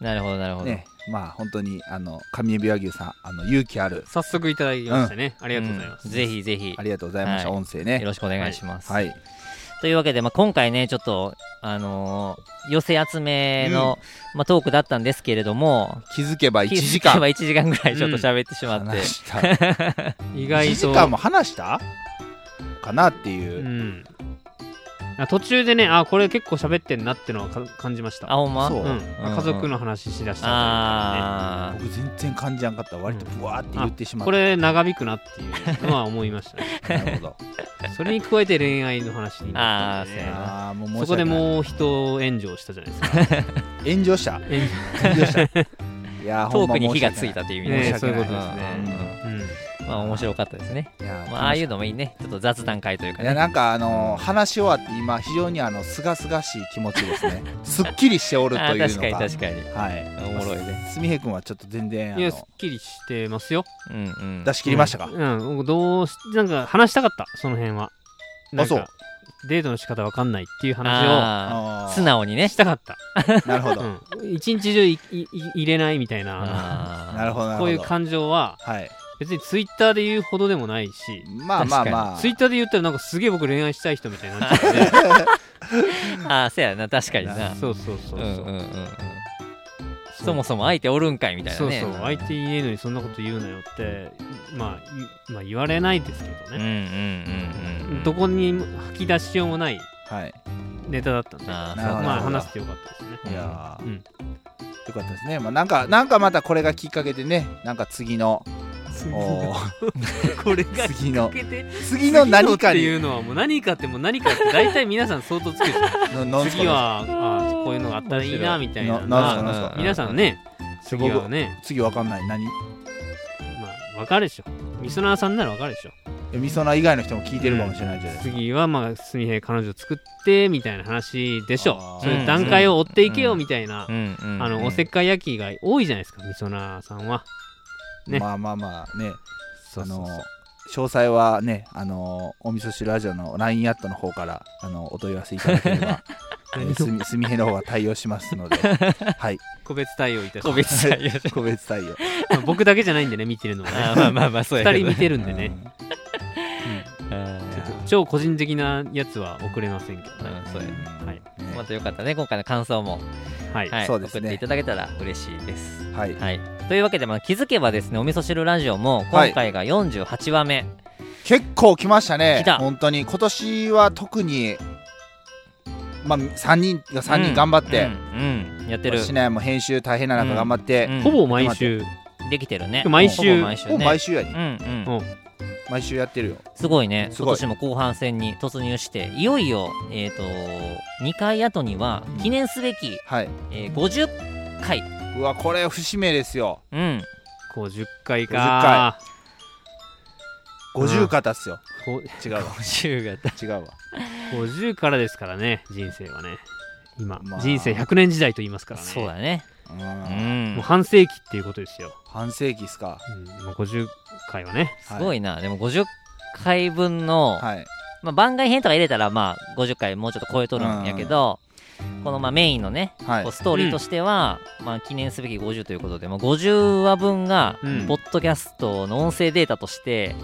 Speaker 1: なるほどなるほ
Speaker 2: う
Speaker 1: ど、
Speaker 2: ねまあ本当にあの上指和牛さんあの勇気ある
Speaker 3: 早速いただきましたねあ
Speaker 1: あ
Speaker 3: りがとうございます
Speaker 1: ぜひぜひ
Speaker 2: ありがとうございました、
Speaker 1: はい
Speaker 2: 音声ね
Speaker 1: よろしくお願いします、
Speaker 2: はい。
Speaker 1: というわけで、まあ、今回ねちょっとあのー寄せ集めの、まあ、トークだったんですけれども
Speaker 2: 気づけば1
Speaker 1: 気づ
Speaker 2: 時
Speaker 1: け
Speaker 2: 間
Speaker 1: ば。1時間ぐらいちょっと喋ってしまって、
Speaker 2: 話した。1
Speaker 3: 意外
Speaker 2: 時
Speaker 3: と
Speaker 2: 間も話したかなっていうう。
Speaker 3: んあ途中でねあこれ結構喋ってんなってのはか感じました
Speaker 1: あほんま
Speaker 2: そう
Speaker 3: うん
Speaker 1: うん
Speaker 3: 家族の話しだしたというか
Speaker 1: あ
Speaker 2: 僕全然感じなかった。割とブワーって言ってし
Speaker 3: ね
Speaker 2: まっ
Speaker 3: これ長引くなっていうのは思いましたね
Speaker 2: た。なる ほど。
Speaker 3: それに加えて恋愛の話になったので
Speaker 1: あーそうや
Speaker 3: ね
Speaker 2: ああ、もう
Speaker 3: そ
Speaker 2: 申し
Speaker 3: こで
Speaker 2: 訳ない
Speaker 3: もう人を炎上したじゃないですか
Speaker 2: 炎上した。
Speaker 3: 炎上
Speaker 2: 炎上 した。い
Speaker 1: ー
Speaker 2: やほ
Speaker 1: ト
Speaker 2: んま
Speaker 1: ークに火が
Speaker 2: 申
Speaker 1: つ
Speaker 2: し
Speaker 1: い
Speaker 2: 訳な
Speaker 1: たという意味で、
Speaker 2: 申
Speaker 3: ね
Speaker 2: し
Speaker 3: えそう
Speaker 2: 訳
Speaker 3: いう
Speaker 2: ない
Speaker 3: ことです
Speaker 1: うん
Speaker 3: ねうん
Speaker 1: まあ面白かったですね、
Speaker 2: いや
Speaker 1: まあ、ああいうのもいいねちょっと雑談会というか
Speaker 2: いや
Speaker 1: ね
Speaker 2: なんかあのー話し終わって今非常にあのすがすがしい気持ちで すね。すっきりしておると
Speaker 1: あ
Speaker 2: い
Speaker 1: ー
Speaker 2: うのが。
Speaker 1: 確かに確かに
Speaker 2: はい。
Speaker 1: おもろいね。
Speaker 2: すみへくんはちょっと全然あ
Speaker 3: いやすっ
Speaker 2: の
Speaker 3: きりしてますよ
Speaker 1: うんうん
Speaker 2: 出し切りましたか。
Speaker 3: うん僕どうしなんか話したかったその辺はなん
Speaker 2: そう
Speaker 3: かデートの仕方わかんないっていう話
Speaker 1: あー
Speaker 2: あ
Speaker 1: 素直に
Speaker 3: を
Speaker 1: ね
Speaker 3: したかった。
Speaker 2: ーなる ほど、
Speaker 3: うん、一日中いいい入れないみたいな、
Speaker 1: あ
Speaker 2: なるほどなるほど
Speaker 3: こういう感情は、
Speaker 2: はい
Speaker 3: 別にツイッターで言うほどでもないし、
Speaker 2: まあまあまあ
Speaker 3: ツイッターで言ったらなんかすげえ僕恋愛したい人みたいになっちゃう
Speaker 1: ーあーそうやな確かにな
Speaker 3: そうそうそううんそう
Speaker 1: うんうんうんそもそも相手おるんかいみたいな
Speaker 3: そう
Speaker 1: ね
Speaker 3: そう相手いねえのにそんなこと言うなよって、まあ、いまあ言われないですけど
Speaker 1: うんうん
Speaker 3: ね、
Speaker 1: うんうんうん
Speaker 3: どこにも吐き出しようもない
Speaker 2: はいネ
Speaker 3: ネタだったんで
Speaker 1: あ
Speaker 2: なるほど
Speaker 3: まあ話してよかったですね
Speaker 2: いやー、
Speaker 3: うん
Speaker 2: よかったですね、まあ、なんかなんかまたこれがきっかけでねなんか次のおー
Speaker 3: これが
Speaker 2: 次の
Speaker 3: きっかけで
Speaker 2: 次の何
Speaker 3: っ
Speaker 2: か
Speaker 3: てい
Speaker 2: に
Speaker 3: うのはもう何かってもう何かって大体皆さん相当つ くでし
Speaker 2: の
Speaker 3: ょ
Speaker 2: のんすか
Speaker 3: 次はあこういうのがあったらいいなみたい
Speaker 2: な
Speaker 3: な
Speaker 2: なんすか
Speaker 1: まあ
Speaker 2: なんすか
Speaker 3: 皆さんね次はね
Speaker 2: 次わかんない何
Speaker 3: まあわかるでしょみそなーさんならわかるでしょ
Speaker 2: えみそな以外の人も聞いてるかもしれないじゃないですか、
Speaker 3: 次はまあすみへい彼女作ってみたいな話でし
Speaker 2: あ
Speaker 3: ょ
Speaker 2: ー
Speaker 3: そういう段階を追っていけよみたいな
Speaker 1: うんうんうん
Speaker 3: あのおせっかい焼きが多いじゃないですかみそなーさんはね
Speaker 2: まあまあまあね
Speaker 3: そうそうそう
Speaker 2: あの詳細はねあのお味噌汁ラジオの LINE アットの方からあのお問い合わせいただけれ ばえーすみすみへの方が対応しますのではい
Speaker 3: 個 別対応いたし
Speaker 1: 個別採用
Speaker 2: 個別対応
Speaker 3: まあ僕だけじゃないんでね見てるのはね
Speaker 1: あーまあまあまあそうや
Speaker 3: 2
Speaker 1: け
Speaker 3: 人
Speaker 1: ど
Speaker 3: 見てるんでね
Speaker 1: あ
Speaker 3: ちょっと
Speaker 1: ー
Speaker 3: 超個人的なやつは送れませんけどね
Speaker 1: うんそうやね
Speaker 2: うん
Speaker 3: はい
Speaker 2: ね
Speaker 1: またよかったね今回の感想も
Speaker 3: はい
Speaker 1: はい
Speaker 2: そうですね
Speaker 1: 送っていただけたら嬉しいです
Speaker 2: はい
Speaker 1: はいというわけでまあ気づけばですねお味噌汁ラジオも
Speaker 2: はい
Speaker 1: 今回が48話目
Speaker 2: 結構来ましたね
Speaker 1: 来た
Speaker 2: 本当に今年は特にまあ3人が3人頑張って、
Speaker 1: うんうんやってる
Speaker 2: 市内も編集大変な中頑張って、
Speaker 1: うん
Speaker 3: ほぼ毎週
Speaker 1: できてるね
Speaker 3: 毎
Speaker 1: ほぼ
Speaker 3: 週
Speaker 1: 毎週
Speaker 2: もう
Speaker 1: ね
Speaker 2: 毎週や
Speaker 1: う
Speaker 2: ね、
Speaker 1: んうん
Speaker 3: うん
Speaker 2: 毎週やってるよ
Speaker 1: すごいね
Speaker 2: す
Speaker 1: 今
Speaker 2: ごい
Speaker 1: 年も後半戦に突入していよいよえっと2回後には記念すべき
Speaker 2: はい
Speaker 1: えー50回
Speaker 2: うわこれ節目ですよ
Speaker 1: うん
Speaker 3: 50回か
Speaker 2: 50肩っすよ、
Speaker 3: こ
Speaker 2: 違うわ
Speaker 1: 50が
Speaker 2: 違うわ
Speaker 3: 50からですからね人生はね今、
Speaker 2: まあ
Speaker 3: 人生100年時代と言いますからね
Speaker 1: そうだね
Speaker 2: うん
Speaker 1: うん
Speaker 3: もう半世紀っていうことですよ、
Speaker 2: 半世紀っすか
Speaker 3: うん、もう50回はね
Speaker 1: すごいなでも50回分の
Speaker 2: はい
Speaker 1: まあ、番外編とか入れたら、まあ、50回もうちょっと超えとるんやけど、このまあメインのね、
Speaker 2: はい
Speaker 1: こうストーリーとしては、まあ、記念すべき50ということで、まあ、50話分が、
Speaker 3: うん
Speaker 1: ポッドキャストの音声データとして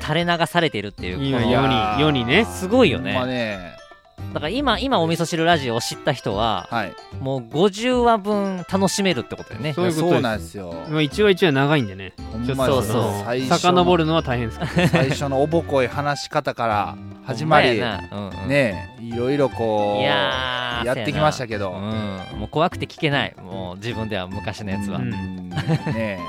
Speaker 1: 垂れ流されているっていう
Speaker 3: いい
Speaker 1: こ
Speaker 3: よ
Speaker 1: の
Speaker 3: 世に世にね
Speaker 1: すごいよね
Speaker 2: ほんまね
Speaker 1: だから今今お味噌汁ラジオを知った人は、
Speaker 2: はい
Speaker 1: もう50話分楽しめるってことだよね
Speaker 3: そういうことです
Speaker 2: やなんですよ
Speaker 3: まあ一話一話長いんでね
Speaker 2: ほん
Speaker 3: ちょっ
Speaker 2: ま
Speaker 1: そ
Speaker 3: と
Speaker 1: う
Speaker 2: に
Speaker 1: そう
Speaker 2: 最初の
Speaker 3: 遡るのは大変ですけど
Speaker 2: 最初のおぼこい話し方から始まり
Speaker 1: ほんやなうんうん
Speaker 2: ねいろいろこう
Speaker 1: いやー
Speaker 2: やってきましたけど、
Speaker 1: そうやなうんもう怖くて聞けないもう自分では昔のやつは、
Speaker 2: う
Speaker 3: うんん
Speaker 2: ね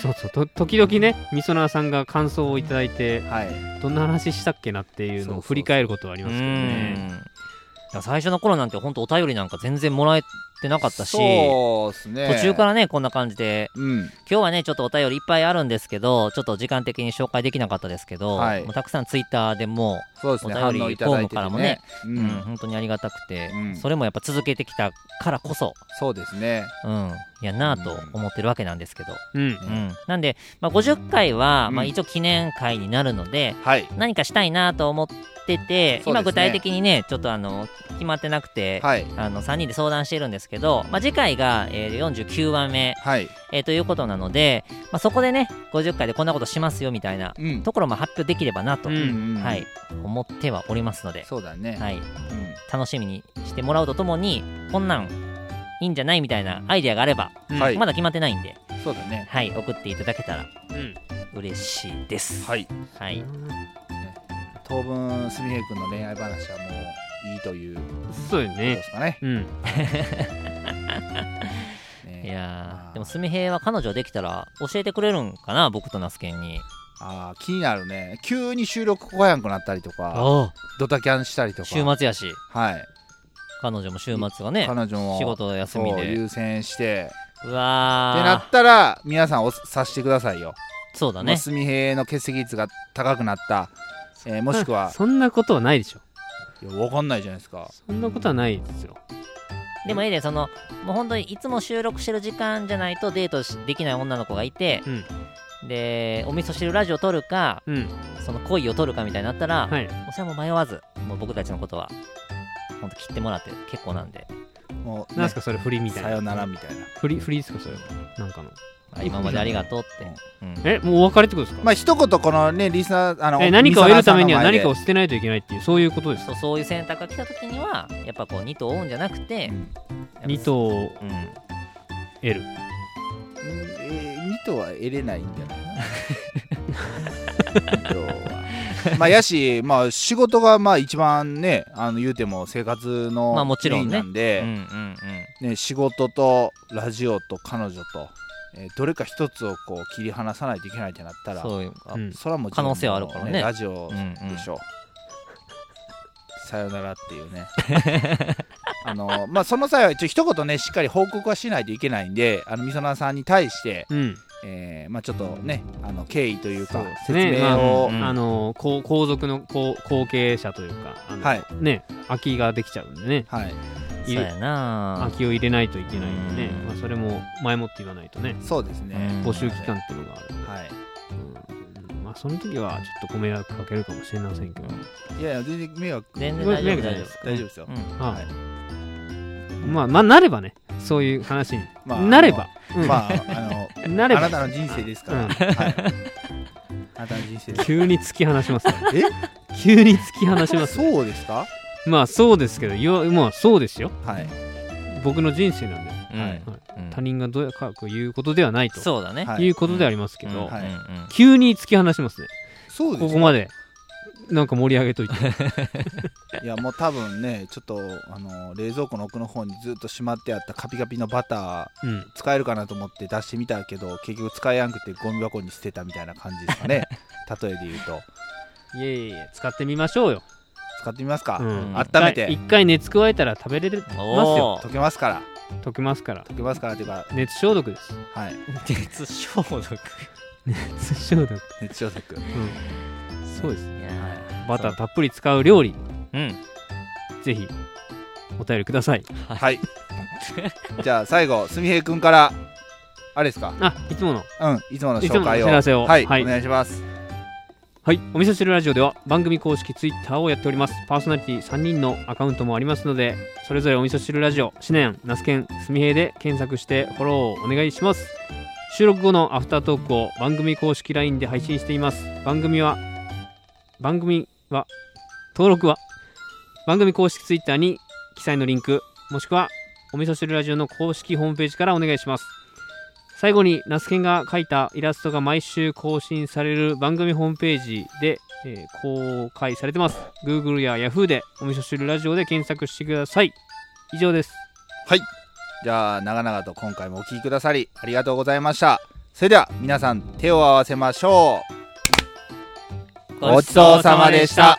Speaker 3: そうそうと時々ねみそなーさんが感想をいただいて
Speaker 2: えはい
Speaker 3: どんな話したっけなっていうのを振り返ることはありますけどね
Speaker 1: うんだから最初の頃なんて本当お便りなんか全然もらえて なかったし、
Speaker 2: そうっすね
Speaker 1: 途中かららねこんな感じで
Speaker 2: うん
Speaker 1: 今日はねちょっとお便りいっぱいあるんですけどちょっと時間的に紹介できなかったですけど、
Speaker 2: はい
Speaker 1: もうたくさんツイッターでも
Speaker 2: そうですね
Speaker 1: お
Speaker 2: 反
Speaker 1: 便り
Speaker 2: 応いただい
Speaker 1: フ
Speaker 2: て
Speaker 1: ォームから
Speaker 2: て
Speaker 1: もね
Speaker 2: ねう
Speaker 1: う、
Speaker 2: ん
Speaker 1: ん本当にありがたくて、
Speaker 2: うん
Speaker 1: それもやっぱ続けてきたからこそ、
Speaker 2: そうですね
Speaker 1: うん、やなぁと思ってるわけなんですけど、
Speaker 3: うん
Speaker 1: うんなんで、まあ、50回は、
Speaker 2: うん
Speaker 1: まあ、一応記念会になるので、
Speaker 2: はい
Speaker 1: 何かしたいなぁと思ってて、
Speaker 2: そうですね
Speaker 1: 今具体的にねちょっとあの決まってなくて、
Speaker 2: はい
Speaker 1: あの3人で相談してるんですけど、まあ、次回が、えー49話目、
Speaker 2: はい
Speaker 1: えーということなので、まあ、そこでね50回でこんなことしますよみたいな
Speaker 2: うん
Speaker 1: ところも発表できればなと、
Speaker 3: うん
Speaker 1: はい、思ってはおりますので、
Speaker 2: そうだね、
Speaker 1: はい、
Speaker 2: うん
Speaker 1: 楽しみにしてもらうとともにこんなんいいんじゃないみたいなアイデアがあれば、
Speaker 2: はい
Speaker 1: まだ決まってないんで、
Speaker 2: そうだね
Speaker 1: はい、送っていただけたら
Speaker 3: うん
Speaker 1: 嬉しいです。
Speaker 2: はい
Speaker 1: はい、
Speaker 2: 当分すみへい君の恋愛話はもういいということ
Speaker 3: そうよ
Speaker 2: で
Speaker 3: ね
Speaker 2: すかね
Speaker 3: うん
Speaker 2: ね
Speaker 1: いや
Speaker 2: あー
Speaker 1: ーでもすみへいは彼女できたら教えてくれるんかな僕とナスケンに
Speaker 2: あー気になるね急に収録来やんくなったりとか
Speaker 1: あ
Speaker 2: ドタキャンしたりとか
Speaker 1: 週末やし
Speaker 2: はい
Speaker 1: 彼女も週末がね
Speaker 2: 彼女も
Speaker 1: 仕事休み
Speaker 2: そう
Speaker 1: で
Speaker 2: 優先して
Speaker 1: う
Speaker 2: ってな
Speaker 1: わ
Speaker 2: ったら皆さんお察してくださいよ
Speaker 1: ーそうだ
Speaker 2: まあ
Speaker 1: ね
Speaker 2: すみへいの欠席率が高くなった、えーもしくは
Speaker 3: そんなことはないでしょ
Speaker 2: いやわかんないじゃないですか
Speaker 3: そんなことはないですよ
Speaker 1: でもいいでそのもう本当にいつも収録してる時間じゃないとデートしできない女の子がいて、
Speaker 3: うん
Speaker 1: でお味噌汁ラジオを撮るか
Speaker 3: うん。
Speaker 1: その恋を撮るかみたいになったら、
Speaker 3: はい。
Speaker 1: もうそれはもう迷わずもう僕たちのことは本当切ってもらって結構なんで
Speaker 2: もう、
Speaker 3: なん
Speaker 2: ね
Speaker 3: す、かそれ、振りみたい
Speaker 2: さ
Speaker 3: な。
Speaker 2: よならみたいな。
Speaker 3: 振り、振りですかそれ。なんかの。
Speaker 1: 今までありがとうって、うん
Speaker 3: え、もうお別れってことですか
Speaker 2: まあ一言このね、リスナー、あの、
Speaker 3: え何かを得るためには
Speaker 2: リスナーさんの前
Speaker 3: 何か
Speaker 2: で
Speaker 3: を捨てないといけないっていうそういうことです
Speaker 1: そうそういう選択が来た時にはやっぱこう2頭を追うんじゃなくて、
Speaker 2: うん
Speaker 3: 二頭を
Speaker 1: うん
Speaker 3: 得る
Speaker 2: えー、2頭は得れないんじゃないかな2頭はまあやし、まあ、仕事がまあ一番ねあの言うても生活の
Speaker 1: まあもちろんね
Speaker 2: メインなん
Speaker 1: う
Speaker 2: で、
Speaker 1: んうん
Speaker 2: ね、仕事とラジオと彼女と、えーどれか一つをこう切り離さないといけないってなった
Speaker 1: うん
Speaker 2: ら
Speaker 1: そういうあ
Speaker 3: うん
Speaker 2: それはもちろん
Speaker 1: 可能性はあるからね
Speaker 2: ラジオ
Speaker 1: うんうん
Speaker 2: でしょう、さよならっていうね あのまあその際はちょ一言ねしっかり報告はしないといけないんであのみそなさんに対して
Speaker 3: うん
Speaker 2: えーまあ、ちょっとねあの経緯という
Speaker 3: そう
Speaker 2: か
Speaker 3: です
Speaker 2: 説
Speaker 3: ね
Speaker 2: 明を、
Speaker 1: まうん
Speaker 3: あのこう後続のこう後継者というかあの、
Speaker 2: はい
Speaker 3: ね空きができちゃうんでね
Speaker 2: はい、
Speaker 1: そう
Speaker 3: 入れ
Speaker 1: やな
Speaker 3: 空きを入れないといけないんでね
Speaker 1: うん
Speaker 3: まあ、それも前もって言わないとね
Speaker 2: そうですね、
Speaker 1: うん
Speaker 3: 募集期間っていうのがある
Speaker 2: はい、
Speaker 3: うんまあその時はちょっとご迷惑かけるかもしれませんけど、
Speaker 2: いやいや全然迷惑
Speaker 1: 全然大丈夫大丈夫
Speaker 2: 大丈夫ですよ、
Speaker 1: うん
Speaker 3: あ
Speaker 2: はい
Speaker 3: まあまあなればねそういう話に、
Speaker 2: まあ
Speaker 3: なれば、うん
Speaker 2: まああ
Speaker 3: な
Speaker 2: の
Speaker 3: れ
Speaker 2: あ
Speaker 3: ば
Speaker 2: なたの人生ですから、
Speaker 3: うん
Speaker 2: はい、あなたの人生です
Speaker 3: 急に突き放しますね
Speaker 2: え
Speaker 3: 急に突き放しますね
Speaker 2: そうですか
Speaker 3: まあそうですけどよまあそうですよ
Speaker 2: はい
Speaker 3: 僕の人生なんで
Speaker 1: うん
Speaker 2: はい
Speaker 1: うん
Speaker 3: 他人がどうやかく言うことではないと
Speaker 1: そうだね
Speaker 2: はいいう
Speaker 3: ことでありますけど、
Speaker 1: うん
Speaker 2: はい
Speaker 1: うんうん
Speaker 3: 急に突き放しますね
Speaker 2: そうで
Speaker 3: こ
Speaker 2: す
Speaker 3: こまでなんか盛り上げといて
Speaker 2: いやもう多分ねちょっとあの冷蔵庫の奥の方にずっとしまってあったカピカピのバター
Speaker 3: うん
Speaker 2: 使えるかなと思って出してみたけど結局使えやんくてゴミ箱に捨てたみたいな感じですか ね例えで言うと
Speaker 3: いえいえ使ってみましょうよ、
Speaker 2: 使ってみますか、
Speaker 3: うん
Speaker 2: 温めて
Speaker 3: 一回一回熱加えたら食べれますよ
Speaker 1: おー
Speaker 2: 溶けますから
Speaker 3: 溶けますから
Speaker 2: 溶けますからっていうか
Speaker 3: 熱消毒です
Speaker 2: はい
Speaker 1: 鉄消毒
Speaker 3: 熱消毒
Speaker 2: 熱消毒
Speaker 3: そうです
Speaker 1: いやー
Speaker 3: バターたっぷり使う料理
Speaker 1: うん
Speaker 3: ぜひお便りください
Speaker 2: はい じゃあ最後すみへいくんからあれですか
Speaker 3: あいつもの
Speaker 2: うんいつもの紹
Speaker 3: い
Speaker 2: 介
Speaker 3: つもの
Speaker 2: を
Speaker 3: お知らせを
Speaker 2: はい、
Speaker 3: はい
Speaker 2: お願いします
Speaker 3: はい、お味噌汁ラジオでは番組公式ツイッターをやっておりますパーソナリティ3人のアカウントもありますのでそれぞれお味噌汁ラジオシナヤンナスケンスミヘイで検索してフォローをお願いします収録後のアフタートークを番組公式 LINE で配信しています番組は番組は登録は番組公式ツイッターに記載のリンクもしくはお味噌汁ラジオの公式ホームページからお願いします最後にナスケンが描いたイラストが毎週更新される番組ホームページで、えー公開されてます Google や Yahoo でお味噌汁ラジオで検索してください以上です
Speaker 2: じゃあ長々と今回もお聞きくださりありがとうございましたそれでは皆さん手を合わせましょうごちそうさまでした